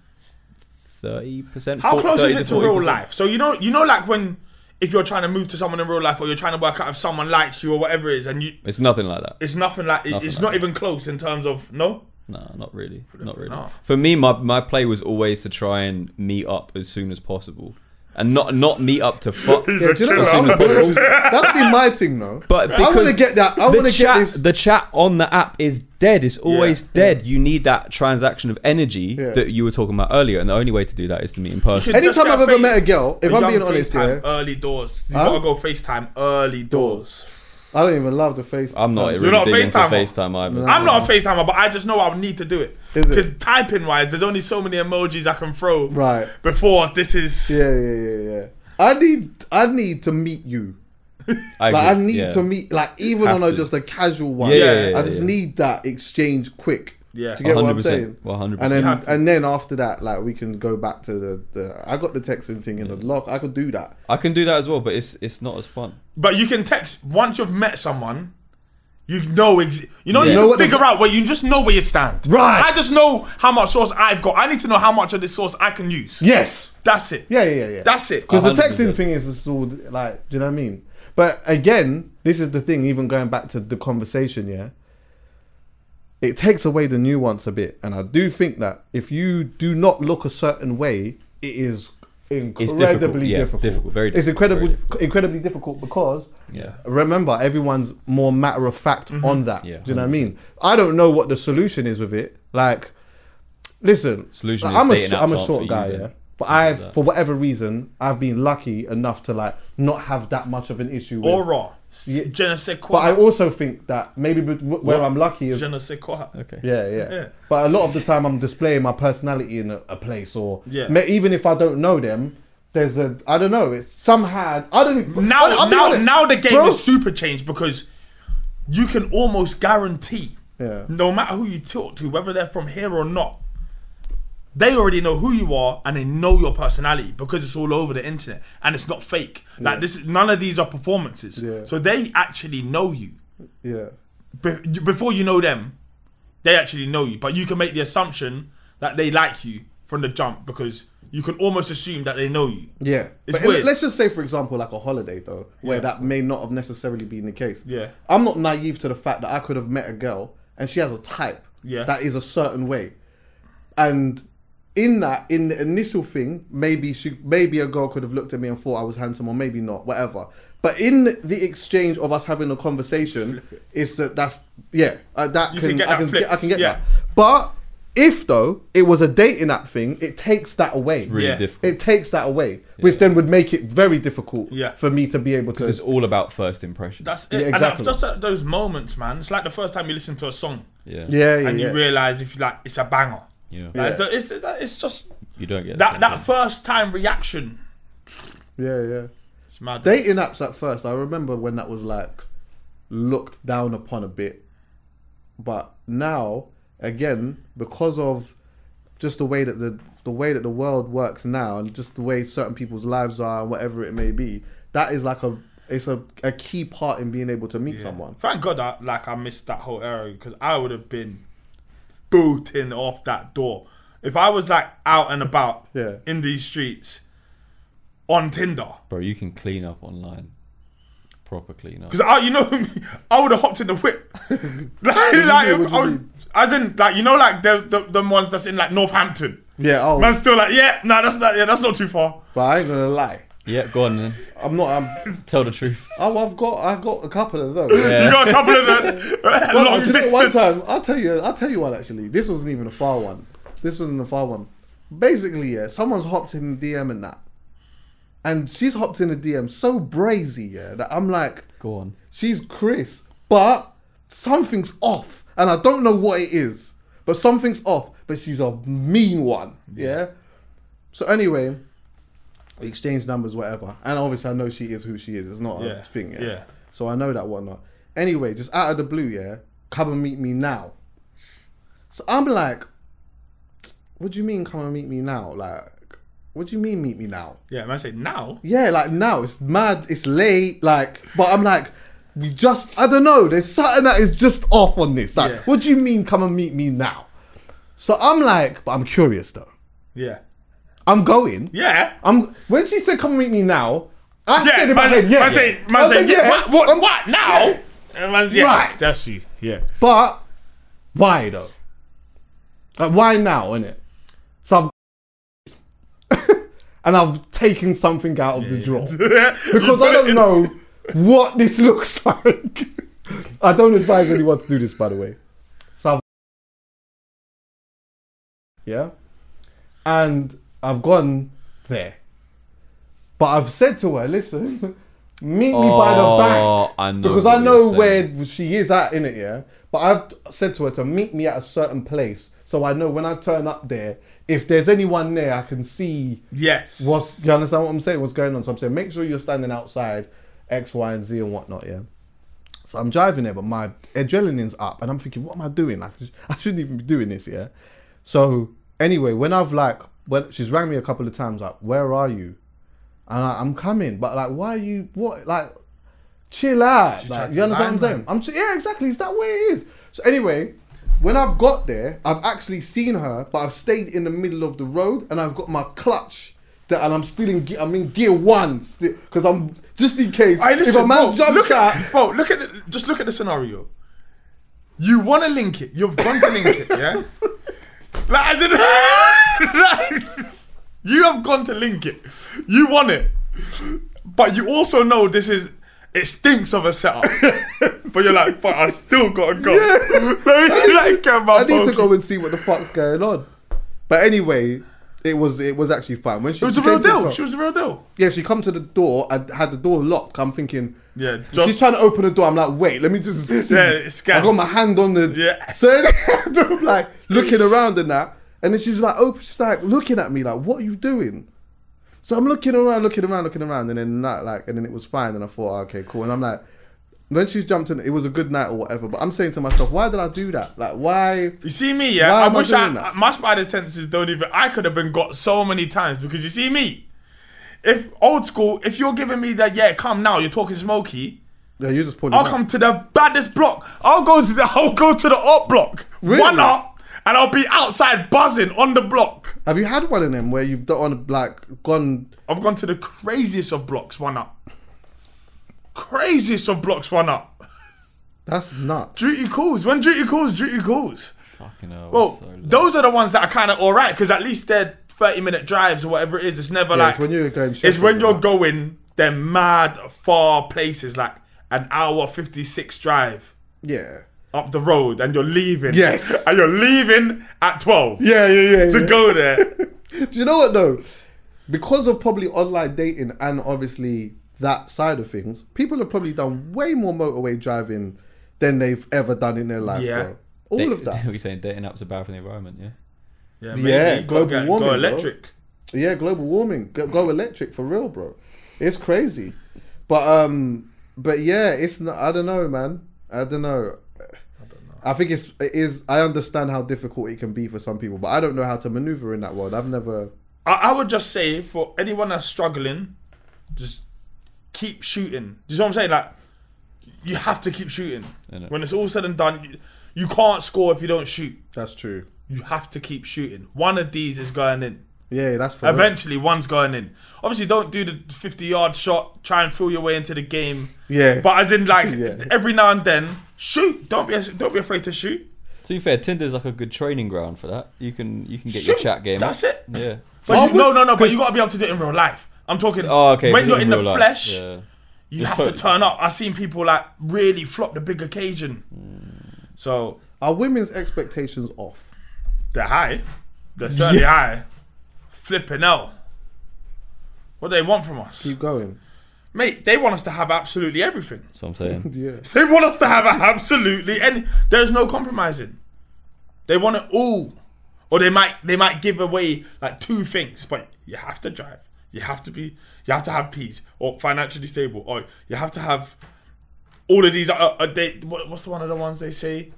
Speaker 2: thirty percent.
Speaker 1: How close is it to real life? So you know, you know, like when if you're trying to move to someone in real life, or you're trying to work out if someone likes you or whatever it is, and you,
Speaker 2: It's nothing like that.
Speaker 1: it's nothing like it-
Speaker 2: Nothing
Speaker 1: it's
Speaker 2: like
Speaker 1: not
Speaker 2: that.
Speaker 1: even close in terms of no.
Speaker 2: No, not really. Not really.
Speaker 1: No.
Speaker 2: For me, my my play was always to try and meet up as soon as possible, and not not meet up to fuck.
Speaker 3: Yeah, do you know what?
Speaker 2: soon as
Speaker 3: I'm-
Speaker 1: <laughs>
Speaker 2: possible.
Speaker 3: That's been my thing, though.
Speaker 2: But
Speaker 3: I want to
Speaker 2: because
Speaker 3: get that. I
Speaker 2: the
Speaker 3: want to get
Speaker 2: chat-
Speaker 3: this.
Speaker 2: The chat on the app is dead. It's always dead. You need that transaction of energy
Speaker 3: Yeah.
Speaker 2: that you were talking about earlier, and the only way to do that is to meet in person.
Speaker 3: Anytime
Speaker 1: Just get
Speaker 3: I've
Speaker 1: a
Speaker 3: ever
Speaker 1: face-
Speaker 3: met a girl, if
Speaker 1: a
Speaker 3: I'm
Speaker 1: young
Speaker 3: being honest,
Speaker 1: FaceTime
Speaker 3: yeah.
Speaker 1: early doors. You
Speaker 3: Huh?
Speaker 1: gotta go FaceTime early doors.
Speaker 3: I don't even love the face.
Speaker 2: I'm not really
Speaker 1: You're not
Speaker 2: big into
Speaker 1: FaceTime?
Speaker 2: FaceTime either.
Speaker 1: I'm not a FaceTimer, but I just know I would need to do it.
Speaker 3: Is it?
Speaker 1: Because typing wise, there's only so many emojis I can throw
Speaker 3: Right.
Speaker 1: before this is.
Speaker 3: Yeah, yeah, yeah, yeah. I need, I need to meet you.
Speaker 2: I
Speaker 3: Like, I
Speaker 2: agree,
Speaker 3: need
Speaker 2: yeah.
Speaker 3: to meet, like, even
Speaker 2: have
Speaker 3: on a,
Speaker 2: to.
Speaker 3: just a casual one.
Speaker 2: Yeah, yeah, yeah,
Speaker 3: I just
Speaker 2: yeah.
Speaker 3: need that exchange quick.
Speaker 1: Yeah.
Speaker 3: Do you get what I'm
Speaker 2: 100%,
Speaker 3: saying?
Speaker 2: 100%.
Speaker 3: And
Speaker 2: You
Speaker 3: then,
Speaker 1: have to.
Speaker 3: and then after that, like, we can go back to the. the I got the texting thing in the lock. I could do that.
Speaker 2: I can do that as well, but it's it's not as fun.
Speaker 1: But you can text once you've met someone. You know, ex- you know,
Speaker 3: You
Speaker 1: you
Speaker 3: know
Speaker 1: can
Speaker 3: what the-
Speaker 1: figure out where you just know where you stand.
Speaker 3: Right.
Speaker 1: I just know how much sauce I've got. I need to know how much of this sauce I can use.
Speaker 3: Yes.
Speaker 1: That's it.
Speaker 3: Yeah, yeah, yeah, yeah.
Speaker 1: That's it.
Speaker 3: Because the
Speaker 2: 100%.
Speaker 3: texting thing is just all like, do you know what I mean? But again, this is the thing. Even going back to the conversation, yeah, it takes away the nuance a bit, and I do think that if you do not look a certain way, it is
Speaker 2: difficult,
Speaker 3: incredibly difficult.
Speaker 2: yeah, difficult, very
Speaker 3: It's
Speaker 2: difficult,
Speaker 3: incredibly,
Speaker 2: very
Speaker 3: incredibly difficult because
Speaker 2: Yeah.
Speaker 3: remember everyone's more matter of fact
Speaker 1: Mm-hmm.
Speaker 3: on that.
Speaker 2: Yeah,
Speaker 3: do you know what I mean? I don't know what the solution is with it. Like, listen,
Speaker 2: Solution
Speaker 3: like,
Speaker 2: is
Speaker 3: I'm a
Speaker 2: dating
Speaker 3: sh-
Speaker 2: apps
Speaker 3: I'm a
Speaker 2: aren't for
Speaker 3: short
Speaker 2: you
Speaker 3: guy,
Speaker 2: then.
Speaker 3: yeah. But I, for whatever reason, I've been lucky enough to like not have that much of an issue. With.
Speaker 1: Aura. Yeah. Je ne sais
Speaker 3: But
Speaker 1: quoi.
Speaker 3: I also think that maybe with- wh- where I'm lucky is
Speaker 1: Je ne sais quoi. Okay.
Speaker 3: yeah, yeah,
Speaker 1: Yeah.
Speaker 3: But a lot of the time, I'm displaying my personality in a, a place, or
Speaker 1: Yeah.
Speaker 3: ma- even if I don't know them, there's a I don't know. It's somehow I don't even
Speaker 1: Now,
Speaker 3: I'll be
Speaker 1: now,
Speaker 3: honest,
Speaker 1: now the game
Speaker 3: bro.
Speaker 1: is super changed because you can almost guarantee,
Speaker 3: Yeah.
Speaker 1: no matter who you talk to, whether they're from here or not, they already know who you are and they know your personality because it's all over the internet and it's not fake. Like this, is- none of these are performances.
Speaker 3: Yeah.
Speaker 1: So they actually know you
Speaker 3: Yeah,
Speaker 1: Be- you- before you know them. They actually know you, but you can make the assumption that they like you from the jump because you can almost assume that they know you.
Speaker 3: yeah.
Speaker 1: It's
Speaker 3: but
Speaker 1: weird.
Speaker 3: let's just say, for example, like a holiday though, where that may not have necessarily been the case.
Speaker 1: Yeah.
Speaker 3: I'm not naive to the fact that I could have met a girl and she has a type
Speaker 1: Yeah.
Speaker 3: that is a certain way. And in that, in the initial thing, maybe she, maybe a girl could have looked at me and thought I was handsome, or maybe not, whatever. But in the exchange of us having a conversation, is that that's yeah, uh, that
Speaker 1: You
Speaker 3: can,
Speaker 1: can get
Speaker 3: I
Speaker 1: that
Speaker 3: can
Speaker 1: flipped,
Speaker 3: get, I can get
Speaker 1: yeah.
Speaker 3: that. But if though it was a dating app thing, it takes that away.
Speaker 2: Really
Speaker 1: Yeah.
Speaker 2: difficult.
Speaker 3: It takes that away, which then would make it very difficult
Speaker 1: Yeah.
Speaker 3: for me to be able
Speaker 2: It's
Speaker 3: to.
Speaker 2: all about first impression.
Speaker 1: That's it.
Speaker 3: Yeah, exactly.
Speaker 1: And that's just those moments, man. It's like the first time you listen to a song
Speaker 2: yeah.
Speaker 3: Yeah, yeah,
Speaker 1: and
Speaker 3: yeah.
Speaker 1: you realize if you like it's a banger.
Speaker 2: Yeah.
Speaker 1: Like, it's, the- it's, it's just
Speaker 5: You don't get
Speaker 1: That that first time reaction.
Speaker 3: Yeah, yeah.
Speaker 1: It's mad.
Speaker 3: Dating apps at first, I remember when that was like looked down upon a bit. But now, again, because of just the way that the the way that the world works now and just the way certain people's lives are and whatever it may be, that is like a it's a, a key part in being able to meet someone.
Speaker 1: Thank God that like I missed that whole era because I would have been booting off that door. If I was like out and about
Speaker 3: <laughs> Yeah.
Speaker 1: in these streets on Tinder.
Speaker 5: Bro, you can clean up online. Proper clean up.
Speaker 1: Because I, you know, <laughs> me, I would have hopped in the
Speaker 3: <laughs>
Speaker 1: whip. like, like,
Speaker 3: mean? What do you
Speaker 1: I would-
Speaker 3: mean?
Speaker 1: as in, like, you know, like the, the them ones that's in like Northampton.
Speaker 3: Yeah, oh
Speaker 1: Man's still like, yeah, nah, that's not, yeah, that's not too far.
Speaker 3: but I ain't gonna lie.
Speaker 5: Yeah, go on then.
Speaker 3: I'm not I'm
Speaker 5: Tell the truth.
Speaker 3: oh I've got I've got a couple of those.
Speaker 1: You got a couple of the
Speaker 3: <laughs>
Speaker 1: <laughs>
Speaker 3: Well,
Speaker 1: long
Speaker 3: do you know
Speaker 1: distance.
Speaker 3: one time, I'll tell you, I'll tell you one actually. This wasn't even a far one. This wasn't a far one. Basically, yeah, someone's hopped in the DM and that, and she's hopped in a DM so brazy, yeah, that I'm like,
Speaker 5: Go on.
Speaker 3: she's Chris, but something's off, and I don't know what it is, but something's off. But she's a mean one, yeah. So anyway, we exchange numbers, whatever, and obviously I know she is who she is. It's not
Speaker 1: Yeah,
Speaker 3: a thing, yeah.
Speaker 1: yeah.
Speaker 3: So I know that whatnot. Anyway, just out of the blue, yeah, come and meet me now. So I'm like, what do you mean come and meet me now? Like, what do you mean meet me now?
Speaker 1: Yeah, man, I say now.
Speaker 3: yeah, like now it's mad, it's late, like, but I'm like, we just, I don't know, there's something that is just off on this. Like,
Speaker 1: Yeah.
Speaker 3: what do you mean come and meet me now? So I'm like, but I'm curious though.
Speaker 1: Yeah,
Speaker 3: I'm going.
Speaker 1: yeah.
Speaker 3: I'm, when she said come and meet me now, I
Speaker 1: Yeah,
Speaker 3: said in my
Speaker 1: man,
Speaker 3: head, yeah.
Speaker 1: man say, man
Speaker 3: I
Speaker 1: say,
Speaker 3: said,
Speaker 1: yeah, what, what,
Speaker 3: I'm-
Speaker 1: what now?
Speaker 3: yeah.
Speaker 1: And man's, yeah,
Speaker 3: Right.
Speaker 1: that's you. Yeah.
Speaker 3: But why though? Like why now, innit? So I've <laughs> and I've taken something out of the drawer. because I don't know <laughs> what this looks <laughs> like. I don't advise anyone to do this by the way. So I've Yeah. And I've gone there. But I've said to her, listen, <laughs> meet me by the
Speaker 5: Oh,
Speaker 3: back.
Speaker 5: I know
Speaker 3: because
Speaker 5: what
Speaker 3: I know
Speaker 5: you're saying.
Speaker 3: where she is at in it, yeah. But I've said to her to meet me at a certain place, so I know when I turn up there, if there's anyone there, I can see.
Speaker 1: Yes.
Speaker 3: What's you understand what I'm saying? What's going on? So I'm saying, make sure you're standing outside, X, Y, and Z, and whatnot. Yeah. So I'm driving there, but my adrenaline's up, and I'm thinking, what am I doing? Like, I <laughs> shouldn't even be doing this. Yeah. So anyway, when I've like, when she's rang me a couple of times, like, where are you? And I, I'm coming, but like, why are you? What like? Chill out. Like,
Speaker 1: tried
Speaker 3: you
Speaker 1: to
Speaker 3: understand what I'm
Speaker 1: lie,
Speaker 3: saying?
Speaker 1: man.
Speaker 3: I'm ch- yeah, exactly. Is that where it is? So anyway, when I've got there, I've actually seen her, but I've stayed in the middle of the road, and I've got my clutch. That, and I'm still in. Ge- I'm in gear one, because I'm just in case.
Speaker 1: Hey, listen,
Speaker 3: if a man
Speaker 1: bro,
Speaker 3: jumps
Speaker 1: look
Speaker 3: out,
Speaker 1: at, <laughs> bro, look at the, just look at the scenario. You want to link it. You've gone to link it,
Speaker 3: <laughs>
Speaker 1: yeah. Like, as in, <laughs> like, you have gone to link it. You want it, but you also know this is. It stinks of a
Speaker 3: <laughs>
Speaker 1: setup, but you're like, but I still gotta go. <laughs>
Speaker 3: I need,
Speaker 1: like,
Speaker 3: to,
Speaker 1: come on,
Speaker 3: I need to
Speaker 1: bro.
Speaker 3: go and see what the fuck's going on. But anyway, it was it was actually fun. When she
Speaker 1: It was the
Speaker 3: she
Speaker 1: real
Speaker 3: came to
Speaker 1: deal.
Speaker 3: car-
Speaker 1: She was the real deal.
Speaker 3: yeah, she come to the door. I had the door locked. I'm thinking.
Speaker 1: Yeah, just-
Speaker 3: she's trying to open the door. I'm like, wait, let me just. see.
Speaker 1: Yeah, scan.
Speaker 3: I got my hand on the.
Speaker 1: Yeah.
Speaker 3: So <laughs> I'm like looking around and that, and then she's like, open. She's like looking at me like, what are you doing? So I'm looking around, looking around, looking around, and then that, like, and then it was fine. And I thought, oh, okay, cool. And I'm like, when she's jumped in, it was a good night or whatever. But I'm saying to myself, why did I do that? Like, why?
Speaker 1: You see me, yeah.
Speaker 3: Why
Speaker 1: I
Speaker 3: am I
Speaker 1: wish
Speaker 3: doing
Speaker 1: I,
Speaker 3: that?
Speaker 1: my spider tenses don't even. I could have been got so many times because you see me. If old school, if you're giving me that, yeah, come now. You're talking smoky.
Speaker 3: Yeah, you just pulling.
Speaker 1: I'll come to the baddest block. I'll go to the. <laughs> I'll go to the up block.
Speaker 3: Really?
Speaker 1: One up, and I'll be outside buzzing on the block.
Speaker 3: Have you had one of them where you've done like gone?
Speaker 1: I've gone to the craziest of blocks. One up. Craziest of blocks. One up.
Speaker 3: That's nuts.
Speaker 1: Duty calls. When duty calls, duty calls.
Speaker 5: Fucking hell.
Speaker 1: Well,
Speaker 5: so late.
Speaker 1: Oh, those are the ones that are kind of all right because at least they're 30 minute drives or whatever it is. It's never
Speaker 3: Yeah,
Speaker 1: like.
Speaker 3: it's when you're going
Speaker 1: It's when
Speaker 3: shopping,
Speaker 1: you're
Speaker 3: right?
Speaker 1: going, they're mad far places, like an hour 56 drive
Speaker 3: Yeah.
Speaker 1: up the road, and you're leaving.
Speaker 3: Yes.
Speaker 1: <laughs> And you're leaving at 12
Speaker 3: Yeah, yeah, yeah.
Speaker 1: to
Speaker 3: yeah.
Speaker 1: go
Speaker 3: <laughs>
Speaker 1: there.
Speaker 3: Do you know what though? Because of probably online dating and obviously that side of things, people have probably done way more motorway driving than they've ever done in their life,
Speaker 1: Yeah.
Speaker 3: bro. All
Speaker 5: Da-
Speaker 3: of
Speaker 5: <laughs>
Speaker 2: <laughs>
Speaker 3: that.
Speaker 5: We're saying dating apps are bad for the environment, yeah?
Speaker 1: Yeah,
Speaker 3: Yeah,
Speaker 1: You gotta
Speaker 3: global
Speaker 1: get-
Speaker 3: warming,
Speaker 1: Go
Speaker 3: bro.
Speaker 1: electric.
Speaker 3: Yeah, global warming. Go, go electric for real, bro. It's crazy, but um, but yeah, it's not, I don't know, man. I don't know. I think it's it is. I understand how difficult it can be for some people, but I don't know how to maneuver in that world. I've never.
Speaker 1: I, I would just say for anyone that's struggling, just keep shooting. Do you know what I'm saying? Like, you have to keep shooting. When it's all said and done, you, you can't score if you don't shoot.
Speaker 3: That's true.
Speaker 1: You have to keep shooting. One of these is going in.
Speaker 3: Yeah, that's for real.
Speaker 1: Eventually, one's going in. Obviously, don't do the 50 yard shot. Try and feel your way into the game.
Speaker 3: Yeah.
Speaker 1: But as in, like,
Speaker 3: Yeah.
Speaker 1: every now and then, shoot. Don't be don't be afraid to shoot.
Speaker 5: To be fair, Tinder's like a good training ground for that. You can you can get your
Speaker 1: Shoot,
Speaker 5: chat game.
Speaker 1: that's
Speaker 5: up.
Speaker 1: it.
Speaker 5: Yeah.
Speaker 1: But
Speaker 3: I
Speaker 1: you- no,
Speaker 3: would-
Speaker 1: no, no. But you got to be able to do it in real life. I'm talking.
Speaker 5: Oh, okay.
Speaker 1: When
Speaker 5: but
Speaker 1: you're
Speaker 5: in
Speaker 1: in the
Speaker 5: real life,
Speaker 1: flesh,
Speaker 5: yeah.
Speaker 1: you have
Speaker 5: totally-
Speaker 1: to turn up. I've seen people like really flop the big occasion. So
Speaker 3: Are women's expectations off?
Speaker 1: they're high. They're certainly high. Flipping out. What they want from us,
Speaker 3: Keep going.
Speaker 1: mate? They want us to have absolutely everything.
Speaker 5: That's what I'm
Speaker 1: <laughs>
Speaker 5: saying.
Speaker 3: Yeah.
Speaker 1: They want us to have <laughs> absolutely, and there's no compromising. They want it all, or they might they might give away like two things, but you have to drive, you have to be, you have to have peas, or financially stable, or you have to have all of these. Uh, uh, they, what, what's one of the ones they say?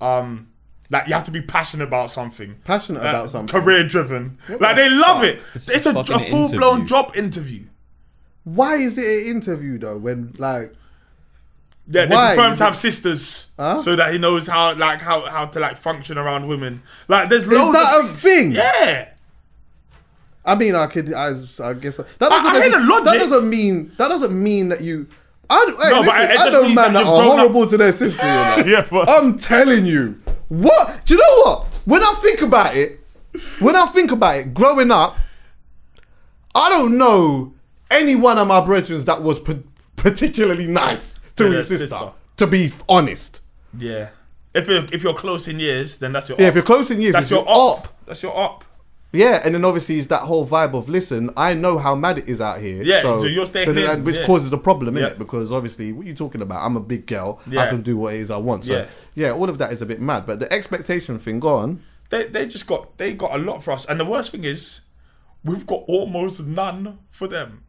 Speaker 1: Um, like you have to be passionate about something,
Speaker 3: Passionate
Speaker 1: Uh,
Speaker 3: about something.
Speaker 1: career driven. Like they love it. It's,
Speaker 5: just
Speaker 1: a,
Speaker 5: fucking an
Speaker 1: full blown
Speaker 5: interview.
Speaker 1: job interview.
Speaker 3: Why is it an interview though? When like
Speaker 1: Yeah, they
Speaker 3: Why?
Speaker 1: confirmed
Speaker 3: Is
Speaker 1: to
Speaker 3: it-
Speaker 1: have sisters, so that he knows how like how how to like function around women. Like, there's
Speaker 3: is
Speaker 1: loads.
Speaker 3: that a
Speaker 1: of things.
Speaker 3: thing?
Speaker 1: Yeah,
Speaker 3: I mean, I could. I, I guess that doesn't.
Speaker 1: I hear the
Speaker 3: mean, that
Speaker 1: logic.
Speaker 3: doesn't mean that doesn't mean that you. I, don't- hey,
Speaker 1: No, but
Speaker 3: listen,
Speaker 1: it- it
Speaker 3: I
Speaker 1: just
Speaker 3: know
Speaker 1: means that
Speaker 3: man that
Speaker 1: you've
Speaker 3: are
Speaker 1: grown up.
Speaker 3: horrible to their
Speaker 1: <laughs>
Speaker 3: sister. You know?
Speaker 1: Yeah, but-
Speaker 3: I'm telling you. What do you know? What when I think about it, when I think about it, growing up, I don't know any one of my brethren that was pa- particularly nice to
Speaker 1: their
Speaker 3: his sister,
Speaker 1: sister.
Speaker 3: To be f- honest,
Speaker 1: yeah. If you're if you're close in years, then that's your
Speaker 3: yeah.
Speaker 1: up.
Speaker 3: If you're close in years,
Speaker 1: that's
Speaker 3: if
Speaker 1: your
Speaker 3: you're
Speaker 1: up.
Speaker 3: up.
Speaker 1: That's your up.
Speaker 3: Yeah, and then obviously it's that whole vibe of listen, I know how mad it is out here.
Speaker 1: Yeah,
Speaker 3: so,
Speaker 1: so you're staying
Speaker 3: so then
Speaker 1: in,
Speaker 3: that- which
Speaker 1: yeah.
Speaker 3: causes a problem, innit?
Speaker 1: Yeah.
Speaker 3: Because obviously, what are you talking about? I'm a big girl. I
Speaker 1: Yeah.
Speaker 3: can do what it is I want. So
Speaker 1: Yeah.
Speaker 3: yeah. all of that is a bit mad. But the expectation thing, go on.
Speaker 1: They they just got they got a lot for us, and the worst thing is, we've got almost none for them.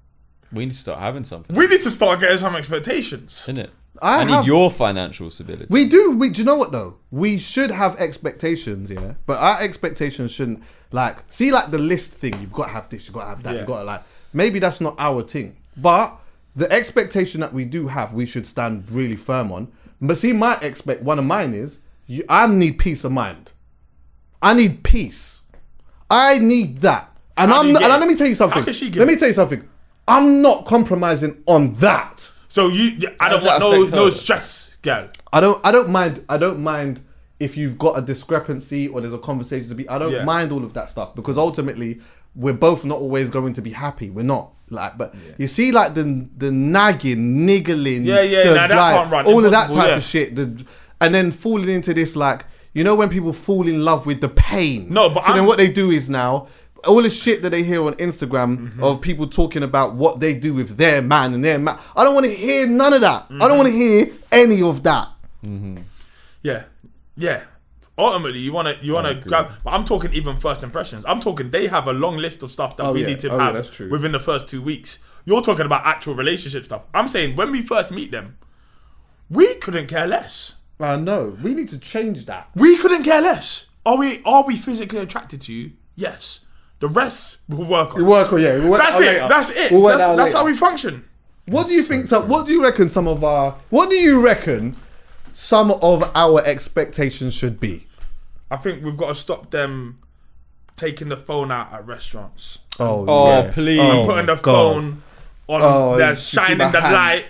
Speaker 5: We need to start having something.
Speaker 1: We need to start getting some expectations.
Speaker 5: in it.
Speaker 3: I
Speaker 5: I, need
Speaker 3: have-
Speaker 5: your financial stability.
Speaker 3: We do. We do you know what though? We should have expectations, yeah. But our expectations shouldn't like see like the list thing. You've got to have this. You've got to have that.
Speaker 1: Yeah.
Speaker 3: You've got to like maybe that's not our thing, but the expectation that we do have, we should stand really firm on. But see, my expect one of mine is you, I need peace of mind. I need peace. I need that. And
Speaker 1: How do
Speaker 3: I'm
Speaker 1: you
Speaker 3: not,
Speaker 1: get
Speaker 3: and
Speaker 1: it?
Speaker 3: let me tell you
Speaker 1: How
Speaker 3: something.
Speaker 1: can she get
Speaker 3: Let me
Speaker 1: it?
Speaker 3: tell you something. I'm not compromising on that.
Speaker 1: So you, I don't
Speaker 5: does that
Speaker 1: want no
Speaker 5: affect
Speaker 1: no
Speaker 5: her?
Speaker 1: stress, girl.
Speaker 3: I don't I don't mind I don't mind if you've got a discrepancy or there's a conversation to be I don't
Speaker 1: Yeah.
Speaker 3: mind all of that stuff because ultimately we're both not always going to be happy. We're not. Like but you see like the the nagging, niggling,
Speaker 1: Yeah, yeah,
Speaker 3: the,
Speaker 1: nah, that
Speaker 3: like,
Speaker 1: can't run.
Speaker 3: all of that
Speaker 1: Impossible,
Speaker 3: type
Speaker 1: yeah.
Speaker 3: of shit. The, and then falling into this like you know when people fall in love with the pain.
Speaker 1: No, but
Speaker 3: so then
Speaker 1: I'm-
Speaker 3: what they do is now all the shit that they hear on Instagram
Speaker 1: Mm-hmm.
Speaker 3: of people talking about what they do with their man and their man. I don't want to hear none of that. I don't want to
Speaker 1: Mm-hmm.
Speaker 3: hear any of that.
Speaker 1: Yeah, yeah. Ultimately, you wanna you wanna grab. But I'm talking even first impressions. I'm talking they have a long list of stuff that
Speaker 3: Oh,
Speaker 1: we
Speaker 3: yeah.
Speaker 1: need to
Speaker 3: Oh, yeah,
Speaker 1: have
Speaker 3: that's true.
Speaker 1: within the first two weeks. You're talking about actual relationship stuff. I'm saying when we first meet them, we couldn't care less.
Speaker 3: I know. We need to change that.
Speaker 1: We couldn't care less. Are we are we physically attracted to you? Yes. The rest we'll work on.
Speaker 3: Work on yeah. We'll work
Speaker 1: that's
Speaker 3: out
Speaker 1: it.
Speaker 3: later.
Speaker 1: That's it.
Speaker 3: We'll work
Speaker 1: that's
Speaker 3: out
Speaker 1: that's how
Speaker 3: later.
Speaker 1: we function.
Speaker 3: What do you think? some- what do you reckon? Some of our. What do you reckon? Some of our expectations should be.
Speaker 1: I think we've got to stop them taking the phone out at restaurants.
Speaker 3: Oh,
Speaker 5: oh,
Speaker 3: yeah.
Speaker 5: please,
Speaker 3: Oh,
Speaker 1: Putting the
Speaker 3: God.
Speaker 1: phone on.
Speaker 3: Oh,
Speaker 1: they're
Speaker 3: you see my
Speaker 1: shining the
Speaker 3: hand.
Speaker 1: light.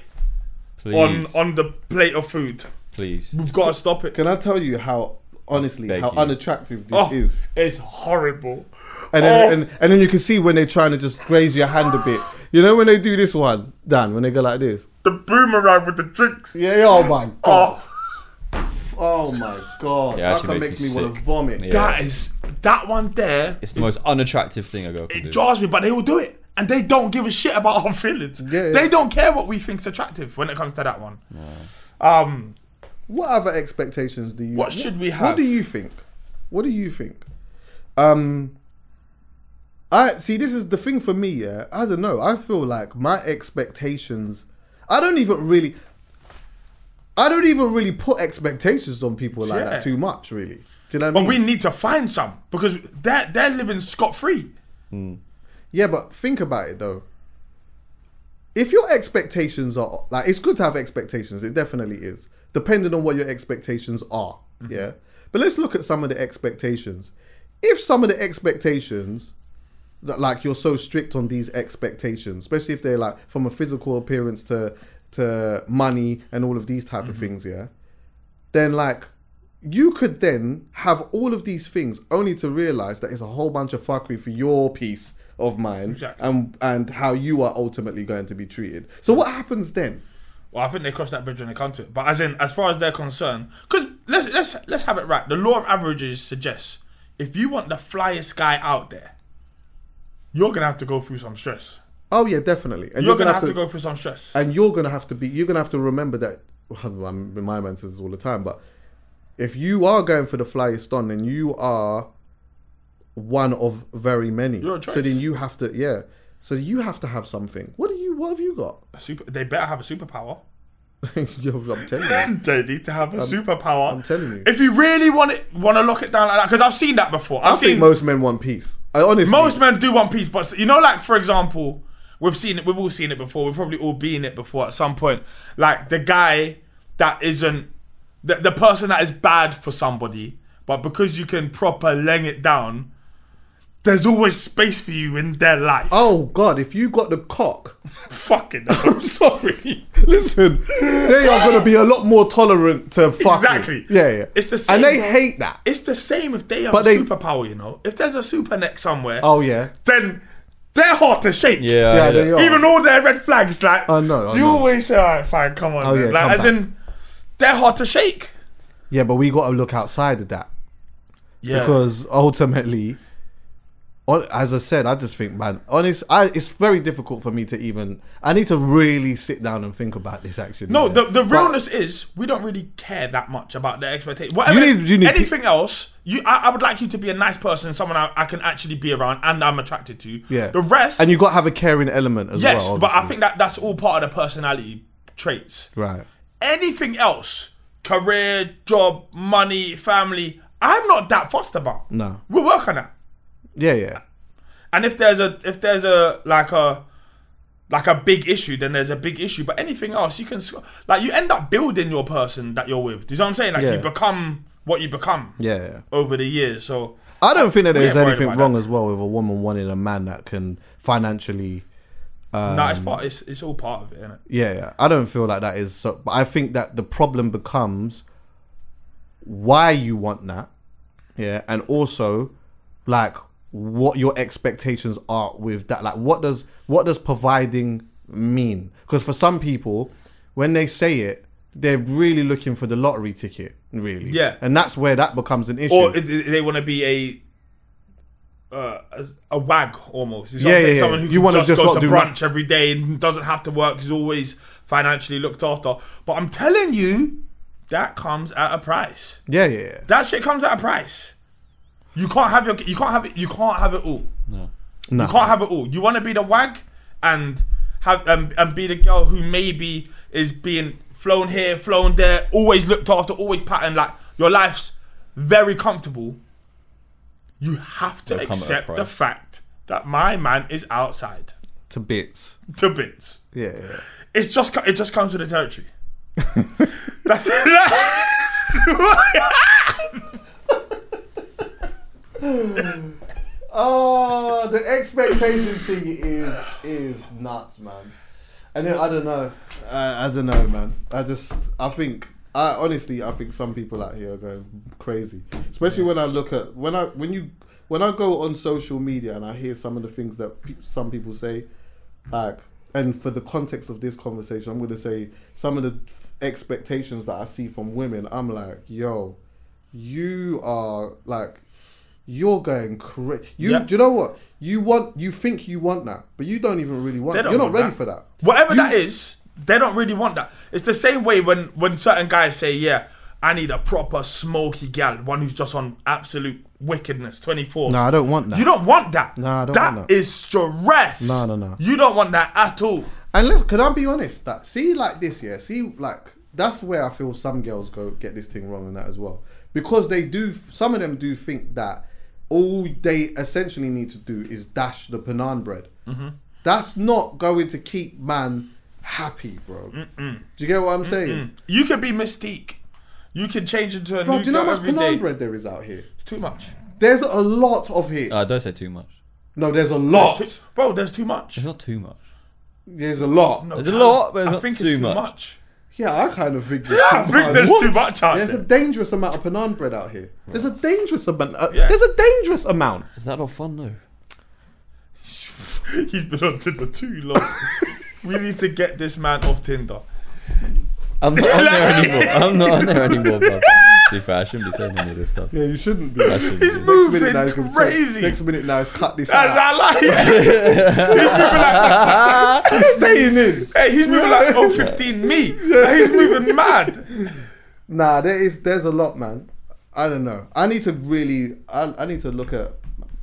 Speaker 5: please,
Speaker 1: on on the plate of food.
Speaker 5: please.
Speaker 1: We've got to stop it.
Speaker 3: Can I tell you how honestly
Speaker 5: Thank
Speaker 3: how
Speaker 5: you.
Speaker 3: unattractive this
Speaker 1: Oh,
Speaker 3: is?
Speaker 1: it's horrible.
Speaker 3: And then,
Speaker 1: Oh.
Speaker 3: and, and then you can see when they're trying to just raise your hand a bit. You know when they do this one, Dan, when they go like this.
Speaker 1: The boomerang with the drinks.
Speaker 3: Yeah. yeah, Oh my god.
Speaker 1: Oh,
Speaker 3: Oh my god.
Speaker 5: Yeah,
Speaker 3: that
Speaker 5: actually
Speaker 3: can
Speaker 5: makes
Speaker 3: makes
Speaker 5: me
Speaker 3: me want to
Speaker 5: sick.
Speaker 3: vomit.
Speaker 5: Yeah.
Speaker 1: that is that one there.
Speaker 5: It's the most unattractive thing a girl can
Speaker 1: It
Speaker 5: do.
Speaker 1: jars me, but they will do it, and they don't give a shit about our feelings.
Speaker 3: Yeah.
Speaker 1: They don't care what we think's attractive when it comes to that one. Um,
Speaker 3: What other expectations do you?
Speaker 1: What should we
Speaker 3: What
Speaker 1: have?
Speaker 3: do you think? What do you think? Um, I see. This is the thing for me. Yeah, I don't know. I feel like my expectations. I don't even really. I don't even really put expectations on people like
Speaker 1: Yeah.
Speaker 3: that too much. Really, do you know what I
Speaker 1: But
Speaker 3: mean?
Speaker 1: we need to find some because they're, they're living scot free.
Speaker 3: Yeah, but think about it though. If your expectations are like, it's good to have expectations. It definitely is, depending on what your expectations are. Yeah, but let's look at some of the expectations. If some of the expectations, that like you're so strict on these expectations, especially if they're like from a physical appearance to to money and all of these type of things, yeah, then like you could then have all of these things only to realize that it's a whole bunch of fuckery for your peace of mind
Speaker 1: Exactly.
Speaker 3: and and how you are ultimately going to be treated. So what happens then?
Speaker 1: Well, I think they cross that bridge when they come to it. But as in, as far as they're concerned, because let's let's let's have it right. The law of averages suggests if you want the flyest guy out there, you're gonna have to go through some stress.
Speaker 3: Oh yeah, definitely. And
Speaker 1: You're, gonna, have to, go through some stress.
Speaker 3: and you're gonna have to be you're gonna have to remember that well, my my man says this all the time but if you are going for the flyest on then you are one of very many
Speaker 1: You're a choice.
Speaker 3: so then you have to yeah so you have to have something what do you what have you got <laughs>
Speaker 1: A super, they better have a superpower.
Speaker 3: You're- i'm telling you
Speaker 1: <laughs> They need to have a superpower.
Speaker 3: I'm telling you.
Speaker 1: If you really want it, want to lock it down like that, because I've seen that before.
Speaker 3: i
Speaker 1: I've
Speaker 3: think
Speaker 1: seen
Speaker 3: most men want peace i honestly
Speaker 1: Most men do One Piece, but you know, like for example, we've seen it. We've all seen it before. We've probably all been it before at some point. Like the guy that isn't the, the person that is bad for somebody, but because you can proper laying it down, there's always space for you in their life.
Speaker 3: oh god if you got the cock <laughs>
Speaker 1: fucking! I'm sorry.
Speaker 3: listen they are going to be a lot more tolerant to fucking
Speaker 1: Exactly.
Speaker 3: yeah yeah
Speaker 1: It's the
Speaker 3: and they
Speaker 1: same-
Speaker 3: hate that
Speaker 1: It's the same if they have
Speaker 3: But
Speaker 1: a
Speaker 3: they-
Speaker 1: superpower, you know. If there's a super neck somewhere,
Speaker 3: oh yeah
Speaker 1: then they're hard to shake.
Speaker 2: Yeah,
Speaker 3: yeah,
Speaker 2: yeah.
Speaker 3: they are.
Speaker 1: Even all their red flags, like
Speaker 3: Oh. I know, I
Speaker 1: you
Speaker 3: know.
Speaker 1: always say, "All right, fine, come on."
Speaker 3: Oh,
Speaker 1: man."
Speaker 3: yeah,
Speaker 1: like,
Speaker 3: come
Speaker 1: as
Speaker 3: back.
Speaker 1: in, they're hard to shake.
Speaker 3: yeah but we got to look outside of that
Speaker 1: Yeah,
Speaker 3: because ultimately hon- as i said i just think man honest i it's very difficult for me to even i need to really sit down and think about this actually
Speaker 1: no,
Speaker 3: yeah.
Speaker 1: the, the
Speaker 3: But-
Speaker 1: realness is we don't really care that much about their expectations. Whatever,
Speaker 3: need- you need pe-
Speaker 1: anything else, you I, I would like you to be a nice person, someone I, I can actually be around and I'm attracted to.
Speaker 3: yeah
Speaker 1: the rest,
Speaker 3: and you got to have a caring element as
Speaker 1: yes,
Speaker 3: well
Speaker 1: but I
Speaker 3: obviously.
Speaker 1: think that that's all part of the personality traits.
Speaker 3: right
Speaker 1: Anything else, career, job, money, family, I'm not that fussed about.
Speaker 3: No.
Speaker 1: we'll work on that.
Speaker 3: yeah yeah
Speaker 1: And if there's a if there's a like a like a big issue, then there's a big issue. But anything else, you can sc- like you end up building your person that you're with. Do you know what I'm saying? Like
Speaker 3: Yeah.
Speaker 1: you become what you become.
Speaker 3: yeah, yeah.
Speaker 1: Over the years, so
Speaker 3: I don't think that
Speaker 1: We
Speaker 3: there's
Speaker 1: ain't worried
Speaker 3: anything
Speaker 1: about
Speaker 3: wrong
Speaker 1: that.
Speaker 3: as well with a woman wanting a man that can financially.
Speaker 1: no,
Speaker 3: Um,
Speaker 1: it's part. It's, it's all part of it, isn't it?
Speaker 3: Yeah, yeah. I don't feel like that is so. But I think that the problem becomes why you want that. Yeah, and also like what your expectations are with that. Like, what does what does providing mean? Because for some people, when they say it, they're really looking for the lottery ticket, really.
Speaker 1: Yeah.
Speaker 3: and that's where that becomes an issue.
Speaker 1: Or i- i- they want to be a. Uh, a, a wag almost. You know
Speaker 3: Yeah,
Speaker 1: what I'm saying?
Speaker 3: yeah, yeah.
Speaker 1: Someone who
Speaker 3: You
Speaker 1: can
Speaker 3: wanna
Speaker 1: just,
Speaker 3: just
Speaker 1: go
Speaker 3: not
Speaker 1: to
Speaker 3: do
Speaker 1: brunch every day and doesn't have to work. Is always financially looked after. But I'm telling you, that comes at a price.
Speaker 3: yeah, yeah, yeah.
Speaker 1: That shit comes at a price. You can't have your you can't have it you can't have it all.
Speaker 5: No.
Speaker 3: No.
Speaker 1: You can't have it all. You want to be the wag and have um, and be the girl who maybe is being flown here, flown there, always looked after, always patterned. Like your life's very comfortable. You have to
Speaker 5: It'll come at a
Speaker 1: accept the
Speaker 5: price.
Speaker 1: fact that my man is outside
Speaker 3: to bits.
Speaker 1: to bits.
Speaker 3: Yeah, yeah. yeah.
Speaker 1: It's just co- it just comes with the territory. That's <laughs> it.
Speaker 3: Oh, the expectation thing is is nuts, man. And then, I don't know. I, I don't know, man. I just I think I honestly I think some people out here are going crazy, especially when I look at when I when you when I go on social media and I hear some of the things that pe- some people say, like and for the context of this conversation, I'm going to say some of the expectations that I see from women. I'm like, yo, you are like you're going crazy. You
Speaker 1: Yeah.
Speaker 3: do you know what you want? You think you want that, but you don't even really want.
Speaker 1: They
Speaker 3: That.
Speaker 1: don't
Speaker 3: You're not
Speaker 1: want
Speaker 3: ready
Speaker 1: that.
Speaker 3: for that.
Speaker 1: Whatever
Speaker 3: You-
Speaker 1: that is, they don't really want that. It's the same way when when certain guys say, "Yeah, I need a proper smoky gal, one who's just on absolute wickedness, twenty four.
Speaker 3: No, I don't want that.
Speaker 1: You don't want that.
Speaker 3: No, I don't
Speaker 1: That
Speaker 3: want that.
Speaker 1: is stress.
Speaker 3: No, no, no.
Speaker 1: You don't want that at all.
Speaker 3: And let's could I be honest that see like this, yeah, see like that's where I feel some girls go get this thing wrong and that as well. Because they do some of them do think that all they essentially need to do is dash the banan bread.
Speaker 1: Mm-hmm.
Speaker 3: That's not going to keep man happy, bro. Do you get what I'm saying?
Speaker 1: You could be Mystique. You can change into a
Speaker 3: Bro,
Speaker 1: new
Speaker 3: do you know
Speaker 1: girl
Speaker 3: how much
Speaker 1: every
Speaker 3: banan
Speaker 1: day.
Speaker 3: bread there is out here?
Speaker 1: It's too much.
Speaker 3: There's a lot of here.
Speaker 5: Uh, don't say too much.
Speaker 3: no, there's a lot.
Speaker 1: Too- bro, there's too much.
Speaker 5: It's not too much.
Speaker 3: There's a lot.
Speaker 1: No,
Speaker 5: There's a
Speaker 1: I-
Speaker 5: lot, but it's
Speaker 1: Oh, I
Speaker 5: not
Speaker 1: think
Speaker 5: too
Speaker 1: it's
Speaker 5: much.
Speaker 1: too much. <laughs>
Speaker 3: Yeah, I kind of think. There's
Speaker 1: Yeah, I
Speaker 3: too
Speaker 1: think
Speaker 3: much.
Speaker 1: there's too much out
Speaker 3: There's
Speaker 1: there.
Speaker 3: a dangerous amount of banan bread out here. There's a dangerous amount. Uh,
Speaker 1: Yeah.
Speaker 3: There's a dangerous amount.
Speaker 5: Is that not fun though?
Speaker 1: He's been on Tinder too long.
Speaker 5: <laughs>
Speaker 1: we need to get this man off Tinder.
Speaker 5: I'm not on there
Speaker 1: <laughs>
Speaker 5: anymore. I'm not on there anymore, bro. To be fair, I shouldn't be saying any of this stuff.
Speaker 3: Yeah, you shouldn't be.
Speaker 5: I shouldn't be.
Speaker 3: Next minute
Speaker 1: Moving
Speaker 3: now, you can
Speaker 1: crazy.
Speaker 3: Check. Next minute now, it's cut this
Speaker 1: That's
Speaker 3: out.
Speaker 1: I like
Speaker 5: <laughs>
Speaker 1: it. He's moving like,
Speaker 3: Staying in.
Speaker 1: hey, he's moving like oh, 15 me. Like, he's moving mad.
Speaker 3: Nah, there is. There's a lot, man. I don't know. I need to really. I, I need to look at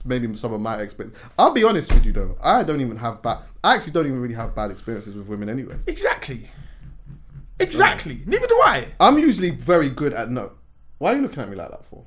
Speaker 3: maybe some of my experience. I'll be honest with you though. I don't even have bad. I actually don't even really have bad experiences with women anyway.
Speaker 1: Exactly. Exactly. Neither do I.
Speaker 3: I'm usually very good at no. Why are you looking at me like that for?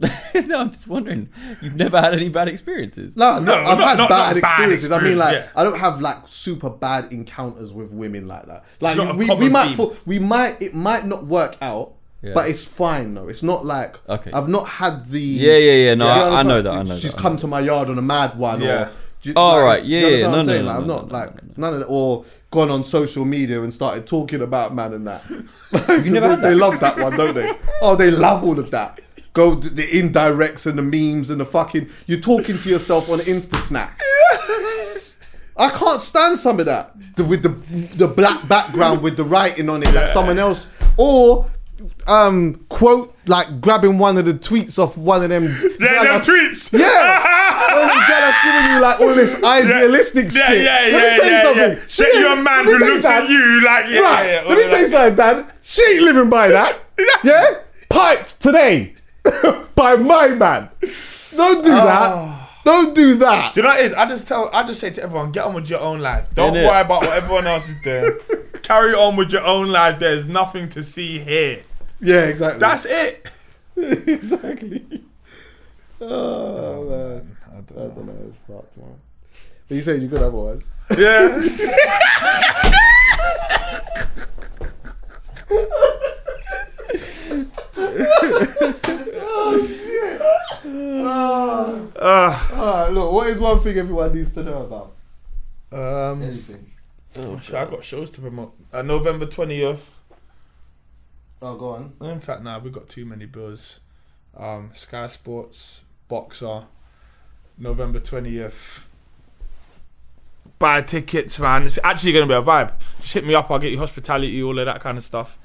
Speaker 5: <laughs> no, I'm just wondering. You've never had any bad experiences.
Speaker 3: No, no,
Speaker 1: No,
Speaker 3: I've
Speaker 1: not-
Speaker 3: had
Speaker 1: not- not
Speaker 3: bad
Speaker 1: bad
Speaker 3: experiences. I mean,
Speaker 1: experience,
Speaker 3: like,
Speaker 1: yeah.
Speaker 3: I don't have like super bad encounters with women like that. Like,
Speaker 1: not a
Speaker 3: we, we
Speaker 1: common
Speaker 3: might,
Speaker 1: theme.
Speaker 3: fall, we might, it might not work out, but it's fine though. It's not like
Speaker 5: Okay.
Speaker 3: I've not had the.
Speaker 5: Yeah, yeah, yeah, no,
Speaker 3: You
Speaker 5: I- I
Speaker 3: understand?
Speaker 5: know that, I know
Speaker 3: She's
Speaker 5: that, I
Speaker 3: come to my yard on a mad one.
Speaker 1: Yeah.
Speaker 3: Or, do you-
Speaker 5: Oh, right,
Speaker 3: it's- you
Speaker 5: yeah, yeah,
Speaker 3: understand
Speaker 5: no,
Speaker 3: what I'm
Speaker 5: no,
Speaker 3: saying?
Speaker 5: no, no, no, no,
Speaker 3: Like, I've not like
Speaker 5: no,
Speaker 3: none of that, or gone on social media and started talking about man and that. <laughs> you
Speaker 5: never
Speaker 3: they,
Speaker 5: had that?
Speaker 3: they love that one, don't they? Oh, they love all of that. Go d- the indirects and the memes and the fucking. You're talking to yourself on Insta
Speaker 5: <laughs>
Speaker 3: Snap. I can't stand some of that the, with the the black background with the writing on it that someone else or um quote like grabbing one of the tweets off
Speaker 5: <laughs>
Speaker 3: one of them.
Speaker 1: Yeah,
Speaker 3: like,
Speaker 1: them
Speaker 3: I-
Speaker 1: tweets.
Speaker 3: <laughs> Yeah, when the girl that's giving you like all this idealistic
Speaker 1: Yeah,
Speaker 3: shit.
Speaker 1: yeah,
Speaker 3: Let me
Speaker 1: yeah,
Speaker 3: tell you
Speaker 1: yeah,
Speaker 3: something.
Speaker 1: yeah.
Speaker 3: She
Speaker 1: Get you a
Speaker 3: ain't-
Speaker 1: man
Speaker 3: let me
Speaker 1: who
Speaker 3: tell
Speaker 1: looks at
Speaker 3: that.
Speaker 1: you like, yeah,
Speaker 3: right.
Speaker 1: yeah,
Speaker 3: Let me tell you something, Dad. She ain't living
Speaker 1: <laughs>
Speaker 3: by that. yeah, piped today <laughs> by my man. Don't do that. Don't do that.
Speaker 1: Oh. Do you know what it is? I just tell, I just say to everyone, get on with your own life. Don't
Speaker 5: Innit?
Speaker 1: worry about what everyone else is doing. Carry on with your own life. There's nothing to see here.
Speaker 3: Yeah, exactly. <laughs>
Speaker 1: That's it.
Speaker 3: exactly. Oh, man. I don't, know. It's fucked, man. But you said you could have one.
Speaker 1: Yeah.
Speaker 3: Alright, look, what is one thing everyone needs to know about?
Speaker 1: Um,
Speaker 3: Anything.
Speaker 1: shit, I got shows to promote. Uh, November twentieth.
Speaker 3: Oh, go on.
Speaker 1: In fact, now nah, we got too many bills. Um, Sky Sports Boxer, November twentieth. Buy tickets, man. It's actually gonna be a vibe. Just hit me up. I'll get you hospitality, all of that kind of stuff.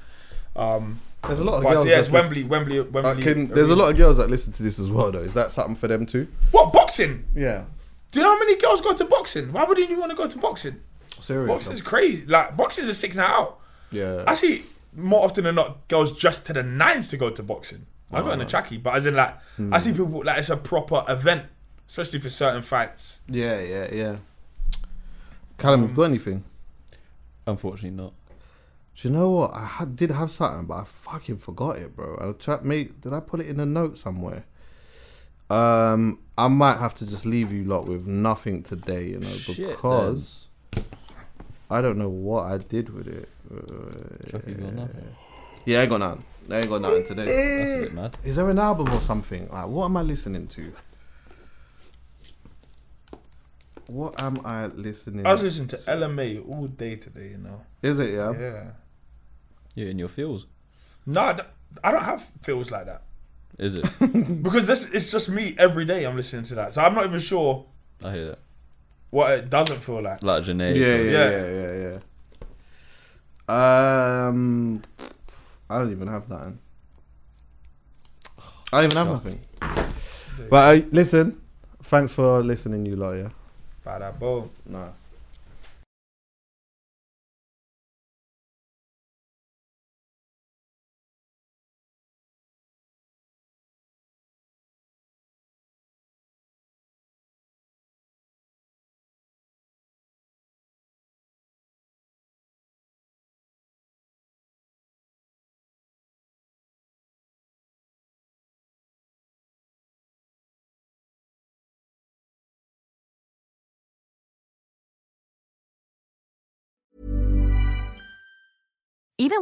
Speaker 1: Um,
Speaker 3: There's a lot of
Speaker 1: but
Speaker 3: girls.
Speaker 1: yeah,
Speaker 3: that's
Speaker 1: it's Wembley, Wembley, Wembley.
Speaker 3: listen- Uh, can- there's a
Speaker 1: Arena.
Speaker 3: lot of girls that listen to this as well, though. Is that something for them too?
Speaker 1: What boxing?
Speaker 3: Yeah.
Speaker 1: Do you know how many girls go to boxing? Why wouldn't you want to go to boxing? Boxing's
Speaker 3: Seriously.
Speaker 1: crazy. Like boxing's a six night out.
Speaker 3: Yeah.
Speaker 1: I see more often than not girls dressed to the nines to go to boxing. I got in a trackie, but as in like I see people like it's a proper event, especially for certain fights.
Speaker 3: Yeah, yeah, yeah. Callum, you got anything?
Speaker 5: Unfortunately, not.
Speaker 3: Do you know what? I had, did have something, but I fucking forgot it, bro. I tried, mate, did I put it in a note somewhere? Um, I might have to just leave you lot with nothing today, you know,
Speaker 5: Shit, then.
Speaker 3: because I don't know what I did with it. Uh,
Speaker 5: Chucky got nothing.
Speaker 3: yeah, I ain't got nothing. I ain't got nothing today.
Speaker 5: That's a bit mad.
Speaker 3: Is there an album or something? Like, what am I listening to? What am I listening?
Speaker 1: I was listening to LMA all day today, you know.
Speaker 3: Is it yeah?
Speaker 1: Yeah.
Speaker 5: You're in your feels.
Speaker 1: No, I don't, I don't have feels like that
Speaker 5: Is it? <laughs>
Speaker 1: because this it's just me every day. I'm listening to that, so I'm not even sure
Speaker 5: I hear that.
Speaker 1: what it doesn't feel like.
Speaker 5: Like Janae.
Speaker 3: Yeah,
Speaker 5: bro.
Speaker 3: yeah, yeah, yeah, yeah, Um, I don't even have that. In. I don't even have nothing. But uh, listen, thanks for listening, you lot. Yeah,
Speaker 1: Bada boom.
Speaker 3: nice.
Speaker 6: Even